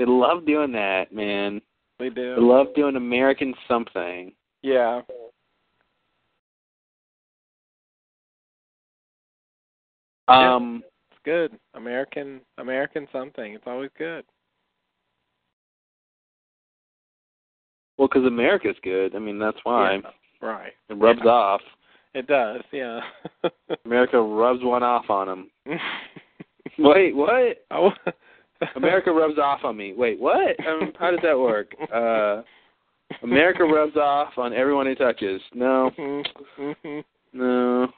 S3: They love doing that, man.
S4: they
S3: They
S4: do.
S3: love doing American something.
S4: Yeah. Yeah.
S3: Um,
S4: It's good. American American something. It's always good.
S3: well, 'cause America's good. I mean, that's why
S4: Yeah, Right.
S3: it rubs
S4: Yeah.
S3: off.
S4: It does, yeah.
S3: America rubs one off on them. Wait, what?
S4: oh.
S3: America rubs off on me. Wait, what? Um, how does that work? Uh, America rubs off on everyone it touches. No,
S4: Mhm,
S3: no.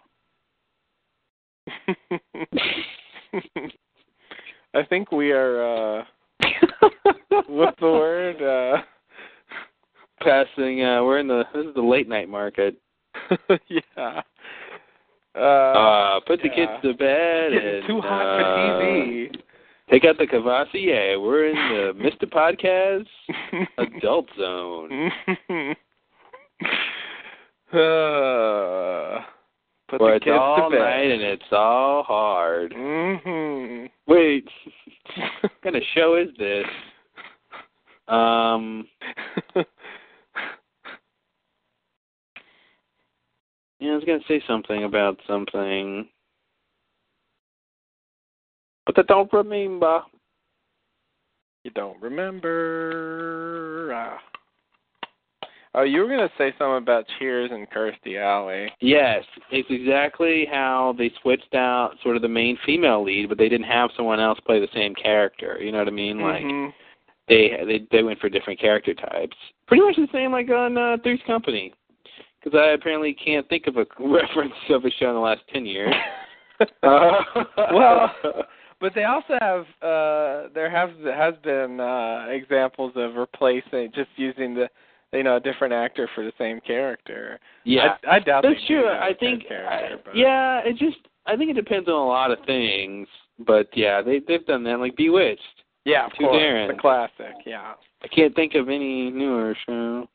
S4: mhm. I think we are uh what's the word? Uh
S3: Passing. Uh, we're in the. This is the late night market.
S4: yeah. Uh,
S3: Uh, put the
S4: yeah.
S3: kids to bed.
S4: Getting
S3: And,
S4: too hot for
S3: uh,
S4: TV.
S3: Take out the Cavassier. We're in the Mr. Podcast Adult Zone.
S4: uh, put
S3: where
S4: the
S3: it's
S4: kids
S3: all
S4: to
S3: night
S4: bed.
S3: and it's all hard.
S4: Mhm.
S3: Wait, what kind of show is this? Um, yeah, I was gonna say something about something, but I don't remember.
S4: you don't remember. Ah. Oh, you were gonna say something about Cheers and Kirstie Alley.
S3: Yes, it's exactly how they switched out sort of the main female lead, but they didn't have someone else play the same character. You know what I mean? Like
S4: Mhm.
S3: they they they went for different character types. Pretty much the same like on uh, Three's Company, because I apparently can't think Uh-huh. of a reference of a show in the last ten years. Uh,
S4: Well, Mm-hmm. But they also have uh there have has been uh examples of replacing just using the you know a different actor for the same character.
S3: Yeah,
S4: I, I doubt
S3: that's
S4: they do
S3: true.
S4: that
S3: I
S4: with their
S3: think.
S4: character,
S3: I-
S4: but-
S3: yeah, it just. I think it depends on a lot of things, but yeah, they they've done that. Like Bewitched.
S4: yeah, of
S3: Tooth
S4: course,
S3: Aaron.
S4: the classic. Yeah,
S3: I can't think of any newer show.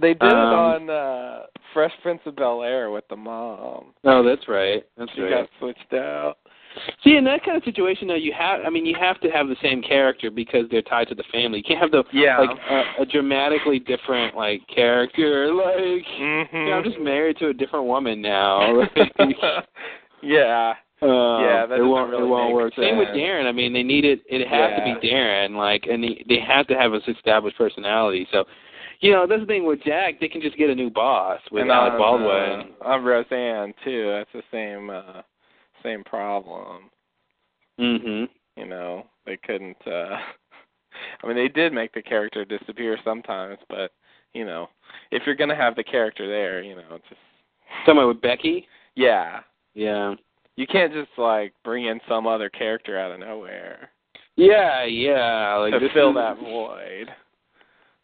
S4: they did it
S3: Um,
S4: on uh Fresh Prince of Bel Air with the mom.
S3: No, that's right. That's
S4: She
S3: right.
S4: got switched out.
S3: See, in that kind of situation, though, you have. I mean, you have to have the same character because they're tied to the family. You can't have the
S4: Yeah.
S3: like a, a dramatically different like character. Like,
S4: Mhm.
S3: yeah, I'm just married to a different woman now. Like,
S4: yeah.
S3: Uh,
S4: Yeah, that
S3: it
S4: doesn't
S3: won't
S4: really
S3: it won't
S4: make
S3: work. Same with
S4: sense.
S3: Darren. I mean, they needed it had to be
S4: Yeah.
S3: Darren, like, and they, they have to have his established personality. So, you know, that's the thing with Jack. They can just get a new boss with Alec
S4: on,
S3: Baldwin.
S4: Uh, on Roseanne too. That's the same uh same problem.
S3: hmm
S4: You know, they couldn't. uh I mean, they did make the character disappear sometimes, but you know, if you're gonna have the character there, you know, just
S3: Someone with Becky.
S4: yeah,
S3: Yeah.
S4: you can't just like bring in some other character out of nowhere
S3: Yeah, yeah. Like
S4: to
S3: this
S4: fill
S3: is-
S4: that void.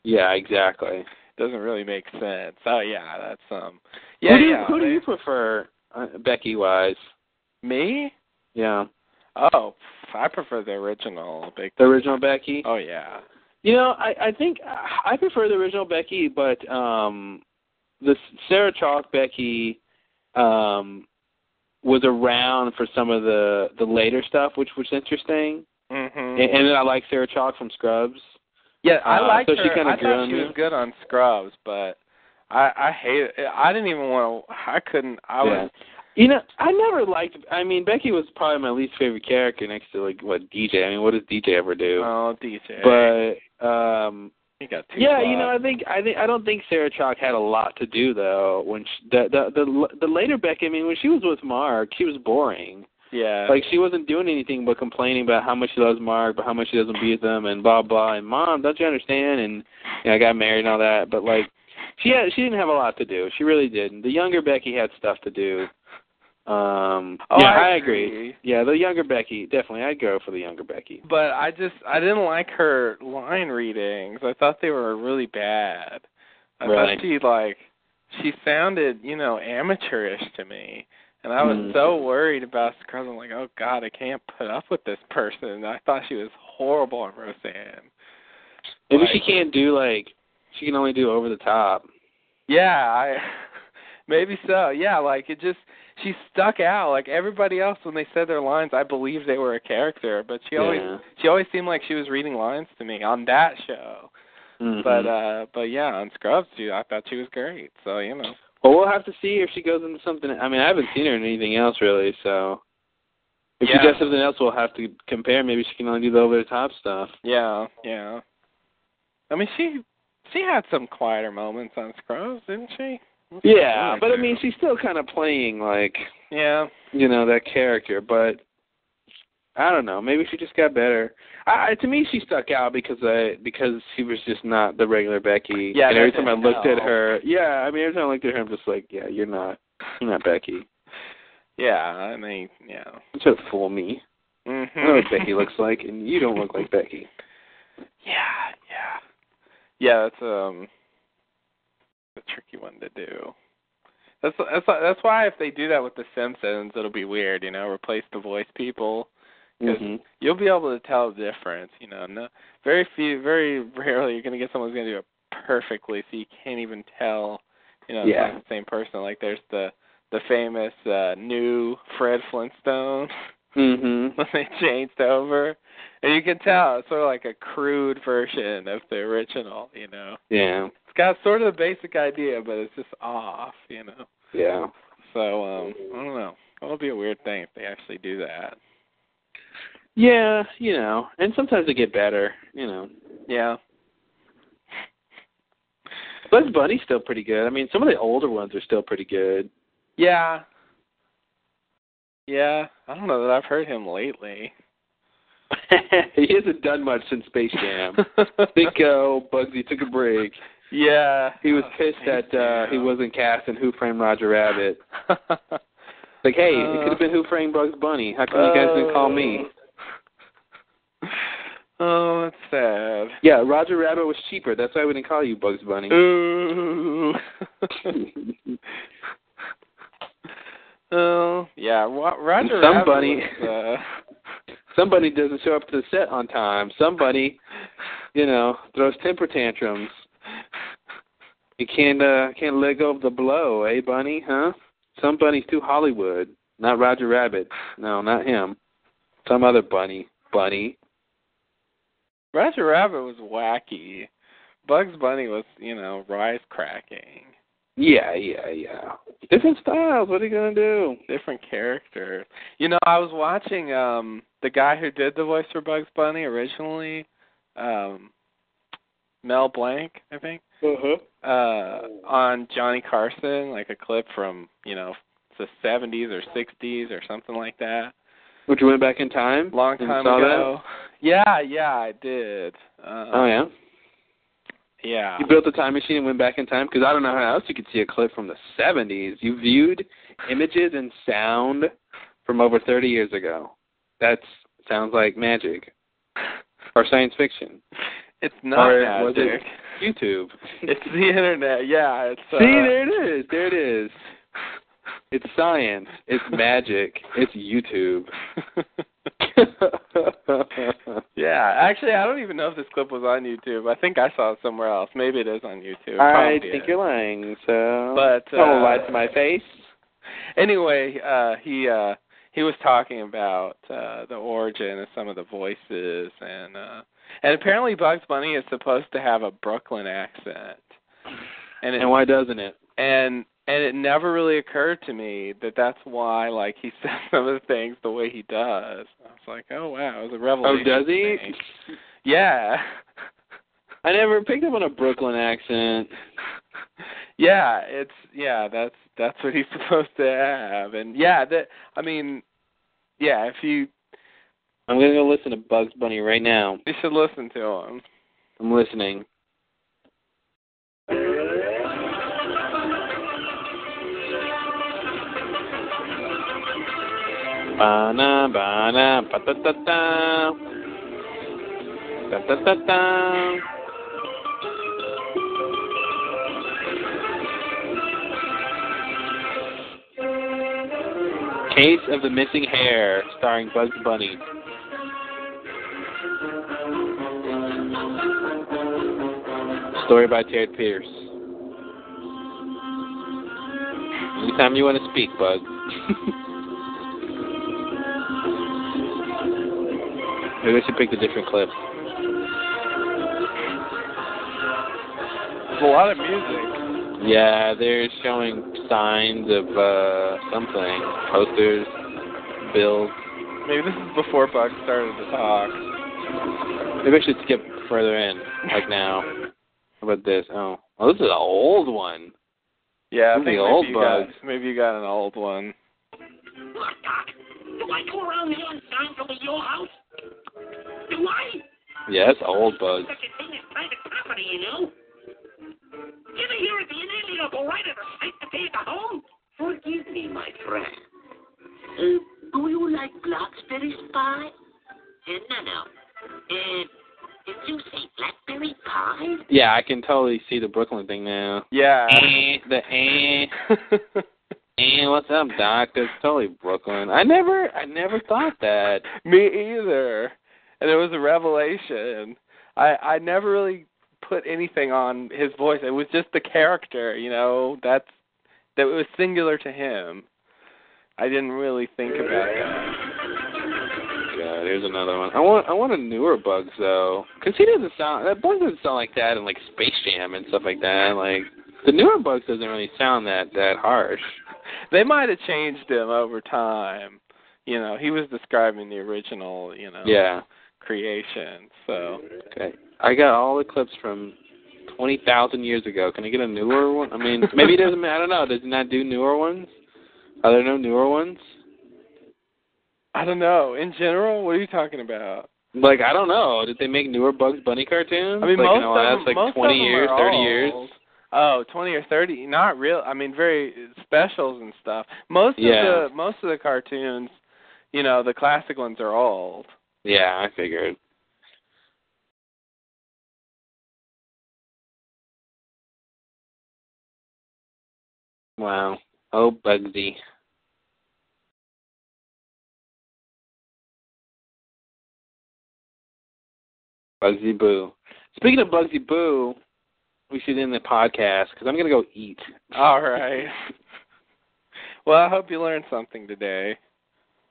S3: Yeah, exactly.
S4: Doesn't really make sense. Oh yeah, that's um. Yeah,
S3: who do you,
S4: yeah.
S3: who do
S4: they-
S3: you prefer, uh, Becky wise?
S4: me?
S3: Yeah,
S4: Oh, I prefer the original. Big
S3: the original Becky.
S4: Oh yeah.
S3: You know, I I think I prefer the original Becky, but um the Sarah Chalk Becky um was around for some of the the later stuff, which was interesting.
S4: Mhm.
S3: And, and then I like Sarah Chalk from Scrubs.
S4: yeah, I
S3: uh,
S4: liked
S3: so
S4: her.
S3: she kinda
S4: I
S3: grew
S4: thought
S3: on
S4: she
S3: you?
S4: was good on Scrubs, but I I hated. I didn't even want to. I couldn't. I was.
S3: You know, I never liked. I mean, Becky was probably my least favorite character next to like what DJ. I mean, what does DJ ever do?
S4: Oh, DJ.
S3: but um
S4: he got too.
S3: yeah, you know, I think I think I don't think Sarah Chalk had a lot to do though. When she, the, the the the later Becky, I mean, when she was with Mark, she was boring.
S4: yeah.
S3: Like she wasn't doing anything but complaining about how much she loves Mark, but how much she doesn't be with him, and blah blah. And mom, don't you understand? And you know, I got married and all that, but like she had she didn't have a lot to do. She really didn't. The younger Becky had stuff to do. Um,
S4: Oh,
S3: yeah,
S4: I
S3: I agree.
S4: agree.
S3: Yeah, the younger Becky definitely. I'd go for the younger Becky.
S4: but I just I didn't like her line readings. I thought they were really bad. I
S3: Right.
S4: thought she like she sounded, you know, amateurish to me. And I was
S3: Mm.
S4: so worried about Scrubs. I'm like, oh God, I can't put up with this person. And I thought she was horrible on Roseanne.
S3: Maybe
S4: Like-
S3: she can't do like she can only do over the top.
S4: Yeah, I maybe so. Yeah, like it just she stuck out. Like everybody else when they said their lines, I believed they were a character, but she always
S3: Yeah.
S4: she always seemed like she was reading lines to me on that show.
S3: Mhm.
S4: But uh but yeah, on Scrubs too, I thought she was great. So, you know.
S3: well, we'll have to see if she goes into something. I mean, I haven't seen her in anything else really. So if
S4: Yeah.
S3: she does something else, we'll have to compare. Maybe she can only do the over the top stuff.
S4: Yeah, yeah. I mean she she had some quieter moments on Scrubs, didn't she?
S3: Yeah, but I mean, she's still kind of playing like
S4: Yeah.
S3: you know that character. But I don't know. Maybe she just got better. I, I to me, she stuck out because I because she was just not the regular Becky.
S4: Yeah,
S3: and every
S4: that
S3: time I
S4: didn't
S3: looked at
S4: help.
S3: her, yeah, I mean, every time I looked at her, I'm just like, yeah, you're not, you're not Becky.
S4: Yeah, I mean, yeah.
S3: Don't try to fool me.
S4: Mhm.
S3: I know what Becky looks like, and you don't look like Becky.
S4: Yeah, yeah. Yeah, that's um a tricky one to do. That's that's that's why if they do that with the Simpsons, it'll be weird, you know, replace the voice people.
S3: hmm
S4: You'll be able to tell the difference, you know. No, very few, very rarely you're gonna get someone who's gonna do it perfectly, so you can't even tell, you know,
S3: Yeah.
S4: it's not the same person. Like there's the the famous uh new Fred Flintstone
S3: hmm
S4: when they changed over. And you can tell it's sort of like a crude version of the original, you know.
S3: Yeah.
S4: It's got sort of the basic idea, but it's just off, you know.
S3: Yeah.
S4: So, um, I don't know. It'll be a weird thing if they actually do that.
S3: Yeah. You know, and sometimes they get better. You know,
S4: Yeah.
S3: Bugs Bunny's still pretty good. I mean, some of the older ones are still pretty good.
S4: Yeah. Yeah. I don't know that I've heard him lately.
S3: he hasn't done much since Space Jam. Big go, Bugsy took a break.
S4: yeah. Oh,
S3: uh, He was pissed that uh he wasn't cast in Who Framed Roger Rabbit. Like, hey, it
S4: Uh.
S3: could have been Who Framed Bugs Bunny. How come you guys didn't call me?
S4: Oh, that's sad.
S3: Yeah, Roger Rabbit was cheaper. That's why we didn't call you Bugs Bunny.
S4: Ooh. Oh, yeah. Wa- Roger Rabbit
S3: Somebody-
S4: was, uh,
S3: Somebody doesn't show up to the set on time. Somebody, you know, throws temper tantrums. You can't uh can't let go of the blow, eh, Bunny? Huh? Somebody's too Hollywood. Not Roger Rabbit. No, not him. Some other bunny. Bunny.
S4: uh, Roger Rabbit was wacky. Bugs Bunny was, you know, rise cracking.
S3: Yeah, yeah, yeah. Different styles. What are you gonna do?
S4: different characters. You know, I was watching um the guy who did the voice for Bugs Bunny originally, um Mel Blanc, I think,
S3: Uh-huh.
S4: uh
S3: Oh.
S4: on Johnny Carson, like a clip from, you know, the 70s or 60s or something like that.
S3: Would you went back in time?
S4: Long
S3: and
S4: time
S3: saw
S4: ago. Yeah, yeah, I did. Uh,
S3: That? Oh yeah.
S4: Yeah.
S3: You built a time machine and went back in time because I don't know how else you could see a clip from the 70s. You viewed images and sound from over 30 years ago. That sounds like magic or science fiction.
S4: It's not
S3: Or was it-
S4: magic.
S3: YouTube.
S4: It's the internet. Yeah, it's
S3: See,
S4: uh,
S3: there it is. There it is. It's science. It's magic. It's YouTube.
S4: uh, Yeah, actually, I don't even know if this clip was on YouTube. I think I saw it somewhere else. Maybe it is on YouTube. It
S3: I
S4: probably
S3: think
S4: is.
S3: you're lying, so
S4: But,
S3: don't
S4: uh,
S3: lie to my face.
S4: Anyway, uh, he uh, he was talking about uh, the origin of some of the voices, and uh, and apparently Bugs Bunny is supposed to have a Brooklyn accent, and it
S3: And why doesn't it?
S4: and and it never really occurred to me that that's why like he says some of the things the way he does. I was like, oh wow, it was a
S3: Oh,
S4: revelation.
S3: does
S4: to
S3: he?
S4: me. Yeah.
S3: I never picked up on a Brooklyn accent.
S4: yeah, it's yeah, that's that's what he's supposed to have, and yeah, that I mean, yeah, if you
S3: I'm gonna go listen to Bugs Bunny right now.
S4: you should listen to him.
S3: I'm listening. Ba-na, ba-na, ba-da-da-da. Da-da-da-da. Case of the Missing Hair, starring Bugs Bunny. Story by Ted Pierce. Anytime you want to speak, Bug. Maybe I should pick a different clip.
S4: There's a lot of music.
S3: Yeah, they're showing signs of uh something. Posters, bills.
S4: Maybe this is before Buck started to talk.
S3: Maybe I should skip further in, like now. How about this? Oh. Oh, this is an old one.
S4: Yeah, I
S3: Ooh,
S4: think
S3: the
S4: maybe
S3: old
S4: you
S3: Bugs.
S4: got maybe you got an old one.
S6: Look, Doc, do I go around here and sign over your house? Do I?
S3: Yeah, that's old Bug.
S6: Such a thing is private property, you know. Given here is the inalienable right of the state to pay the home. Forgive me, my friend. Uh, do you like blackberry pie? Uh, no, no. Uh, did you say blackberry pie?
S3: Yeah, I can totally see the Brooklyn thing now.
S4: Yeah.
S3: Eh, the eh. And what's up, Doc? That's totally Brooklyn. I never, I never thought that.
S4: Me either. And it was a revelation. I I never really put anything on his voice. It was just the character, you know. That's that was singular to him. I didn't really think about that.
S3: God, here's another one. I want, I want a newer Bugs though, because he doesn't sound that Bugs doesn't sound like that in like Space Jam and stuff like that. Like the newer Bugs doesn't really sound that that harsh.
S4: They might have changed him over time. You know, he was describing the original, you know,
S3: Yeah.
S4: creation. So
S3: Okay. I got all the clips from twenty thousand years ago. Can I get a newer one? I mean, maybe it doesn't. I don't know. Does it not do newer ones? Are there no newer ones?
S4: I don't know. In general, what are you talking about?
S3: Like I don't know. Did they make newer Bugs Bunny cartoons?
S4: I mean,
S3: like,
S4: most
S3: in the
S4: of
S3: last
S4: them,
S3: like
S4: most
S3: twenty
S4: of them
S3: years,
S4: are
S3: thirty
S4: old.
S3: years.
S4: Oh, twenty or thirty? Not real. I mean, very uh, specials and stuff. Most
S3: Yeah.
S4: of the most of the cartoons, you know, the classic ones are old.
S3: Yeah, I figured. Wow. Oh, Bugsy. Bugsy Boo. Speaking of Bugsy Boo, we should end the podcast because I'm going to go eat.
S4: All right. well, I hope you learned something today.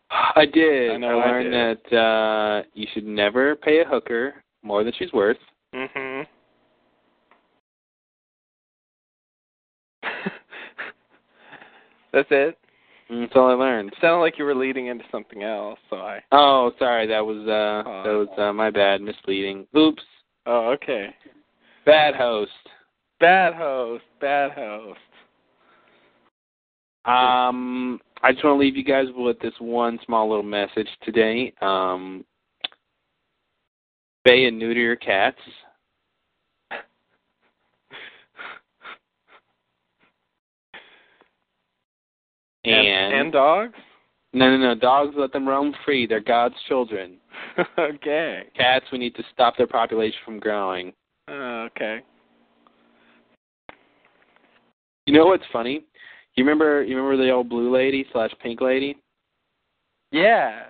S3: I did.
S4: I know I
S3: learned that uh, you should never pay a hooker more than she's worth.
S4: Mhm. That's it. Mm.
S3: And That's all I learned.
S4: It sounded like you were leading into something else, so I.
S3: Oh, sorry, that was uh
S4: Oh.
S3: that was uh, my bad, misleading. Oops.
S4: Oh, okay.
S3: Bad host.
S4: Bad host. Bad host.
S3: Um I just want to leave you guys with this one small little message today. Um Bay and neuter your cats.
S4: and, and dogs.
S3: no no no, dogs let them roam free. They're God's children.
S4: okay.
S3: Cats we need to stop their population from growing.
S4: Oh, okay.
S3: You know what's funny? You remember you remember the old blue lady slash pink lady?
S4: Yeah.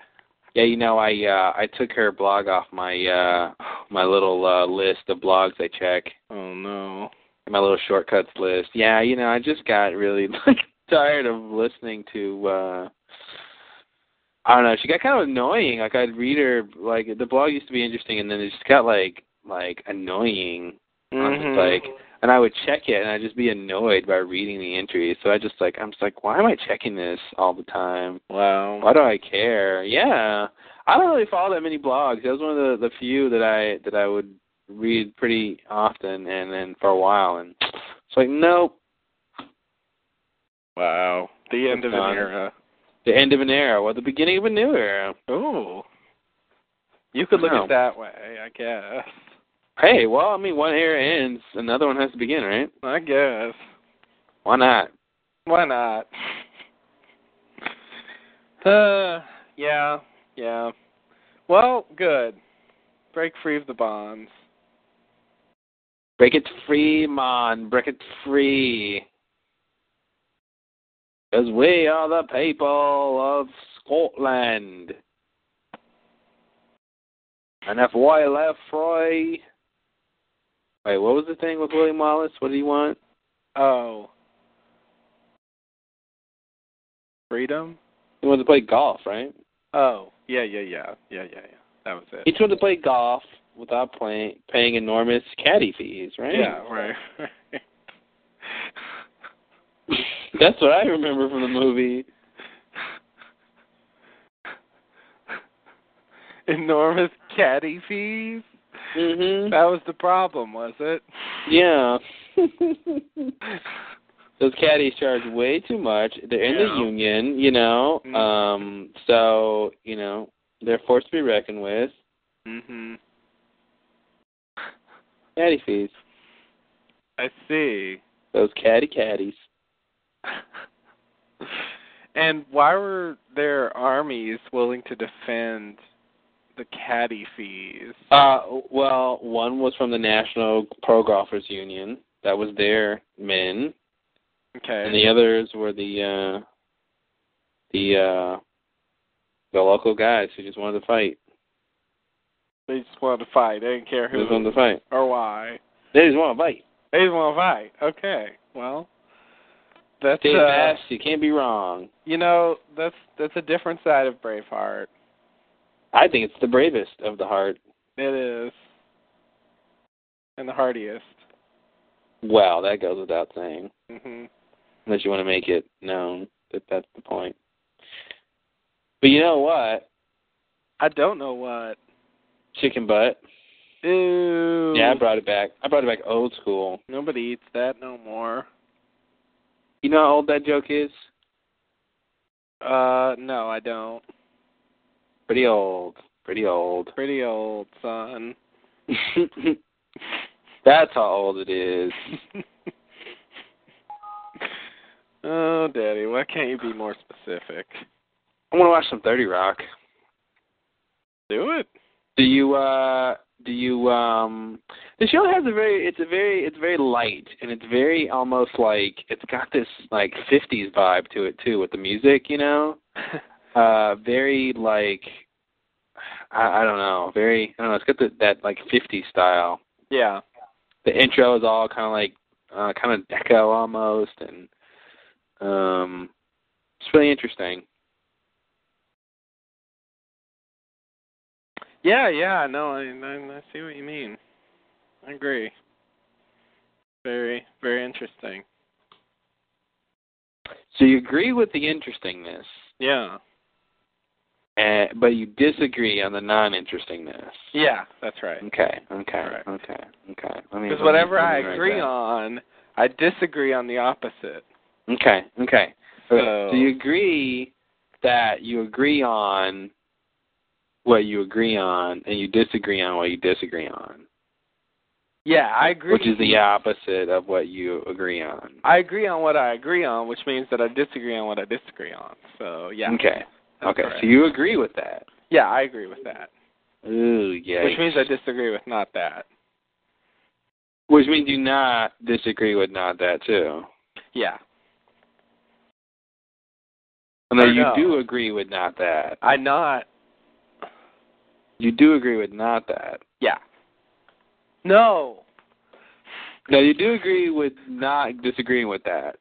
S3: Yeah, you know, I uh I took her blog off my uh my little uh list of blogs I check.
S4: Oh no.
S3: My little shortcuts list. Yeah, you know, I just got really like tired of listening to uh I don't know, she got kind of annoying. Like I'd read her like the blog used to be interesting and then it just got like like annoying. I'm
S4: Mm-hmm.
S3: just like and I would check it and I'd just be annoyed by reading the entries. So I just like I'm just like, why am I checking this all the time?
S4: wow.
S3: Why do I care? Yeah, I don't really follow that many blogs. That was one of the the few that I that I would read pretty often, and then for a while, and it's like nope,
S4: Wow. The end of an
S3: Done.
S4: era.
S3: the end of an era, or the beginning of a new era.
S4: Oh. You could look at
S3: Wow.
S4: it that way, I guess.
S3: Hey, well, I mean, one era ends, another one has to begin, right?
S4: I guess.
S3: Why not?
S4: Why not? Uh, yeah, yeah. Well, good. Break free of the bonds.
S3: Break it free, mon. Break it free. Because we are the people of Scotland. And if we left free. Wait, what was the thing with William Wallace? What did he want?
S4: Oh. Freedom?
S3: He wanted to play golf, right?
S4: Oh, yeah, yeah, yeah. Yeah, yeah, yeah. That was it.
S3: He just wanted to play golf without playing, paying enormous caddy fees, right?
S4: Yeah, right. right.
S3: That's what I remember from the movie.
S4: Enormous caddy fees?
S3: hmm
S4: That was the problem, was it?
S3: Yeah. Those caddies charge way too much. They're in
S4: Yeah.
S3: the union, you know.
S4: Mm.
S3: Um so, you know, they're forced to be reckoned with.
S4: hmm
S3: Caddy fees.
S4: I see.
S3: Those caddy caddies.
S4: and why were their armies willing to defend the caddy fees?
S3: Uh well, one was from the National Pro Golfers Union. That was their men.
S4: okay.
S3: And the others were the uh the uh the local guys who just wanted to fight.
S4: they just wanted to fight. They didn't care
S3: They
S4: who
S3: just wanted to fight.
S4: or why.
S3: They just want to fight.
S4: They just want to fight. Okay. Well, that's
S3: Dave
S4: uh,
S3: Nash, you can't be wrong.
S4: you know that's that's a different side of Braveheart.
S3: I think it's the bravest of the heart.
S4: It is, and the hardiest.
S3: Well, that goes without saying.
S4: hmm
S3: Unless you want to make it known that that's the point. But you know what?
S4: I don't know what.
S3: Chicken butt.
S4: Ew.
S3: Yeah, I brought it back. I brought it back old school.
S4: Nobody eats that no more.
S3: You know how old that joke is?
S4: Uh, no, I don't.
S3: Pretty old. Pretty old.
S4: Pretty old, son.
S3: that's how old it is.
S4: know, Oh, Daddy. Why can't you be more specific?
S3: I want to watch some Thirty Rock.
S4: Do it.
S3: Do you uh do you um the show has a very it's a very it's very light and it's very almost like it's got this like 50s vibe to it too with the music, you know? Uh very like I, I don't know, very I don't know, it's got the, that like 50s style.
S4: yeah.
S3: The intro is all kind of like uh kind of deco almost and um it's really interesting.
S4: Yeah, yeah. No, I, I I see what you mean. I agree. Very, very interesting.
S3: So you agree with the interestingness,
S4: Yeah.
S3: uh, but you disagree on the non-interestingness.
S4: Yeah, that's right.
S3: Okay. Okay.
S4: Correct.
S3: Okay. Okay. Let me- let
S4: Because
S3: me-
S4: whatever
S3: let me
S4: I
S3: write
S4: agree
S3: that.
S4: on, I disagree on the opposite.
S3: Okay. Okay. Okay,
S4: So-
S3: so you agree that you agree on what you agree on, and you disagree on what you disagree on,
S4: Yeah, I agree.
S3: which is the opposite of what you agree on.
S4: I agree on what I agree on, which means that I disagree on what I disagree on. So yeah.
S3: Okay.
S4: that's
S3: okay.
S4: correct.
S3: So you agree with that.
S4: Yeah, I agree with that.
S3: Ooh, yeah.
S4: Which means I disagree with not that.
S3: Which means you not disagree with not that too.
S4: Yeah,
S3: And then
S4: Or
S3: you
S4: no.
S3: do agree with not that.
S4: I not.
S3: You do agree with not that.
S4: Yeah. No.
S3: No, you do agree with not disagreeing with that.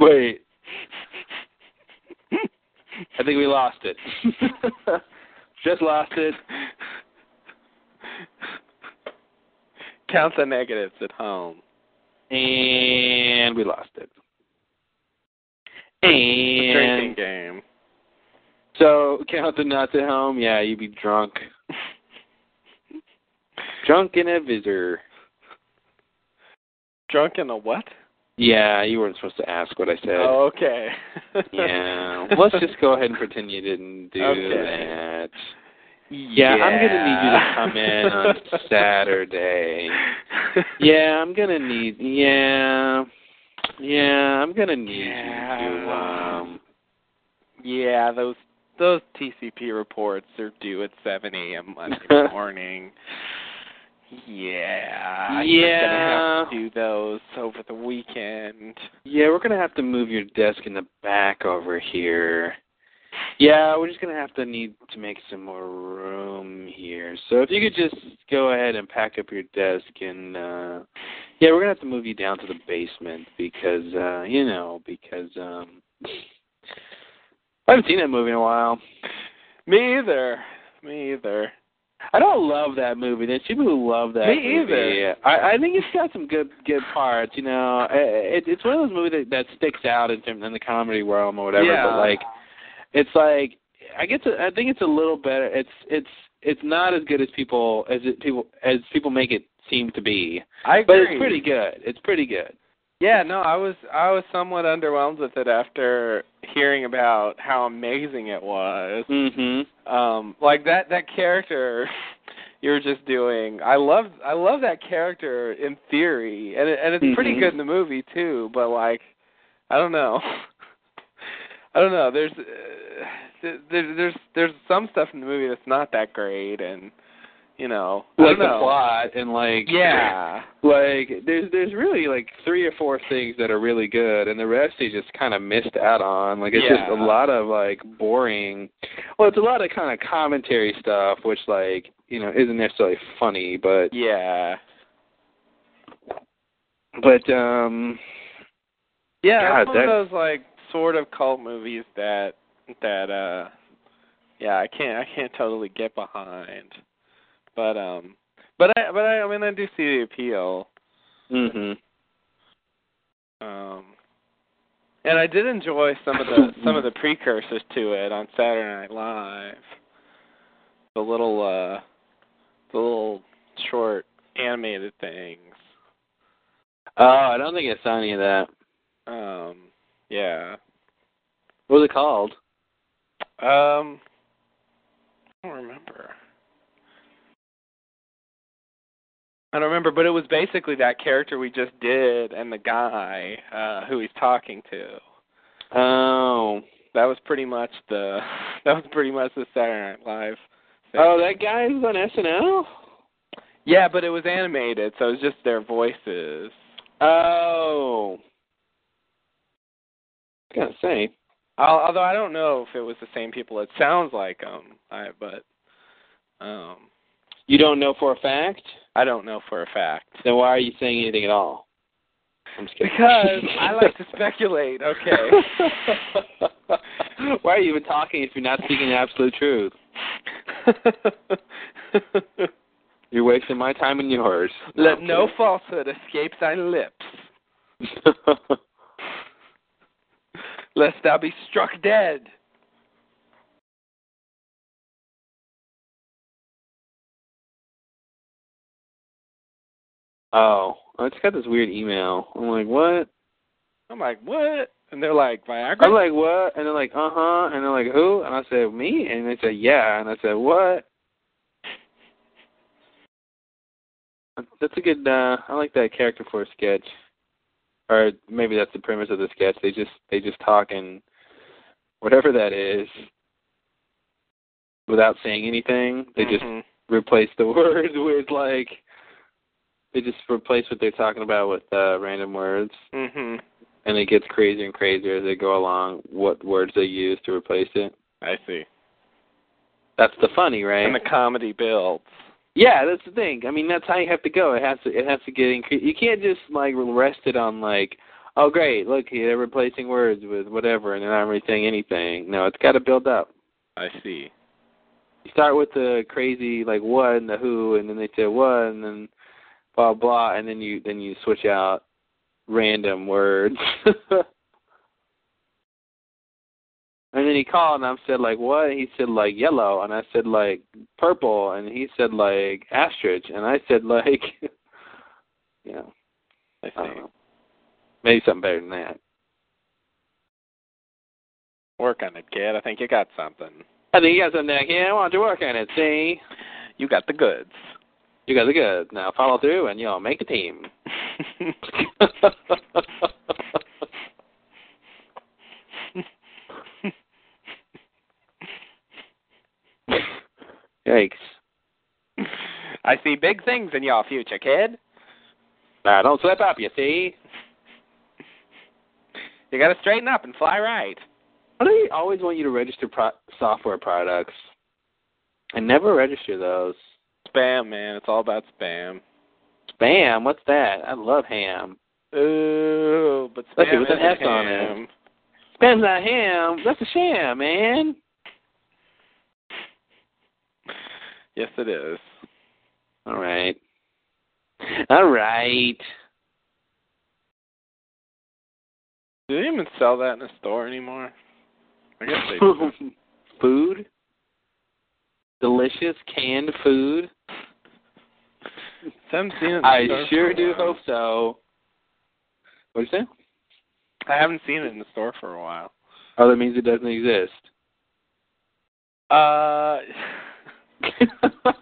S3: Wait. I think we lost it. Just lost it.
S4: Count the negatives at home.
S3: And we lost it.
S4: The drinking
S3: And
S4: game.
S3: so count the nuts at home. Yeah, you'd be drunk. drunk in a visitor.
S4: Drunk in a what?
S3: Yeah, you weren't supposed to ask what I said.
S4: Oh, okay.
S3: Yeah. Let's just go ahead and pretend you didn't do
S4: Okay.
S3: that. Yeah, I'm gonna need you to come in on Saturday. Yeah, I'm gonna need. Yeah, yeah, I'm gonna need you to.
S4: Yeah.
S3: Um,
S4: Yeah, those those TCP reports are due at 7 a.m. Monday morning. Yeah, you're gonna have
S3: Yeah.
S4: to do those over the weekend.
S3: yeah, we're gonna have to move your desk in the back over here. Yeah, we're just gonna have to need to make some more room here. So if you could just go ahead and pack up your desk and uh yeah, we're gonna have to move you down to the basement because uh you know, because um I haven't seen that movie in a while.
S4: Me either. Me either.
S3: I don't love that movie. There's people who love that
S4: Me
S3: movie.
S4: either.
S3: I, I think it's got some good good parts. You know, it, it's one of those movies that, that sticks out in, term- in the comedy realm or whatever.
S4: Yeah.
S3: But like, it's like I get to. I think it's a little better. It's it's it's not as good as people as it people as people make it seem to be.
S4: I agree.
S3: But it's pretty good. It's pretty good.
S4: Yeah, no, I was I was somewhat underwhelmed with it after hearing about how amazing it was.
S3: Mhm.
S4: Um like that that character you're just doing. I love I love that character in theory and it, and it's pretty
S3: Mhm.
S4: good in the movie too, but like I don't know. I don't know. There's uh, there, there- there's there's some stuff in the movie that's not that great and you know, I
S3: Like
S4: don't know.
S3: the plot and like
S4: Yeah.
S3: like there's there's really like three or four things that are really good and the rest they just kind of missed out on like it's just
S4: Yeah.
S3: a lot of like boring well it's a lot of kind of commentary stuff which like you know isn't necessarily funny but
S4: Yeah.
S3: but um
S4: Yeah, it's
S3: God,
S4: one of
S3: that-
S4: those like sort of cult movies that that uh yeah, I can't I can't totally get behind. But um but I but I I mean I do see the appeal.
S3: mhm
S4: Um and I did enjoy some of the some of the precursors to it on Saturday Night Live. The little uh the little short animated things.
S3: oh i don't think it's any of that
S4: Um yeah.
S3: what was it called
S4: Um, I don't remember. I don't remember, but it was basically that character we just did and the guy uh who he's talking to.
S3: Oh.
S4: That was pretty much the that was pretty much the Saturday Night Live. Thing.
S3: Oh, that guy was on SNL?
S4: yeah, but it was animated, so it was just their voices.
S3: Oh. I was gonna say.
S4: Al although I don't know if it was the same people. It sounds like um, I but um,
S3: You don't know for a fact?
S4: I don't know for a fact
S3: Then why are you saying anything at all? I'm just kidding.
S4: because I like to speculate. Okay.
S3: Why are you even talking if you're not speaking the absolute truth? You're wasting my time and yours.
S4: Let no
S3: I'm
S4: falsehood escape thy lips,
S3: kidding.
S4: lest thou be struck dead.
S3: oh, I just got this weird email. I'm like, what?
S4: I'm like, what? And they're like, Viagra.
S3: I'm like, what? And they're like, uh huh. And they're like, who? And I said, me. And they said, yeah. And I said, what? That's a good. uh I like that character for a sketch, or maybe that's the premise of the sketch. They just they just talk and whatever that is, without saying anything. They just
S4: Mhm.
S3: replace the words with like they just replace what they're talking about with uh random words
S4: Mhm.
S3: and it gets crazier and crazier as they go along what words they use to replace it.
S4: I see.
S3: That's the funny, right?
S4: And the comedy builds.
S3: yeah, that's the thing. I mean, that's how you have to go. It has to it has to get increased. You can't just like rest it on like, oh great, look, they're replacing words with whatever and they're not really saying anything. No, it's got to build up.
S4: I see.
S3: you start with the crazy like what and the who and then they say what and then blah blah and then you then you switch out random words and then he called and I said like what and he said like yellow and I said like purple and he said like ostrich and I said like you know
S4: I see.
S3: I don't know maybe something better than that
S4: Work on it, kid. I think you got something.
S3: I think you got something like, yeah I want you to work on it see
S4: You got the goods.
S3: you guys are good now follow through and y'all make a team. Yikes.
S4: I see big things in your future, kid.
S3: Now, don't slip up, you see?
S4: You gotta straighten up and fly right.
S3: Why do they always want you to register pro- software products? I never register those.
S4: Spam, man. It's all about spam.
S3: Spam, what's that? I love ham.
S4: Ooh, but
S3: Let's see,
S4: spam
S3: with an S
S4: is
S3: on it.
S4: ham.
S3: Spam's not ham. That's a sham, man.
S4: Yes, it is.
S3: All right. All right.
S4: Do they even sell that in a store anymore? I guess they do.
S3: food? Delicious canned food?
S4: I haven't seen it in a
S3: I
S4: store for
S3: sure
S4: a
S3: do
S4: while.
S3: hope so. What'd you say?
S4: I haven't seen it in the store for a while.
S3: Oh, that means it doesn't exist.
S4: Uh,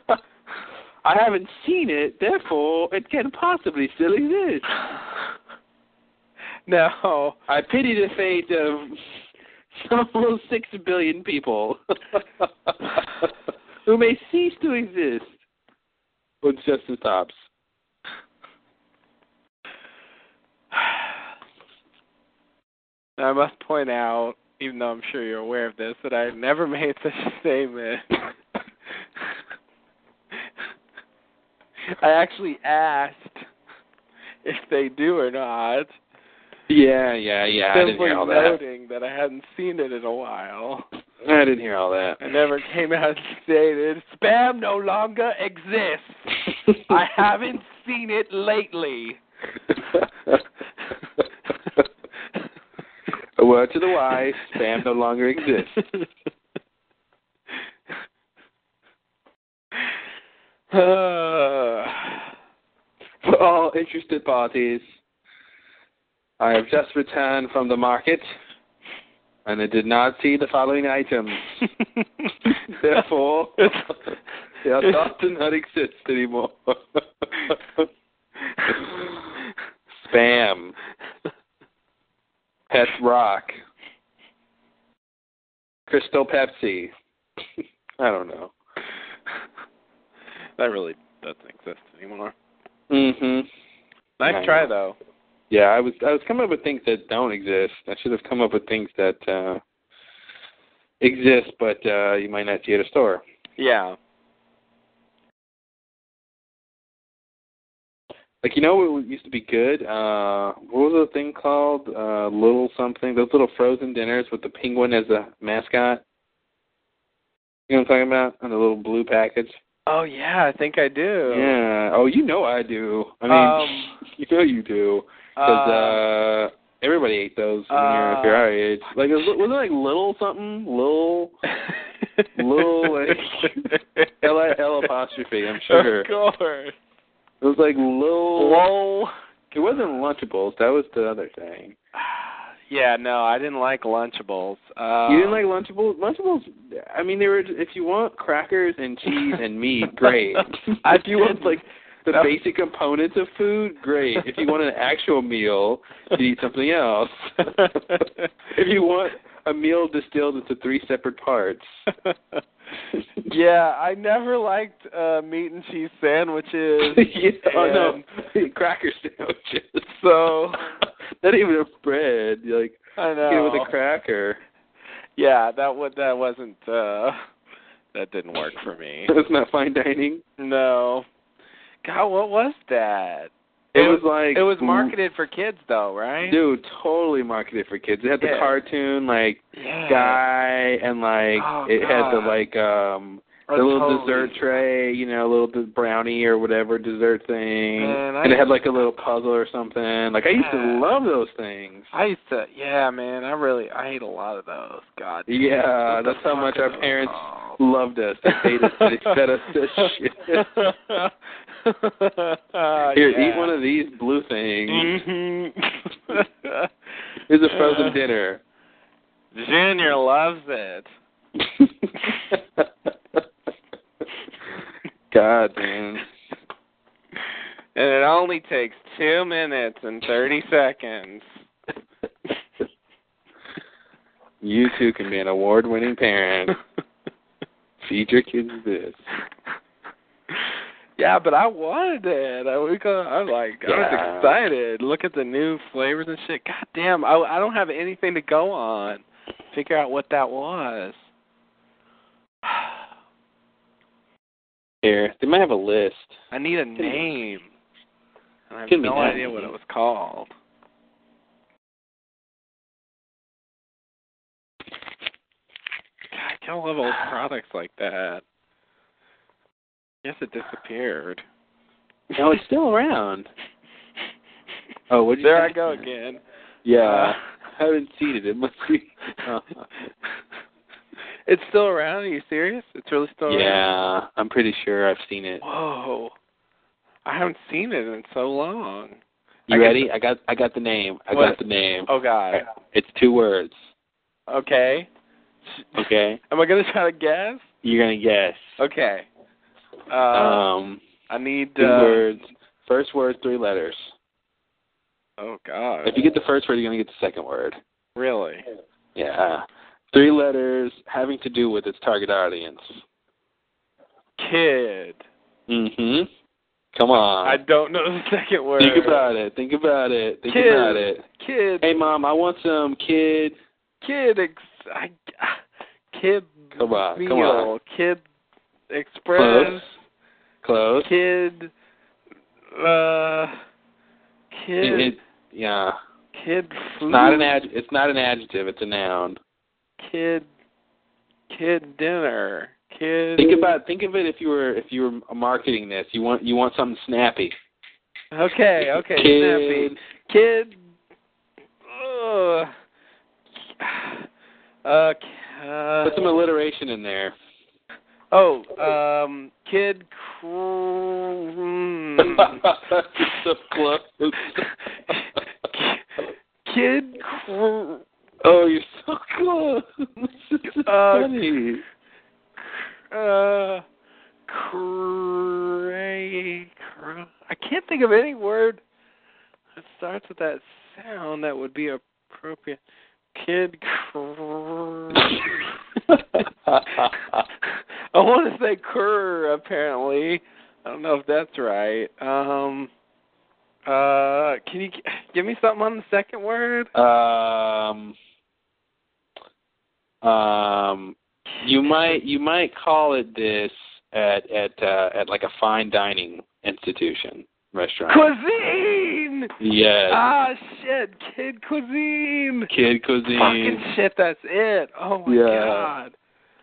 S3: I haven't seen it, therefore it can possibly still exist.
S4: no.
S3: I pity the fate of some six billion people who may cease to exist when Justin stops.
S4: Now, I must point out, even though I'm sure you're aware of this, that I never made such a statement. I actually asked if they do or not,
S3: Yeah, yeah, yeah. I didn't
S4: simply
S3: hear all that.
S4: noting that. I hadn't seen it in a while.
S3: I didn't hear all that.
S4: I never came out and stated, spam no longer exists. I haven't seen it lately.
S3: A word to the wise, spam no longer exists.
S4: Uh,
S3: For all interested parties, I have just returned from the market and I did not see the following items. Therefore, Yeah, that does not exist anymore. Spam. Pet Rock. Crystal Pepsi. I don't know.
S4: that really doesn't exist anymore.
S3: Mhm.
S4: Nice
S3: Yeah.
S4: try though.
S3: Yeah, I was I was coming up with things that don't exist. I should have come up with things that uh exist but uh you might not see at a store.
S4: Yeah.
S3: Like you know what used to be good? Uh what was the thing called? Uh little something. Those little frozen dinners with the penguin as the mascot. You know what I'm talking about? On the little blue package.
S4: Oh yeah, I think I do.
S3: Yeah. Oh, you know I do. I mean, you know you do. Because uh, everybody ate those when you're, if you're our age. Like, was it, was it like little something? Little Lil- uh, L I L apostrophe, I'm sure.
S4: Of course.
S3: It was like little.
S4: Lol.
S3: It wasn't Lunchables. That was the other thing.
S4: Yeah, no, I didn't like Lunchables. Uh,
S3: you didn't like Lunchables? Lunchables, I mean, they were, if you want crackers and cheese and meat, great.
S4: I
S3: if you want,
S4: didn't.
S3: like, the
S4: That-
S3: basic components of food, great. If you want an actual meal, you eat something else. if you want a meal distilled into three separate parts.
S4: yeah, I never liked uh meat and cheese sandwiches.
S3: yeah, oh, no,
S4: And-
S3: cracker sandwiches.
S4: So
S3: Not even a bread. You're like,
S4: I
S3: get it
S4: know.
S3: with a cracker.
S4: yeah, that would that wasn't uh that didn't work for me.
S3: That's not fine dining.
S4: No. God, what was that?
S3: It, was, like
S4: it was marketed for kids though, right?
S3: Dude, totally marketed for kids. It had the
S4: Yeah.
S3: cartoon like
S4: yeah.
S3: guy and like
S4: Oh,
S3: it had the
S4: God.
S3: like um
S4: Oh,
S3: the little
S4: totally.
S3: dessert tray, you know, a little d- brownie or whatever dessert thing,
S4: Man, I-
S3: and it had like a little puzzle or something. Like I used
S4: Yeah.
S3: to love those things.
S4: I used to, yeah, man. I really, I ate a lot of those. God. dude.
S3: Yeah,
S4: What the
S3: that's how
S4: fuck
S3: much
S4: are
S3: our
S4: those Oh.
S3: parents
S4: called?
S3: loved us. They fed us. They fed us this shit.
S4: Uh,
S3: Here,
S4: yeah.
S3: eat one of these blue things.
S4: Mm-hmm. Mhm.
S3: Here's a frozen
S4: Uh,
S3: dinner.
S4: Junior loves it.
S3: God, man.
S4: And it only takes two minutes and thirty seconds.
S3: You too can be an award winning parent. Feed your kids this.
S4: Yeah, but I wanted it. I was, gonna- I'm like, I
S3: Yeah.
S4: was excited. Look at the new flavors and shit. God damn, I I don't have anything to go on. Figure out what that was.
S3: Here. They might have a list.
S4: I need a name. And I have
S3: Couldn't be
S4: no
S3: that
S4: idea what
S3: easy.
S4: it was called. God, I don't love old products like that. Guess it disappeared.
S3: No, it's still around. Oh, what'd you
S4: There
S3: say?
S4: I go again.
S3: Yeah.
S4: Uh,
S3: I haven't seen it. It must be. uh,
S4: it's still around. Are you serious? It's really still around.
S3: yeah, I'm pretty sure I've seen it.
S4: Whoa. I haven't seen it in so long.
S3: You
S4: I guess-
S3: ready? I got I got the name. I
S4: What?
S3: got the name.
S4: Oh God.
S3: It's two words.
S4: Okay.
S3: Okay?
S4: Am I gonna try to guess?
S3: You're gonna guess.
S4: Okay. Uh,
S3: Um
S4: I need
S3: two
S4: uh,
S3: words. First word, three letters.
S4: Oh God.
S3: If you get the first word, you're gonna get the second word.
S4: really.
S3: Yeah. Three letters having to do with its target audience.
S4: Kid.
S3: Mm-hmm. Come on.
S4: I don't know the second word.
S3: Uh, Think about it. Think about it. Think
S4: Kid.
S3: about it.
S4: Kid.
S3: Hey mom, I want some kid.
S4: Kid. Ex- I, kid.
S3: Come on,
S4: Meal.
S3: come on.
S4: Kid. Express.
S3: Close. Close.
S4: Kid. Uh. Kid.
S3: It- it- yeah.
S4: kid.
S3: It's not an
S4: food.
S3: ad. It's not an adjective. It's a noun.
S4: Kid. Kid dinner. Kid.
S3: Think about. Think of it if you were if you were marketing this. You want you want something snappy.
S4: Okay. Okay. Snappy.
S3: Kid.
S4: kid uh, uh, uh
S3: Put some alliteration in there.
S4: oh um kid cr- mm.
S3: Hmm. so close.
S4: kid cr-
S3: oh, you're so
S4: Oh,
S3: close. This is so
S4: Uh,
S3: funny.
S4: uh cr- cray, cr I can't think of any word that starts with that sound that would be appropriate. Kid cr. I want to say cur apparently. I don't know if that's right. Um uh can you g- give me something on the second word?
S3: um, um, you might you might call it this at at uh, at like a fine dining institution restaurant.
S4: Cuisine.
S3: Yes,
S4: Ah shit, kid cuisine.
S3: kid cuisine.
S4: Fucking shit, that's it. Oh my
S3: Yeah.
S4: god.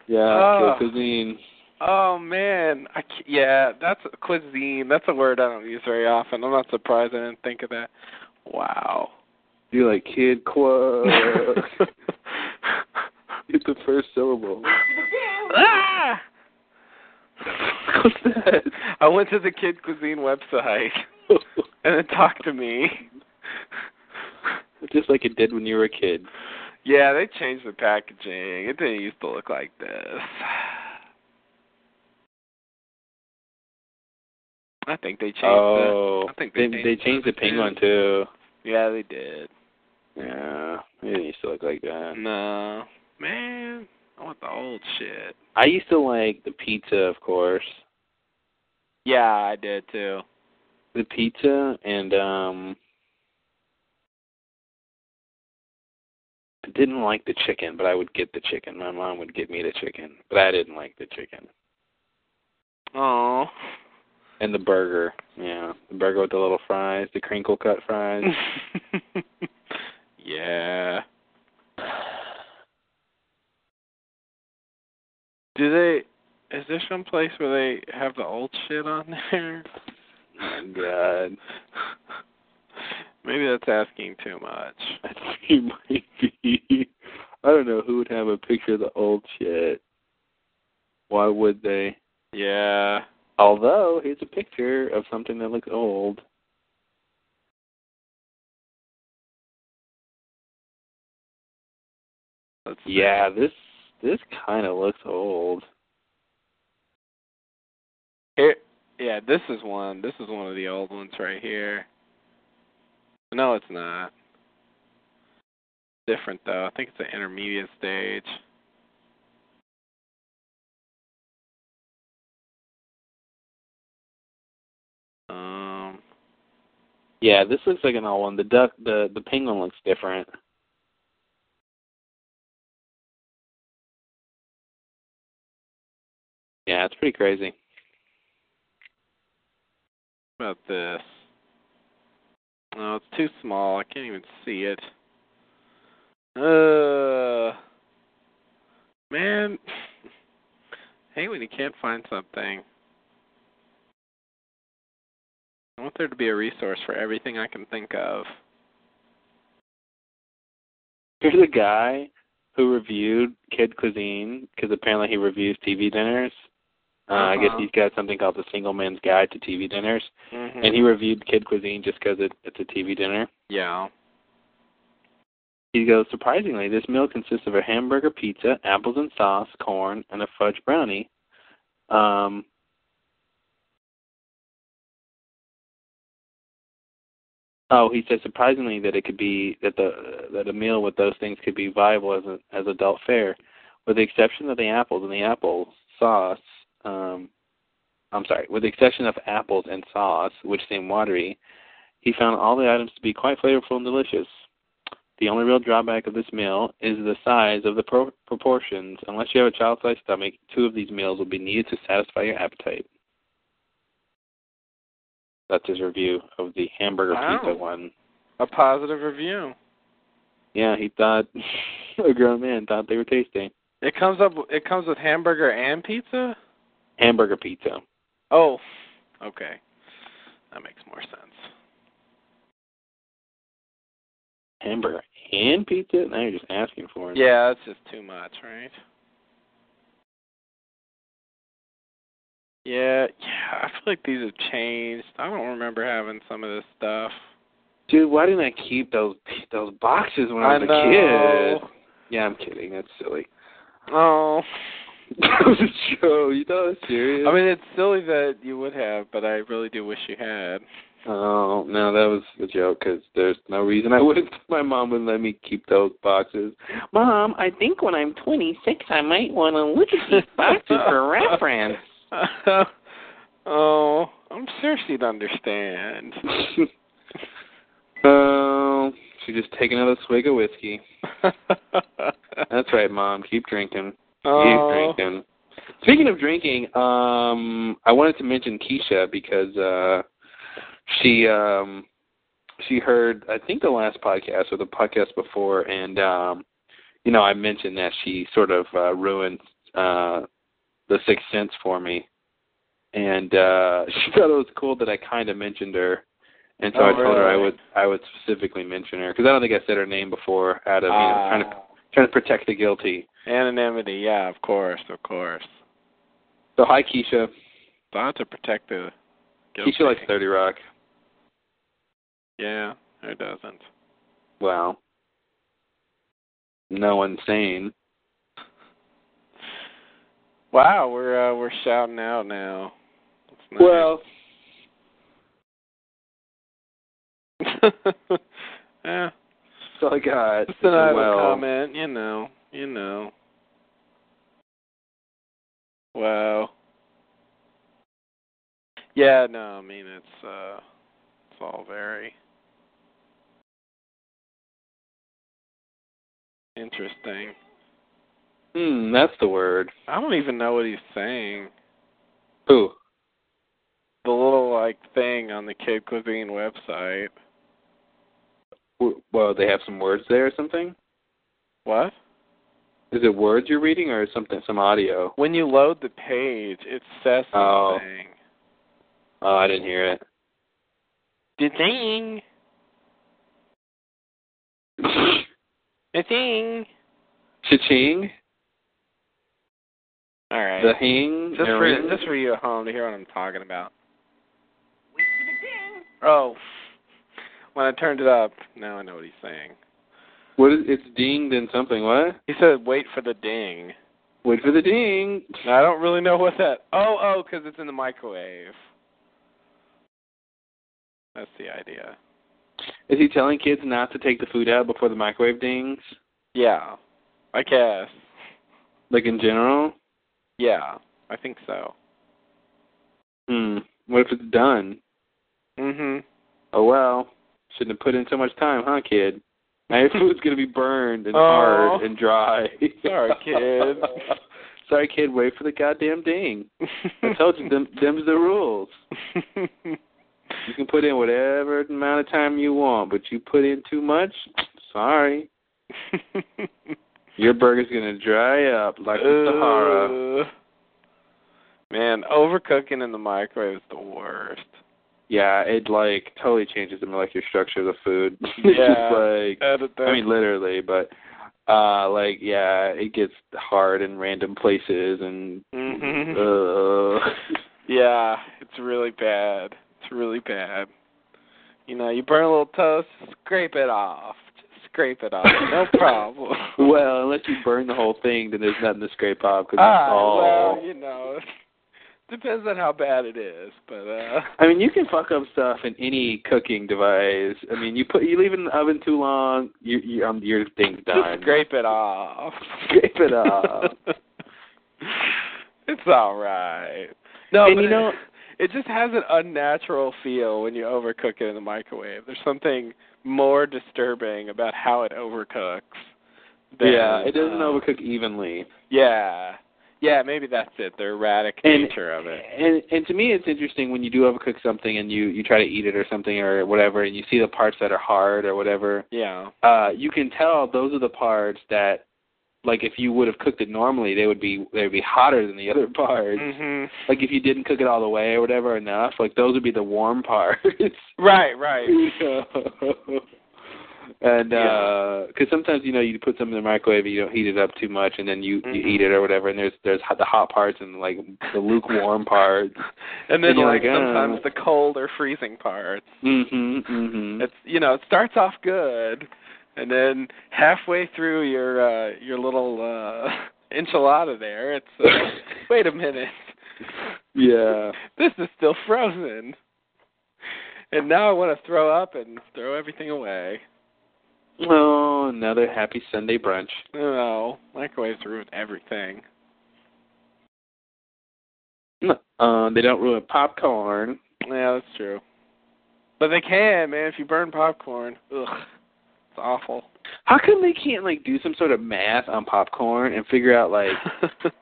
S3: Yeah,
S4: Ah.
S3: kid cuisine.
S4: Oh man, I c- yeah, that's cuisine. That's a word I don't use very often. I'm not surprised I didn't think of that. Wow.
S3: You like kid qua? Get the first syllable.
S4: ah!
S3: What's that?
S4: I went to the Kid Cuisine website and it talked to me.
S3: Just like it did when you were a kid.
S4: Yeah, they changed the packaging. It didn't used to look like this. I think they changed
S3: oh,
S4: the. I think
S3: they
S4: they,
S3: they changed the ping
S4: one
S3: one too.
S4: Yeah, they did.
S3: Yeah, it didn't used to look like
S4: Mm.
S3: that.
S4: No, man, I want the old shit.
S3: I used to like the pizza, of course,
S4: Yeah, I did too.
S3: the pizza, and um, I didn't like the chicken, but I would get the chicken. My mom would get me the chicken, but I didn't like the chicken
S4: Oh.
S3: and the burger. Yeah, the burger with the little fries, the crinkle cut fries.
S4: yeah. Do they? Is there some place where they have the old shit on there?
S3: My God,
S4: Maybe that's asking too much.
S3: I think it might be. I don't know who would have a picture of the old shit. Why would they?
S4: Yeah.
S3: Although here's a picture of something that looks old.
S4: Let's see.
S3: Yeah, this this kind of looks old.
S4: Here, yeah, this is one. This is one of the old ones right here. No, it's not. Different though. I think it's an intermediate stage. Um.
S3: Yeah, this looks like an old one. The duck, the the penguin looks different. Yeah, it's pretty crazy.
S4: about this? No, it's too small. I can't even see it. Uh, man, hate when you can't find something. I want there to be a resource for everything I can think of.
S3: Here's a guy who reviewed Kid Cuisine because apparently he reviews TV dinners. Uh, I guess
S4: Uh-huh.
S3: he's got something called the Single Man's Guide to TV Dinners,
S4: Mm-hmm.
S3: and he reviewed Kid Cuisine just because it, it's a TV dinner.
S4: yeah.
S3: He goes, surprisingly, this meal consists of a hamburger pizza, apples and sauce, corn, and a fudge brownie. Um, oh, he says surprisingly that it could be that the that a meal with those things could be viable as a, as adult fare, with the exception of the apples and the apple sauce. Um, I'm sorry, with the exception of apples and sauce, which seem watery, he found all the items to be quite flavorful and delicious. The only real drawback of this meal is the size of the pro- proportions. Unless you have a child-sized stomach, two of these meals will be needed to satisfy your appetite. That's his review of the hamburger
S4: Wow.
S3: pizza one.
S4: A positive review.
S3: Yeah, he thought a grown man thought they were tasty.
S4: It comes up. It comes with hamburger and pizza.
S3: Hamburger pizza.
S4: Oh, okay. That makes more sense.
S3: Hamburger and pizza? Now you're just asking for it.
S4: Yeah, that's just too much, right? Yeah, yeah. I feel like these have changed. I don't remember having some of this stuff.
S3: Dude, why didn't I keep those those boxes when I was a
S4: know.
S3: kid? Yeah, I'm kidding. That's silly.
S4: Oh,
S3: Joe, you thought I was serious?
S4: I mean, it's silly that you would have, but I really do wish you had.
S3: Oh no, that was a joke 'cause there's no reason I wouldn't. My mom would let me keep those boxes. Mom, I think when I'm 26, I might want to look at these boxes for reference.
S4: oh, I'm sure she'd understand.
S3: Oh, she just take another swig of whiskey. That's right, mom. Keep drinking.
S4: Oh,
S3: Keep drinking. Speaking of drinking, um, I wanted to mention Keisha because uh, she um, she heard I think the last podcast or the podcast before, and um, you know I mentioned that she sort of uh, ruined uh, the Sixth Sense for me, and uh, she thought it was cool that I kind of mentioned her. And so
S4: Oh,
S3: I told her I
S4: really?
S3: would I would specifically mention her because I don't think I said her name before out of you know, trying to
S4: Ah.
S3: trying to protect the guilty.
S4: anonymity. Yeah, of course, of course.
S3: So hi Keisha.
S4: Thought to protect the guilty.
S3: Keisha likes Thirty Rock.
S4: Yeah, who doesn't?
S3: Wow. No one's sane.
S4: Wow, we're uh, we're shouting out now. That's nice.
S3: Well,
S4: yeah,
S3: so I got.
S4: just another
S3: well,
S4: comment. You know, you know. Wow. Yeah, no, I mean it's uh, it's all very interesting.
S3: Hmm, that's the word.
S4: I don't even know what he's saying.
S3: Who?
S4: The little like thing on the Kid Cuisine website.
S3: W- Well, they have some words there or something.
S4: What?
S3: Is it words you're reading or something? Some audio?
S4: When you load the page, it says
S3: Oh.
S4: something.
S3: Oh, I didn't hear it.
S4: The thing. The thing.
S3: Cha-ching.
S4: All right.
S3: The hing.
S4: just
S3: the
S4: for
S3: ring.
S4: just for you at home to hear what I'm talking about.
S1: Wait for the ding.
S4: Oh. When I turned it up, now I know what he's saying.
S3: What is? It's ding then something. What?
S4: He said, "Wait for the ding."
S3: Wait for the ding.
S4: Now, I don't really know what that. Oh, oh, because it's in the microwave. That's the idea.
S3: Is he telling kids not to take the food out before the microwave dings?
S4: Yeah, I guess.
S3: Like in general?
S4: Yeah, I think so.
S3: Hmm. What if it's done?
S4: Mhm.
S3: Oh well. Shouldn't have put in so much time, huh, kid? Now your food's gonna be burned and
S4: Oh.
S3: hard and dry.
S4: Sorry, kid.
S3: Sorry, kid. Wait for the goddamn ding. I told you, them, them's the rules. You can put in whatever amount of time you want, but you put in too much, sorry, your burger's gonna dry up like the Sahara.
S4: Ugh. Man, overcooking in the microwave is the worst.
S3: Yeah, it like totally changes the molecular structure of the food. it's
S4: Yeah.
S3: just like
S4: Edit that.
S3: I mean, literally, but uh like yeah, it gets hard in random places and
S4: Mhm.
S3: uh,
S4: Yeah, it's really bad. It's really bad. You know, you burn a little toast, scrape it off. Just scrape it off. No problem.
S3: well, unless you burn the whole thing, then there's nothing to scrape off because
S4: Ah,
S3: it's all.
S4: well, you know, depends on how bad it is, but uh
S3: I mean, you can fuck up stuff in any cooking device. I mean, you put you leave it in the oven too long, you, you um, your thing's done.
S4: just scrape it off.
S3: Scrape it off.
S4: it's all right. No,
S3: And
S4: but
S3: you
S4: it-
S3: know-
S4: it just has an unnatural feel when you overcook it in the microwave. There's something more disturbing about how it overcooks. Than,
S3: yeah, it doesn't
S4: uh,
S3: overcook evenly.
S4: Yeah, yeah, maybe that's it. The erratic
S3: And-
S4: nature of it.
S3: And and to me, it's interesting when you do overcook something and you you try to eat it or something or whatever, and you see the parts that are hard or whatever.
S4: Yeah,
S3: Uh, you can tell those are the parts that, like, if you would have cooked it normally, they would be they would be hotter than the other parts.
S4: hmm
S3: Like if you didn't cook it all the way or whatever enough, like those would be the warm parts.
S4: right, right.
S3: and
S4: Yeah.
S3: uh 'cause sometimes you know you put something in the microwave and you don't heat it up too much and then you you
S4: Mhm.
S3: eat it or whatever and there's there's hot- the hot parts and like the lukewarm parts.
S4: And then
S3: And you're
S4: like
S3: like, uh.
S4: sometimes the cold or freezing parts.
S3: Mhm. Mhm.
S4: It's you know, it starts off good and then halfway through your uh your little uh enchilada there. It's uh, wait a minute.
S3: yeah.
S4: This is still frozen. And now I want to throw up and throw everything away.
S3: Oh, another happy Sunday brunch.
S4: No, Oh, microwaves ruin everything.
S3: No, Uh, they don't ruin popcorn.
S4: Yeah, that's true. But they can, man. If you burn popcorn, ugh, it's awful.
S3: How come they can't like do some sort of math on popcorn and figure out like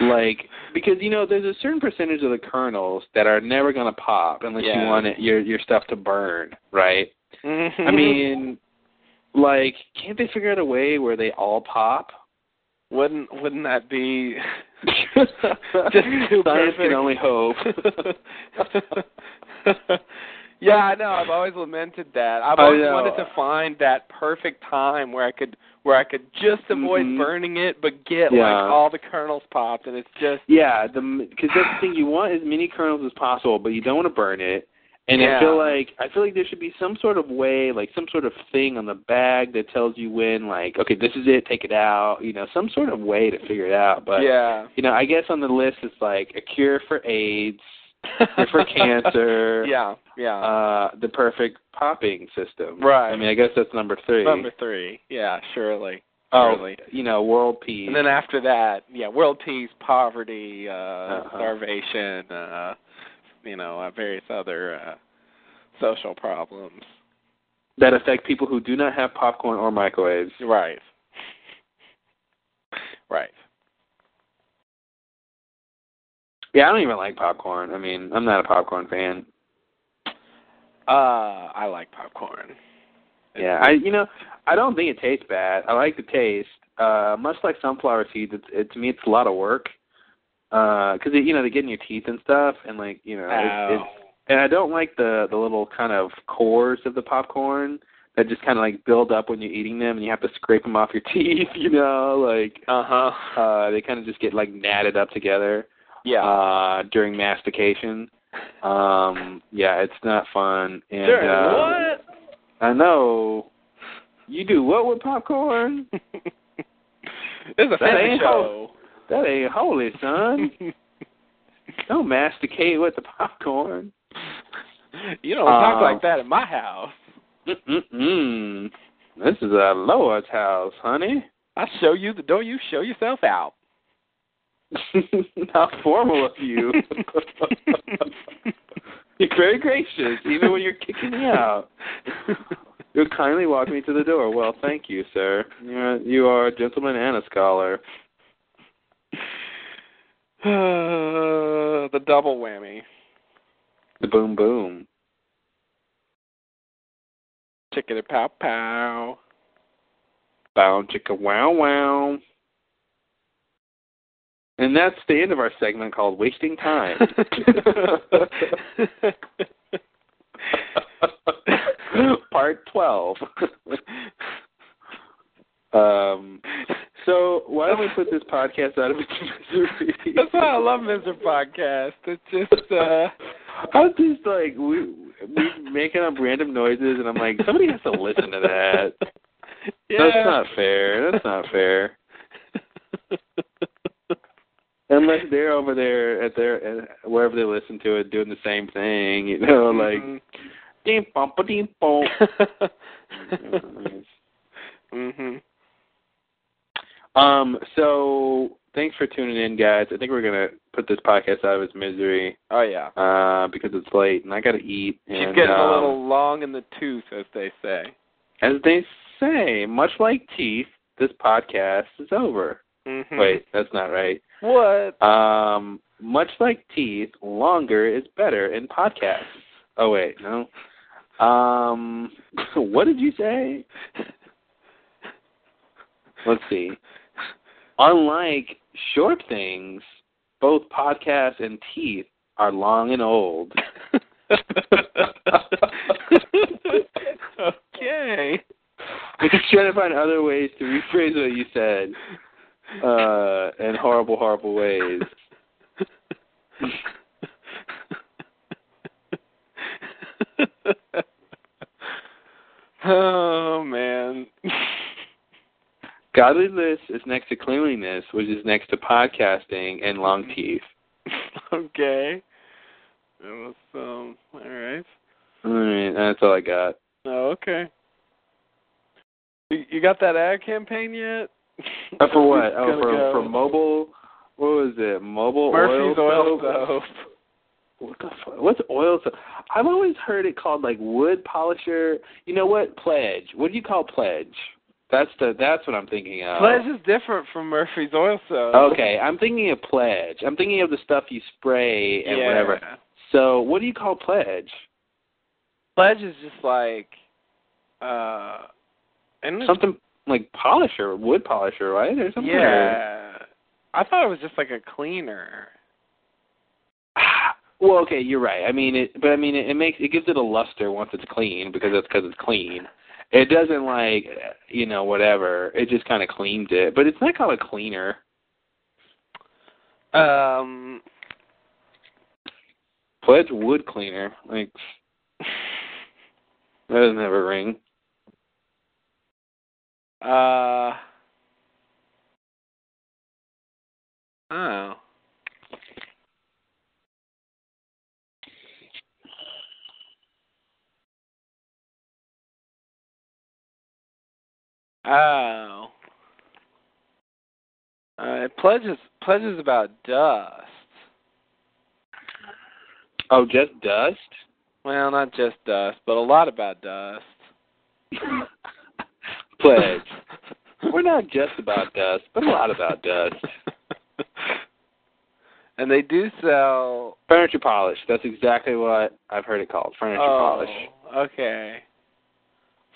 S3: like because you know there's a certain percentage of the kernels that are never gonna pop unless you
S4: Yeah.
S3: want it, your your stuff to burn, right?
S4: Mhm.
S3: I mean, like, can't they figure out a way where they all pop?
S4: wouldn't wouldn't that be
S3: Just science
S4: perfect.
S3: can only hope.
S4: yeah, I know. I've always lamented that. I've
S3: I
S4: always
S3: know.
S4: wanted to find that perfect time where I could where I could just avoid
S3: Mhm.
S4: burning it, but get
S3: Yeah.
S4: like all the kernels popped, and it's just
S3: yeah, the because that's the thing you want as many kernels as possible, but you don't want to burn it. And I
S4: Yeah.
S3: feel like I feel like there should be some sort of way, like some sort of thing on the bag that tells you when, like, okay, this is it, take it out. You know, some sort of way to figure it out. But
S4: yeah.
S3: you know, I guess on the list it's like a cure for AIDS, cure for cancer,
S4: Yeah, yeah.
S3: uh, the perfect popping system.
S4: Right.
S3: I mean, I guess that's number three.
S4: Number three. Yeah, surely.
S3: oh,
S4: surely.
S3: you know, world peace.
S4: And then after that, yeah, world peace, poverty, uh,
S3: Uh-huh.
S4: starvation, uh, you know, uh, various other uh, social problems.
S3: that affect people who do not have popcorn or microwaves.
S4: Right. Right.
S3: Yeah, I don't even like popcorn. I mean, I'm not a popcorn fan.
S4: Uh, I like popcorn.
S3: Yeah, I you know, I don't think it tastes bad. I like the taste. Uh, much like sunflower seeds, it's it, to me it's a lot of work. Uh, 'cause it, you know they get in your teeth and stuff, and like you know,
S4: Ow.
S3: it's, it's and I don't like the the little kind of cores of the popcorn that just kind of like build up when you're eating them, and you have to scrape them off your teeth. You know, like
S4: Uh huh.
S3: uh, they kind of just get like natted up together
S4: Yeah.
S3: uh, during mastication. Um, yeah, it's not fun. And,
S4: Sure,
S3: uh, I know. You do what with popcorn?
S4: what? this is a
S3: That
S4: family
S3: ain't
S4: show.
S3: That ain't holy, son. Don't masticate with the popcorn.
S4: you don't talk
S3: Uh,
S4: like that in my house.
S3: Mm-mm-mm. This is our Lord's house, honey.
S4: I show you the door. You show yourself out.
S3: How formal of you. You're very gracious, even when you're kicking me out. You'll kindly walk me to the door. Well, thank you, sir. You're, you are a gentleman and a scholar.
S4: the double whammy.
S3: The boom boom.
S4: Chicken and pow pow.
S3: Bow chicka wow wow. And that's the end of our segment called Wasting Time. Part 12. um, so, why don't we put this podcast out of its misery?
S4: That's why I love Mr. Podcast. It's just uh
S3: I'm just like, we, we making up random noises, and I'm like, somebody has to listen to that.
S4: yeah.
S3: That's not fair. That's not fair. Unless they're over there at their at wherever they listen to it, doing the same thing, you know,
S4: Mm-hmm.
S3: like ding bum ba ding bom.
S4: Mm-hmm.
S3: mm-hmm.
S4: mhm.
S3: um. So thanks for tuning in, guys. I think we're gonna put this podcast out of its misery
S4: Oh yeah.
S3: uh, because it's late and I gotta eat. And,
S4: She's getting a
S3: um,
S4: little long in the tooth, as they say.
S3: As they say, much like teeth, this podcast is over.
S4: Mm-hmm.
S3: Wait, that's not right.
S4: What?
S3: Um, much like teeth, longer is better in podcasts. Oh wait, no. Um, what did you say? Let's see. Unlike short things, both podcasts and teeth are long and old.
S4: okay.
S3: I'm just trying to find other ways to rephrase what you said uh, in horrible, horrible ways.
S4: oh man.
S3: Godliness is next to cleanliness, which is next to podcasting and long teeth.
S4: okay. That was um all right.
S3: All right, that's all I got.
S4: Oh, okay. You, you got that ad campaign yet?
S3: Uh, for what?
S4: It's
S3: Oh,
S4: gonna
S3: for
S4: go.
S3: for mobile. What was it? Mobile
S4: Murphy's
S3: oil.
S4: oil
S3: soap?
S4: soap.
S3: What the fuck? What's oil soap? I've always heard it called like wood polisher. You know what? Pledge. What do you call pledge? That's the. That's what I'm thinking of.
S4: Pledge is different from Murphy's oil soap.
S3: Oh. Okay, I'm thinking of pledge. I'm thinking of the stuff you spray and
S4: yeah.
S3: whatever. So, what do you call pledge?
S4: Pledge is just like uh and
S3: Something like polisher, wood polisher, right? Or something. or-
S4: Yeah. I thought it was just like a cleaner.
S3: Well, okay, you're right. I mean, it, but I mean, it, it makes it gives it a luster once it's clean because that's because it's clean. It doesn't like you know whatever. It just kind of cleans it, but it's not called a cleaner.
S4: Um
S3: Pledge wood cleaner. Like that doesn't have a ring.
S4: uh Oh. Oh. Uh, pledge is pledge is about dust.
S3: Oh, just dust.
S4: Well, not just dust, but a lot about dust.
S3: Pledge. We're not just about dust, but a lot about dust.
S4: and they do sell
S3: Furniture polish. That's exactly what I've heard it called. Furniture
S4: oh,
S3: polish.
S4: Okay.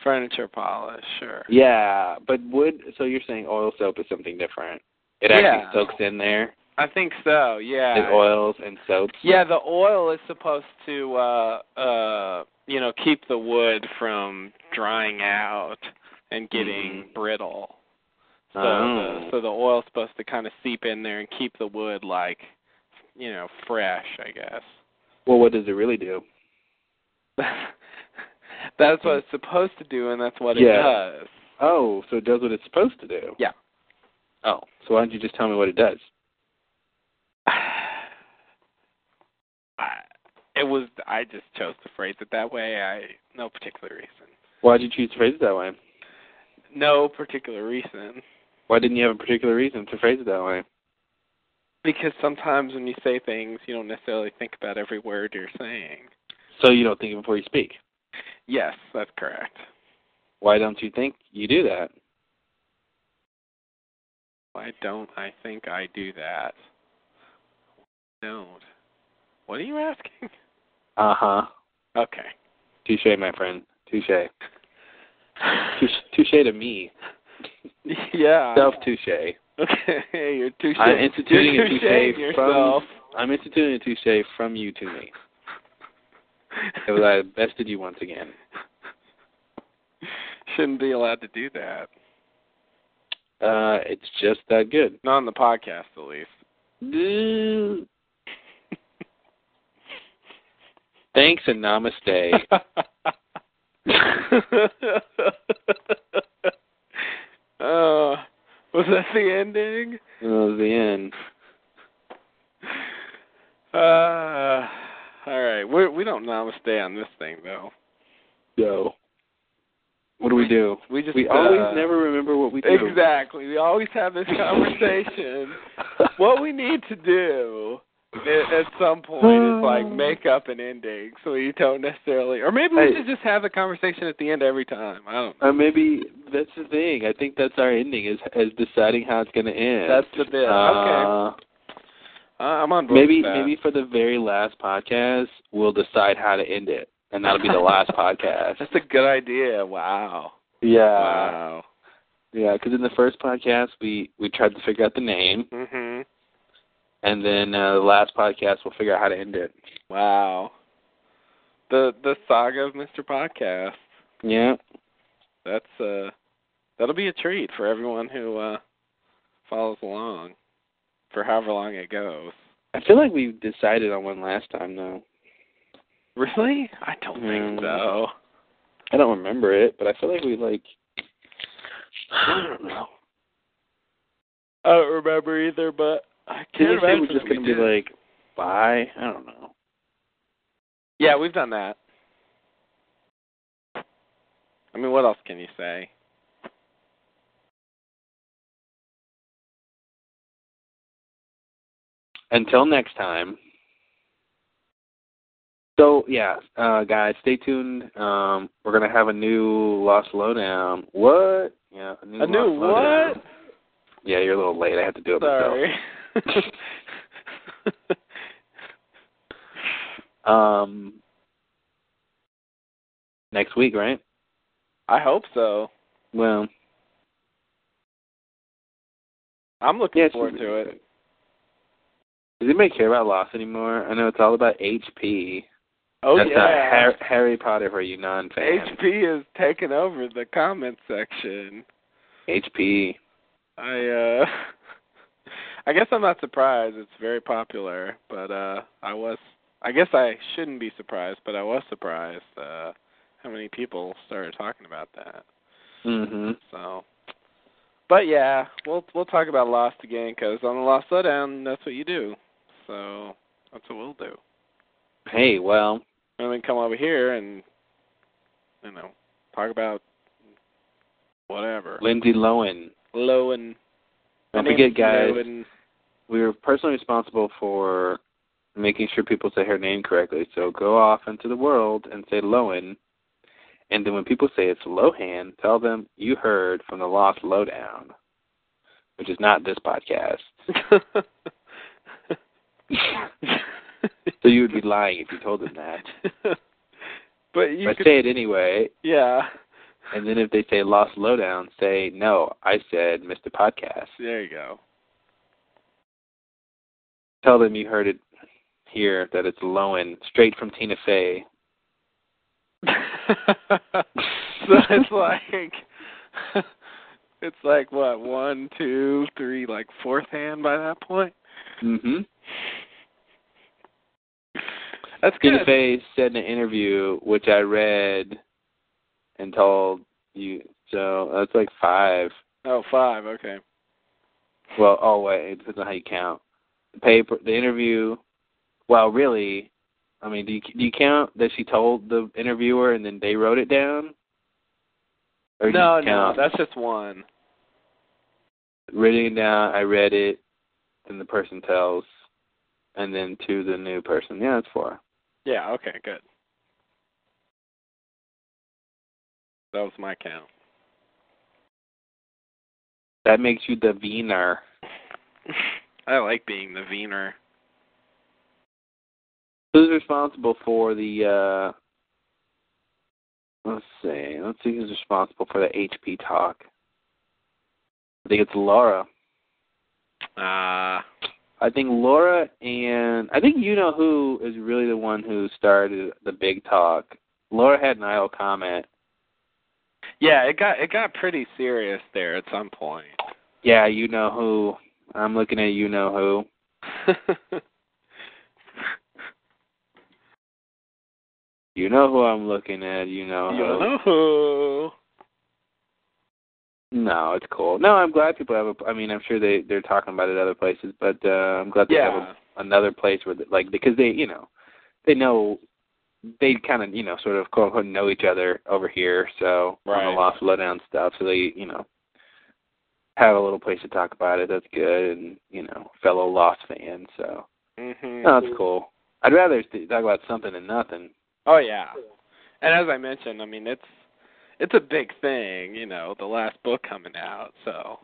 S4: Furniture polish, sure.
S3: Yeah, but wood. So you're saying oil soap is something different. It actually
S4: Yeah.
S3: soaks in there.
S4: I think so, yeah.
S3: It oils and soaps.
S4: Yeah, the oil is supposed to uh uh you know, keep the wood from drying out and getting
S3: Mhm.
S4: brittle. So
S3: Oh.
S4: the so the oil's supposed to kind of seep in there and keep the wood like you know, fresh, I guess.
S3: Well, what does it really do?
S4: that's what it's supposed to do, and that's what
S3: Mm-hmm. Yeah.
S4: it does.
S3: Oh, so it does what it's supposed to do.
S4: Yeah.
S3: Oh, so why don't you just tell me what it does?
S4: It was. I just chose to phrase it that way. I no particular reason.
S3: Why did you choose to phrase it that way?
S4: No particular reason.
S3: Why didn't you have a particular reason to phrase it that way?
S4: Because sometimes when you say things, you don't necessarily think about every word you're saying.
S3: So you don't think before you speak.
S4: Yes, that's correct.
S3: Why don't you think you do that?
S4: Why don't I think I do that? Don't. What are you asking?
S3: Uh huh.
S4: Okay.
S3: Touche, my friend. Touche. Touche- Touche to me.
S4: yeah.
S3: Self touche.
S4: Okay, you're too
S3: I'm instituting
S4: you're
S3: a touche
S4: toucheing
S3: from-
S4: yourself.
S3: I'm instituting a touche from you to me. Because I bested you once again.
S4: Shouldn't be allowed to do that.
S3: Uh, it's just that good.
S4: Not on the podcast, at least.
S3: Thanks and namaste.
S4: uh, was that the ending?
S3: Uh, the end.
S4: Uh, all right. We we don't namaste on this thing though.
S3: So, what do we do?
S4: We just
S3: We always
S4: uh,
S3: never remember what we do.
S4: exactly. We always have this conversation. what we need to do at, at some point is like make up an ending so you don't necessarily or maybe
S3: Hey.
S4: we should just have the conversation at the end every time i don't know
S3: Or uh, maybe that's the thing. I think that's our ending is is deciding how it's going to end.
S4: That's the bit.
S3: Uh,
S4: uh, i'm on board
S3: Maybe
S4: with that.
S3: maybe for the very last podcast we'll decide how to end it, and that'll be the last podcast.
S4: that's a good idea wow
S3: Yeah,
S4: wow
S3: yeah. Because in the first podcast we we tried to figure out the name,
S4: mhm
S3: and then uh, the last podcast we'll figure out how to end it.
S4: wow the the saga of mr podcast
S3: Yeah.
S4: that's uh that'll be a treat for everyone who uh follows along for however long it goes
S3: I feel like we decided on one last time though.
S4: really i don't
S3: Mm.
S4: think so
S3: I don't remember it, but I feel like we like I don't know.
S4: I don't remember either, but I
S3: Did you
S4: can't
S3: say
S4: imagine
S3: we're just
S4: that we
S3: gonna be
S4: did.
S3: like, bye? I don't know.
S4: Yeah, we've done that. I mean, what else can you say?
S3: Until next time. So yeah, uh, guys, stay tuned. Um, we're gonna have a new Lost Lowdown. What? Yeah, a new
S4: A new
S3: Lost Lowdown.
S4: what?
S3: Yeah, you're a little late. I had to do it myself.
S4: Sorry.
S3: Um, next week, right?
S4: I hope so.
S3: Well,
S4: I'm looking
S3: Yeah, it's
S4: forward
S3: gonna
S4: to
S3: be
S4: it.
S3: does anybody care about Lost anymore? I know it's all about HP.
S4: Oh
S3: That's not
S4: yeah.
S3: Har- Harry Potter for you non-fans.
S4: HP is taking over the comment section.
S3: HP.
S4: I uh I guess I'm not surprised. It's very popular, but uh I was I guess I shouldn't be surprised, but I was surprised uh how many people started talking about that.
S3: Mhm.
S4: So but yeah, we'll we'll talk about Lost again cuz on the Lost Lowdown, that's what you do. So that's what we'll do.
S3: Hey, well,
S4: And then come over here and you know, talk about whatever.
S3: Lindsay Lohan.
S4: Low and
S3: Don't forget, guys,
S4: Low and,
S3: we were personally responsible for making sure people say her name correctly. So go off into the world and say Lohan, and then when people say it's Lohan, tell them you heard from the Lost Lowdown, which is not this podcast. so you would be lying if you told them that.
S4: but you
S3: but
S4: could,
S3: say it anyway,
S4: yeah.
S3: and then if they say Lost Lowdown, say no. I said Mr. Podcast.
S4: There you go.
S3: tell them you heard it here that it's Lowen straight from Tina Fey.
S4: so it's like it's like what one, two, three, like fourth hand by that point.
S3: Mhm.
S4: That's
S3: Tina
S4: good.
S3: Fey said in an interview, which I read and told you. So that's like five.
S4: Oh, five. Okay.
S3: Well, oh wait, it depends on how you count. The paper, the interview. Well, really, I mean, do you do you count that she told the interviewer and then they wrote it down? Or do
S4: No,
S3: you
S4: no,
S3: count
S4: that's just one.
S3: writing it down. I read it, and the person tells, and then to the new person. Yeah, that's four.
S4: Yeah. Okay. Good. That was my count.
S3: That makes you the Wiener.
S4: I like being the Wiener.
S3: Who's responsible for the? uh Let's see. Let's see who's responsible for the HP talk. I think it's Laura.
S4: Ah.
S3: I think Laura and I think you know who is really the one who started the big talk. Laura had an idle comment.
S4: Yeah, it got it got pretty serious there at some point.
S3: Yeah, you know who. I'm looking at you know who. Uh-huh. You know who I'm looking at. You know who.
S4: Yo-ho.
S3: No, it's cool. No, I'm glad people have a. I mean, I'm sure they they're talking about it other places, but uh, I'm glad they have
S4: Yeah.
S3: a, another place where, they, like, because they, you know, they know, they kind of, you know, sort of quote unquote know each other over here. So on
S4: Right.
S3: the Lost Lowdown stuff, so they, you know, have a little place to talk about it. That's good, and you know, fellow Lost fans. So
S4: Mhm.
S3: no, that's cool. I'd rather st- talk about something than nothing.
S4: Oh yeah. And as I mentioned, I mean it's it's a big thing, you know, the last book coming out. So,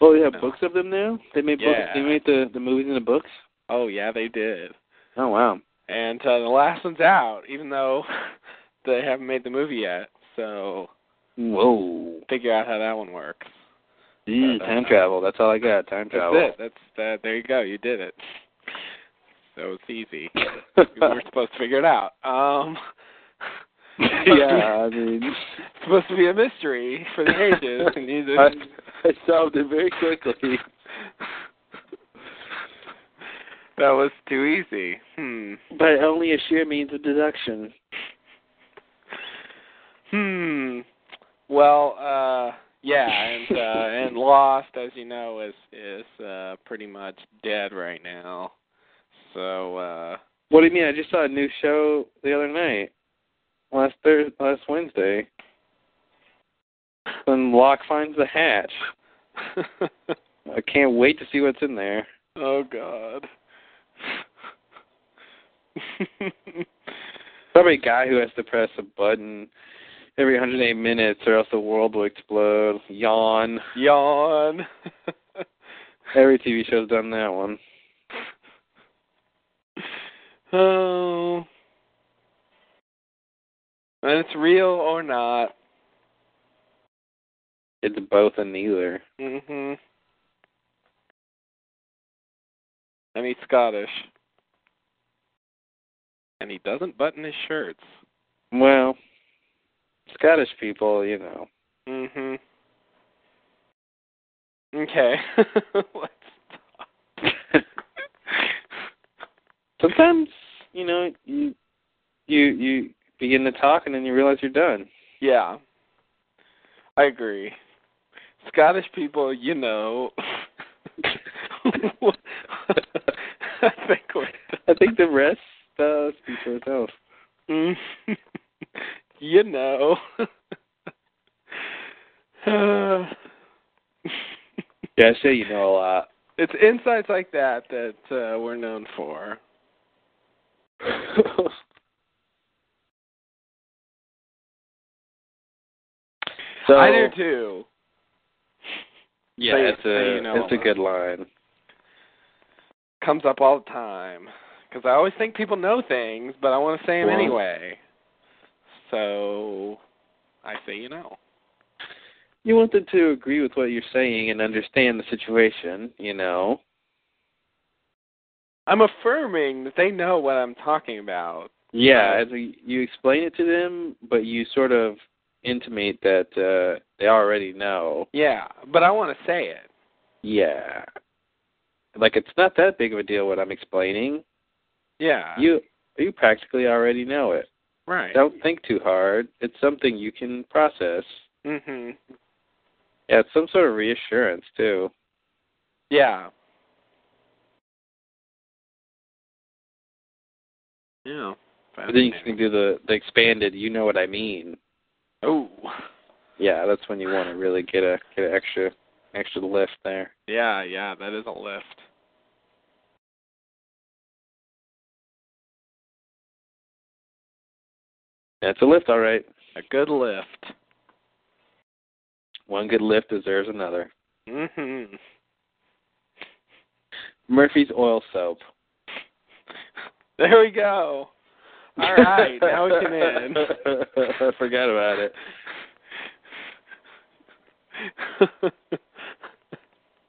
S3: Oh, they have
S4: No.
S3: books of them now. They made books.
S4: Yeah.
S3: They made the the movies and the books.
S4: oh yeah, they did.
S3: Oh wow.
S4: And uh, the last one's out, even though they haven't made the movie yet. So,
S3: Whoa.
S4: figure out how that one works.
S3: Mm,
S4: But, uh,
S3: time travel. That's all I got. Time
S4: That's
S3: travel.
S4: it. That's that. There you go. You did it. So it's easy. we were
S3: yeah,
S4: supposed to figure it out. Um,
S3: I mean,
S4: it's supposed to be a mystery for the ages, and you
S3: I,
S4: just
S3: I solved it very quickly.
S4: that was too easy. Hmm.
S3: But only a sheer means of deduction.
S4: Hmm. Well, uh, Yeah, and uh and Lost, as you know, is is uh pretty much dead right now. So uh
S3: What do you mean? I just saw a new show the other night, last Thursday, last Wednesday. When Locke finds the hatch, I can't wait to see what's in there.
S4: Oh god.
S3: Probably a guy who has to press a button every 108 minutes, or else the world will explode. Yawn.
S4: Yawn.
S3: Every TV show's done that one.
S4: oh. And it's real or not.
S3: It's both and neither.
S4: Mhm. And he's Scottish. And he doesn't button his shirts.
S3: Well, Scottish people, you know.
S4: Mhm. Okay. Let's stop.
S3: Sometimes, you know, you you you begin to talk and then you realize you're done.
S4: Yeah. I agree. Scottish people, you know. I think we're
S3: I think the rest uh, speaks for itself.
S4: Mm. you know. Uh,
S3: Yeah, I say you know a lot.
S4: it's insights like that that uh, we're known for.
S3: so
S4: I do too.
S3: yeah,
S4: Say-
S3: it's
S4: say
S3: a
S4: you know
S3: it's
S4: a
S3: a good line.
S4: Comes up all the time because I always think people know things, but I want to say them
S3: Well.
S4: anyway. So I say you know.
S3: You want them to agree with what you're saying and understand the situation, you know.
S4: I'm affirming that they know what I'm talking about.
S3: Yeah, as a, you explain it to them, but you sort of intimate that uh they already know.
S4: Yeah, but I want to say it.
S3: Yeah. Like it's not that big of a deal what I'm explaining.
S4: Yeah.
S3: You you practically already know it.
S4: right.
S3: Don't think too hard. It's something you can process.
S4: Mhm.
S3: Yeah, it's some sort of reassurance too.
S4: Yeah. Yeah.
S3: But then you can do the the expanded. You know what I mean?
S4: Oh.
S3: Yeah, that's when you want to really get a get an extra extra lift there.
S4: Yeah, yeah, that is a lift.
S3: That's a lift, all right.
S4: A good lift.
S3: One good lift deserves another.
S4: Mhm.
S3: Murphy's oil soap.
S4: There we go. All right, now we can end.
S3: I forgot about it.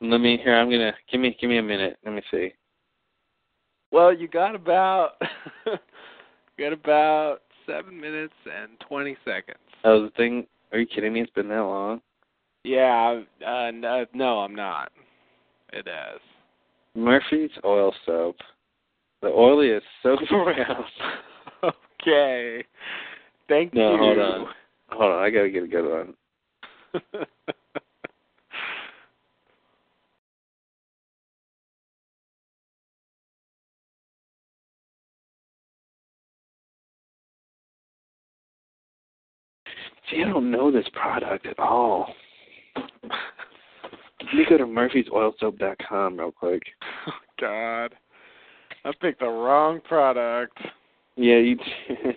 S3: Let me here. I'm gonna give me give me a minute. Let me see.
S4: well, you got about you got about 7 minutes and 20 seconds.
S3: That was Oh, the thing. Are you kidding me? It's been that long.
S4: Yeah, uh no, no, I'm not. It is.
S3: Murphy's oil soap. The oiliest soap around.
S4: okay. Thank
S3: No,
S4: you.
S3: hold on. Hold on, I gotta get a good one. See, I don't know this product at all. Let me go to murphysoilsoap.com real quick.
S4: oh God. I picked the wrong product.
S3: Yeah, you did.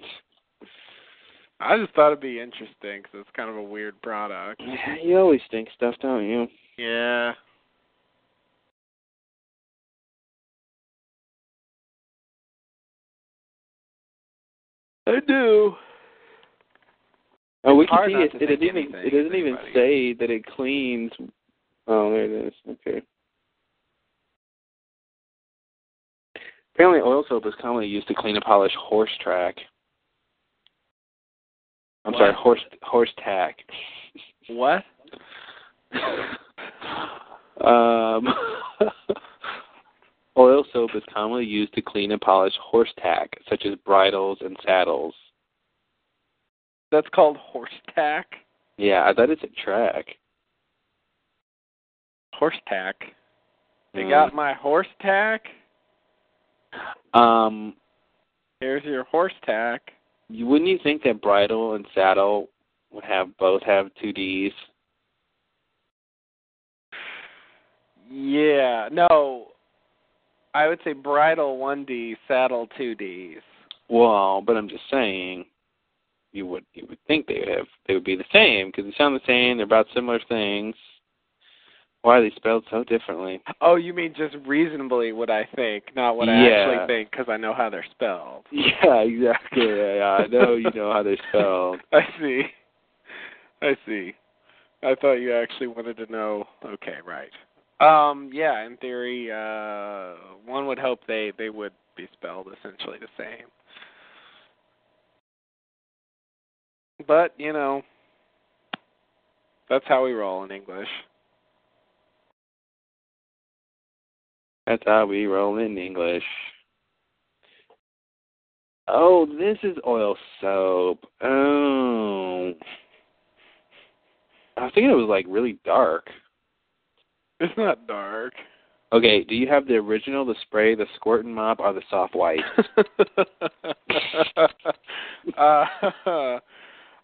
S4: I just thought it'd be interesting because it's kind of a weird product.
S3: Yeah, you always think stuff, don't you?
S4: Yeah. I do.
S3: Oh, we
S4: It's
S3: can
S4: hard
S3: see
S4: not
S3: it.
S4: to
S3: It doesn't
S4: think
S3: even. It
S4: anything,
S3: doesn't even
S4: everybody.
S3: say that it cleans. Oh, there it is. Okay. Apparently, oil soap is commonly used to clean and polish horse track. I'm
S4: What?
S3: sorry, horse horse tack.
S4: What?
S3: um, oil soap is commonly used to clean and polish horse tack, such as bridles and saddles.
S4: That's called horse tack.
S3: Yeah, I thought it's a track.
S4: horse tack. They got my horse tack.
S3: Um,
S4: Here's your horse tack.
S3: you wouldn't you think that bridle and saddle would have both have two D's?
S4: Yeah. No. I would say bridle 1D, saddle 2Ds.
S3: Well, but I'm just saying, you would you would think they would have they would be the same because they sound the same. They're about similar things. Why are they spelled so differently?
S4: Oh, you mean just reasonably what I think, not what I
S3: Yeah.
S4: actually think because I know how they're spelled.
S3: Yeah, exactly. Yeah, I know you know how they're spelled.
S4: I see. I see. I thought you actually wanted to know. Okay, right. Um, yeah, in theory, uh, one would hope they they would be spelled essentially the same. But you know, that's how we roll in English.
S3: That's how we roll in English. Oh, this is oil soap. Oh. I was thinking it was like really dark.
S4: It's not dark.
S3: Okay, do you have the original, the spray, the squirt and mop, or the soft white?
S4: uh,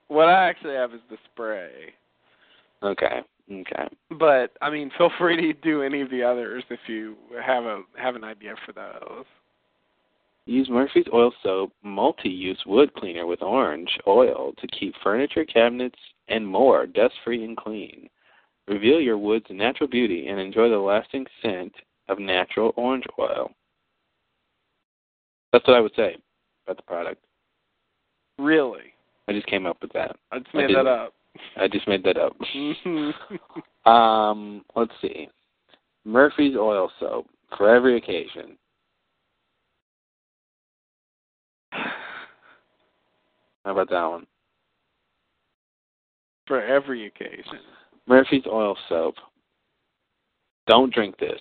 S4: what I actually have is the spray.
S3: Okay, okay.
S4: But I mean, feel free to do any of the others if you have a have an idea for those.
S3: Use Murphy's Oil Soap multi-use wood cleaner with orange oil to keep furniture, cabinets, and more dust-free and clean. Reveal your wood's natural beauty and enjoy the lasting scent of natural orange oil. That's what I would say about the product.
S4: Really,
S3: I just came up with that.
S4: I just
S3: I
S4: made
S3: did.
S4: that up.
S3: I just made that up.
S4: Mhm.
S3: Um, let's see. Murphy's Oil Soap for every occasion. How about that one?
S4: for every occasion.
S3: Murphy's Oil Soap. Don't drink this.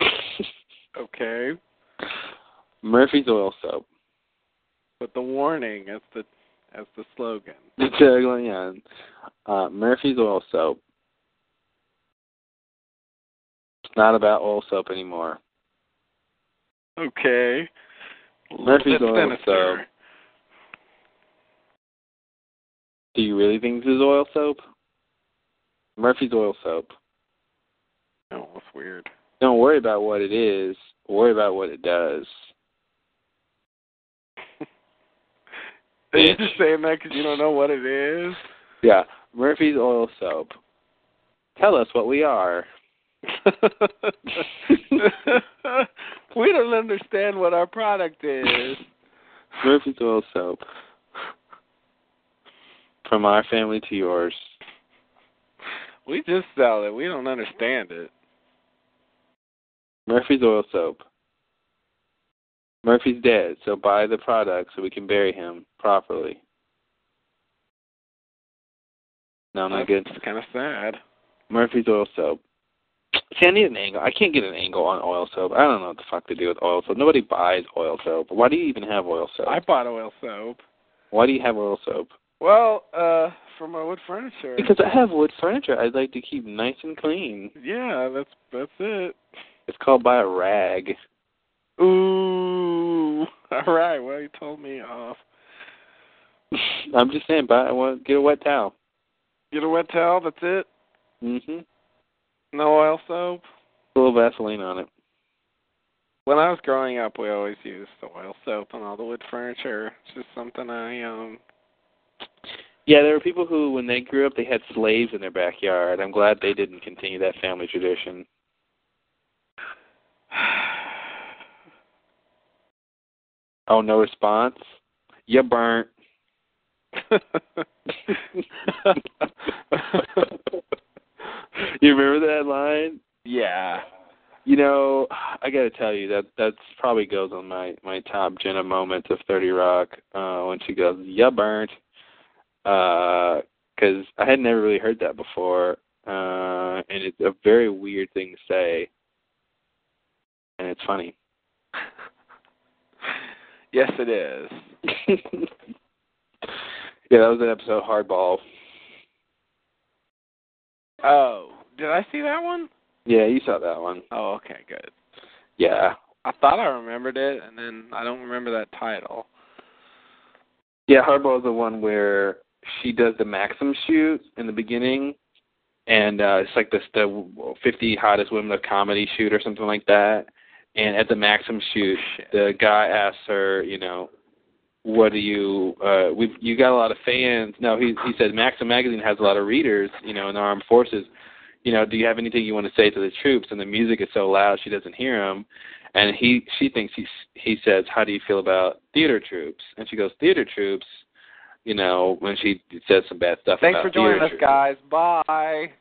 S4: Okay,
S3: Murphy's Oil Soap.
S4: but the warning as the as the slogan.
S3: The tagline. Uh, Murphy's Oil Soap. It's not about oil soap anymore.
S4: Okay,
S3: Murphy's
S4: That's
S3: Oil
S4: sinister.
S3: Soap. Do you really think this is oil soap? Murphy's Oil Soap.
S4: Oh, that's weird.
S3: Don't worry about what it is. Worry about what it does.
S4: Are you
S3: Bitch.
S4: just saying that because you don't know what it is?
S3: Yeah. Murphy's Oil Soap. Tell us what we are.
S4: we don't understand what our product is.
S3: Murphy's Oil Soap. From our family to yours.
S4: We just sell it. We don't understand it.
S3: Murphy's Oil Soap. Murphy's dead, so buy the product so we can bury him properly. No, not good.
S4: It's kind of sad.
S3: Murphy's Oil Soap. See, I need an angle. I can't get an angle on oil soap. I don't know what the fuck to do with oil soap. Nobody buys oil soap. Why do you even have oil soap?
S4: I bought oil soap.
S3: Why do you have oil soap?
S4: Well, uh, for my wood furniture.
S3: Because I have wood furniture I'd like to keep nice and clean.
S4: yeah, that's that's it.
S3: It's called by a rag.
S4: Ooh. All right. Well, you told me off.
S3: I'm just saying, buy one, get a wet towel.
S4: Get a wet towel. That's it.
S3: Mm-hmm.
S4: No oil soap.
S3: A little Vaseline on it.
S4: When I was growing up, we always used the oil soap on all the wood furniture. It's just something I um.
S3: Yeah, there were people who, when they grew up, they had slaves in their backyard. I'm glad they didn't continue that family tradition. Oh, no response? You burnt. you remember that line?
S4: yeah.
S3: You know, I got to tell you that that's probably goes on my my top Jenna moment of Thirty Rock uh, when she goes, "Yeah, burnt," because I had never really heard that before, uh, and it's a very weird thing to say, and it's funny.
S4: Yes, it is.
S3: yeah, that was an episode of Hardball.
S4: Oh. Did I see that one?
S3: Yeah, you saw that one.
S4: Oh, okay, good.
S3: Yeah.
S4: I thought I remembered it, and then I don't remember that title.
S3: Yeah, Hardball's the one where she does the Maxim shoot in the beginning, and uh it's like this the 50 hottest women of comedy shoot or something like that. And at the Maxim shoot,
S4: Shit.
S3: the guy asks her, you know, what do you? uh We've you got a lot of fans. No, he he said Maxim magazine has a lot of readers, you know, in the armed forces. You know, do you have anything you want to say to the troops? And the music is so loud she doesn't hear him. And he she thinks he he says, how do you feel about theater troops? And she goes, theater troops. You know, when she says some bad stuff.
S4: Thanks
S3: about
S4: for joining
S3: theater
S4: us,
S3: troops.
S4: guys. Bye.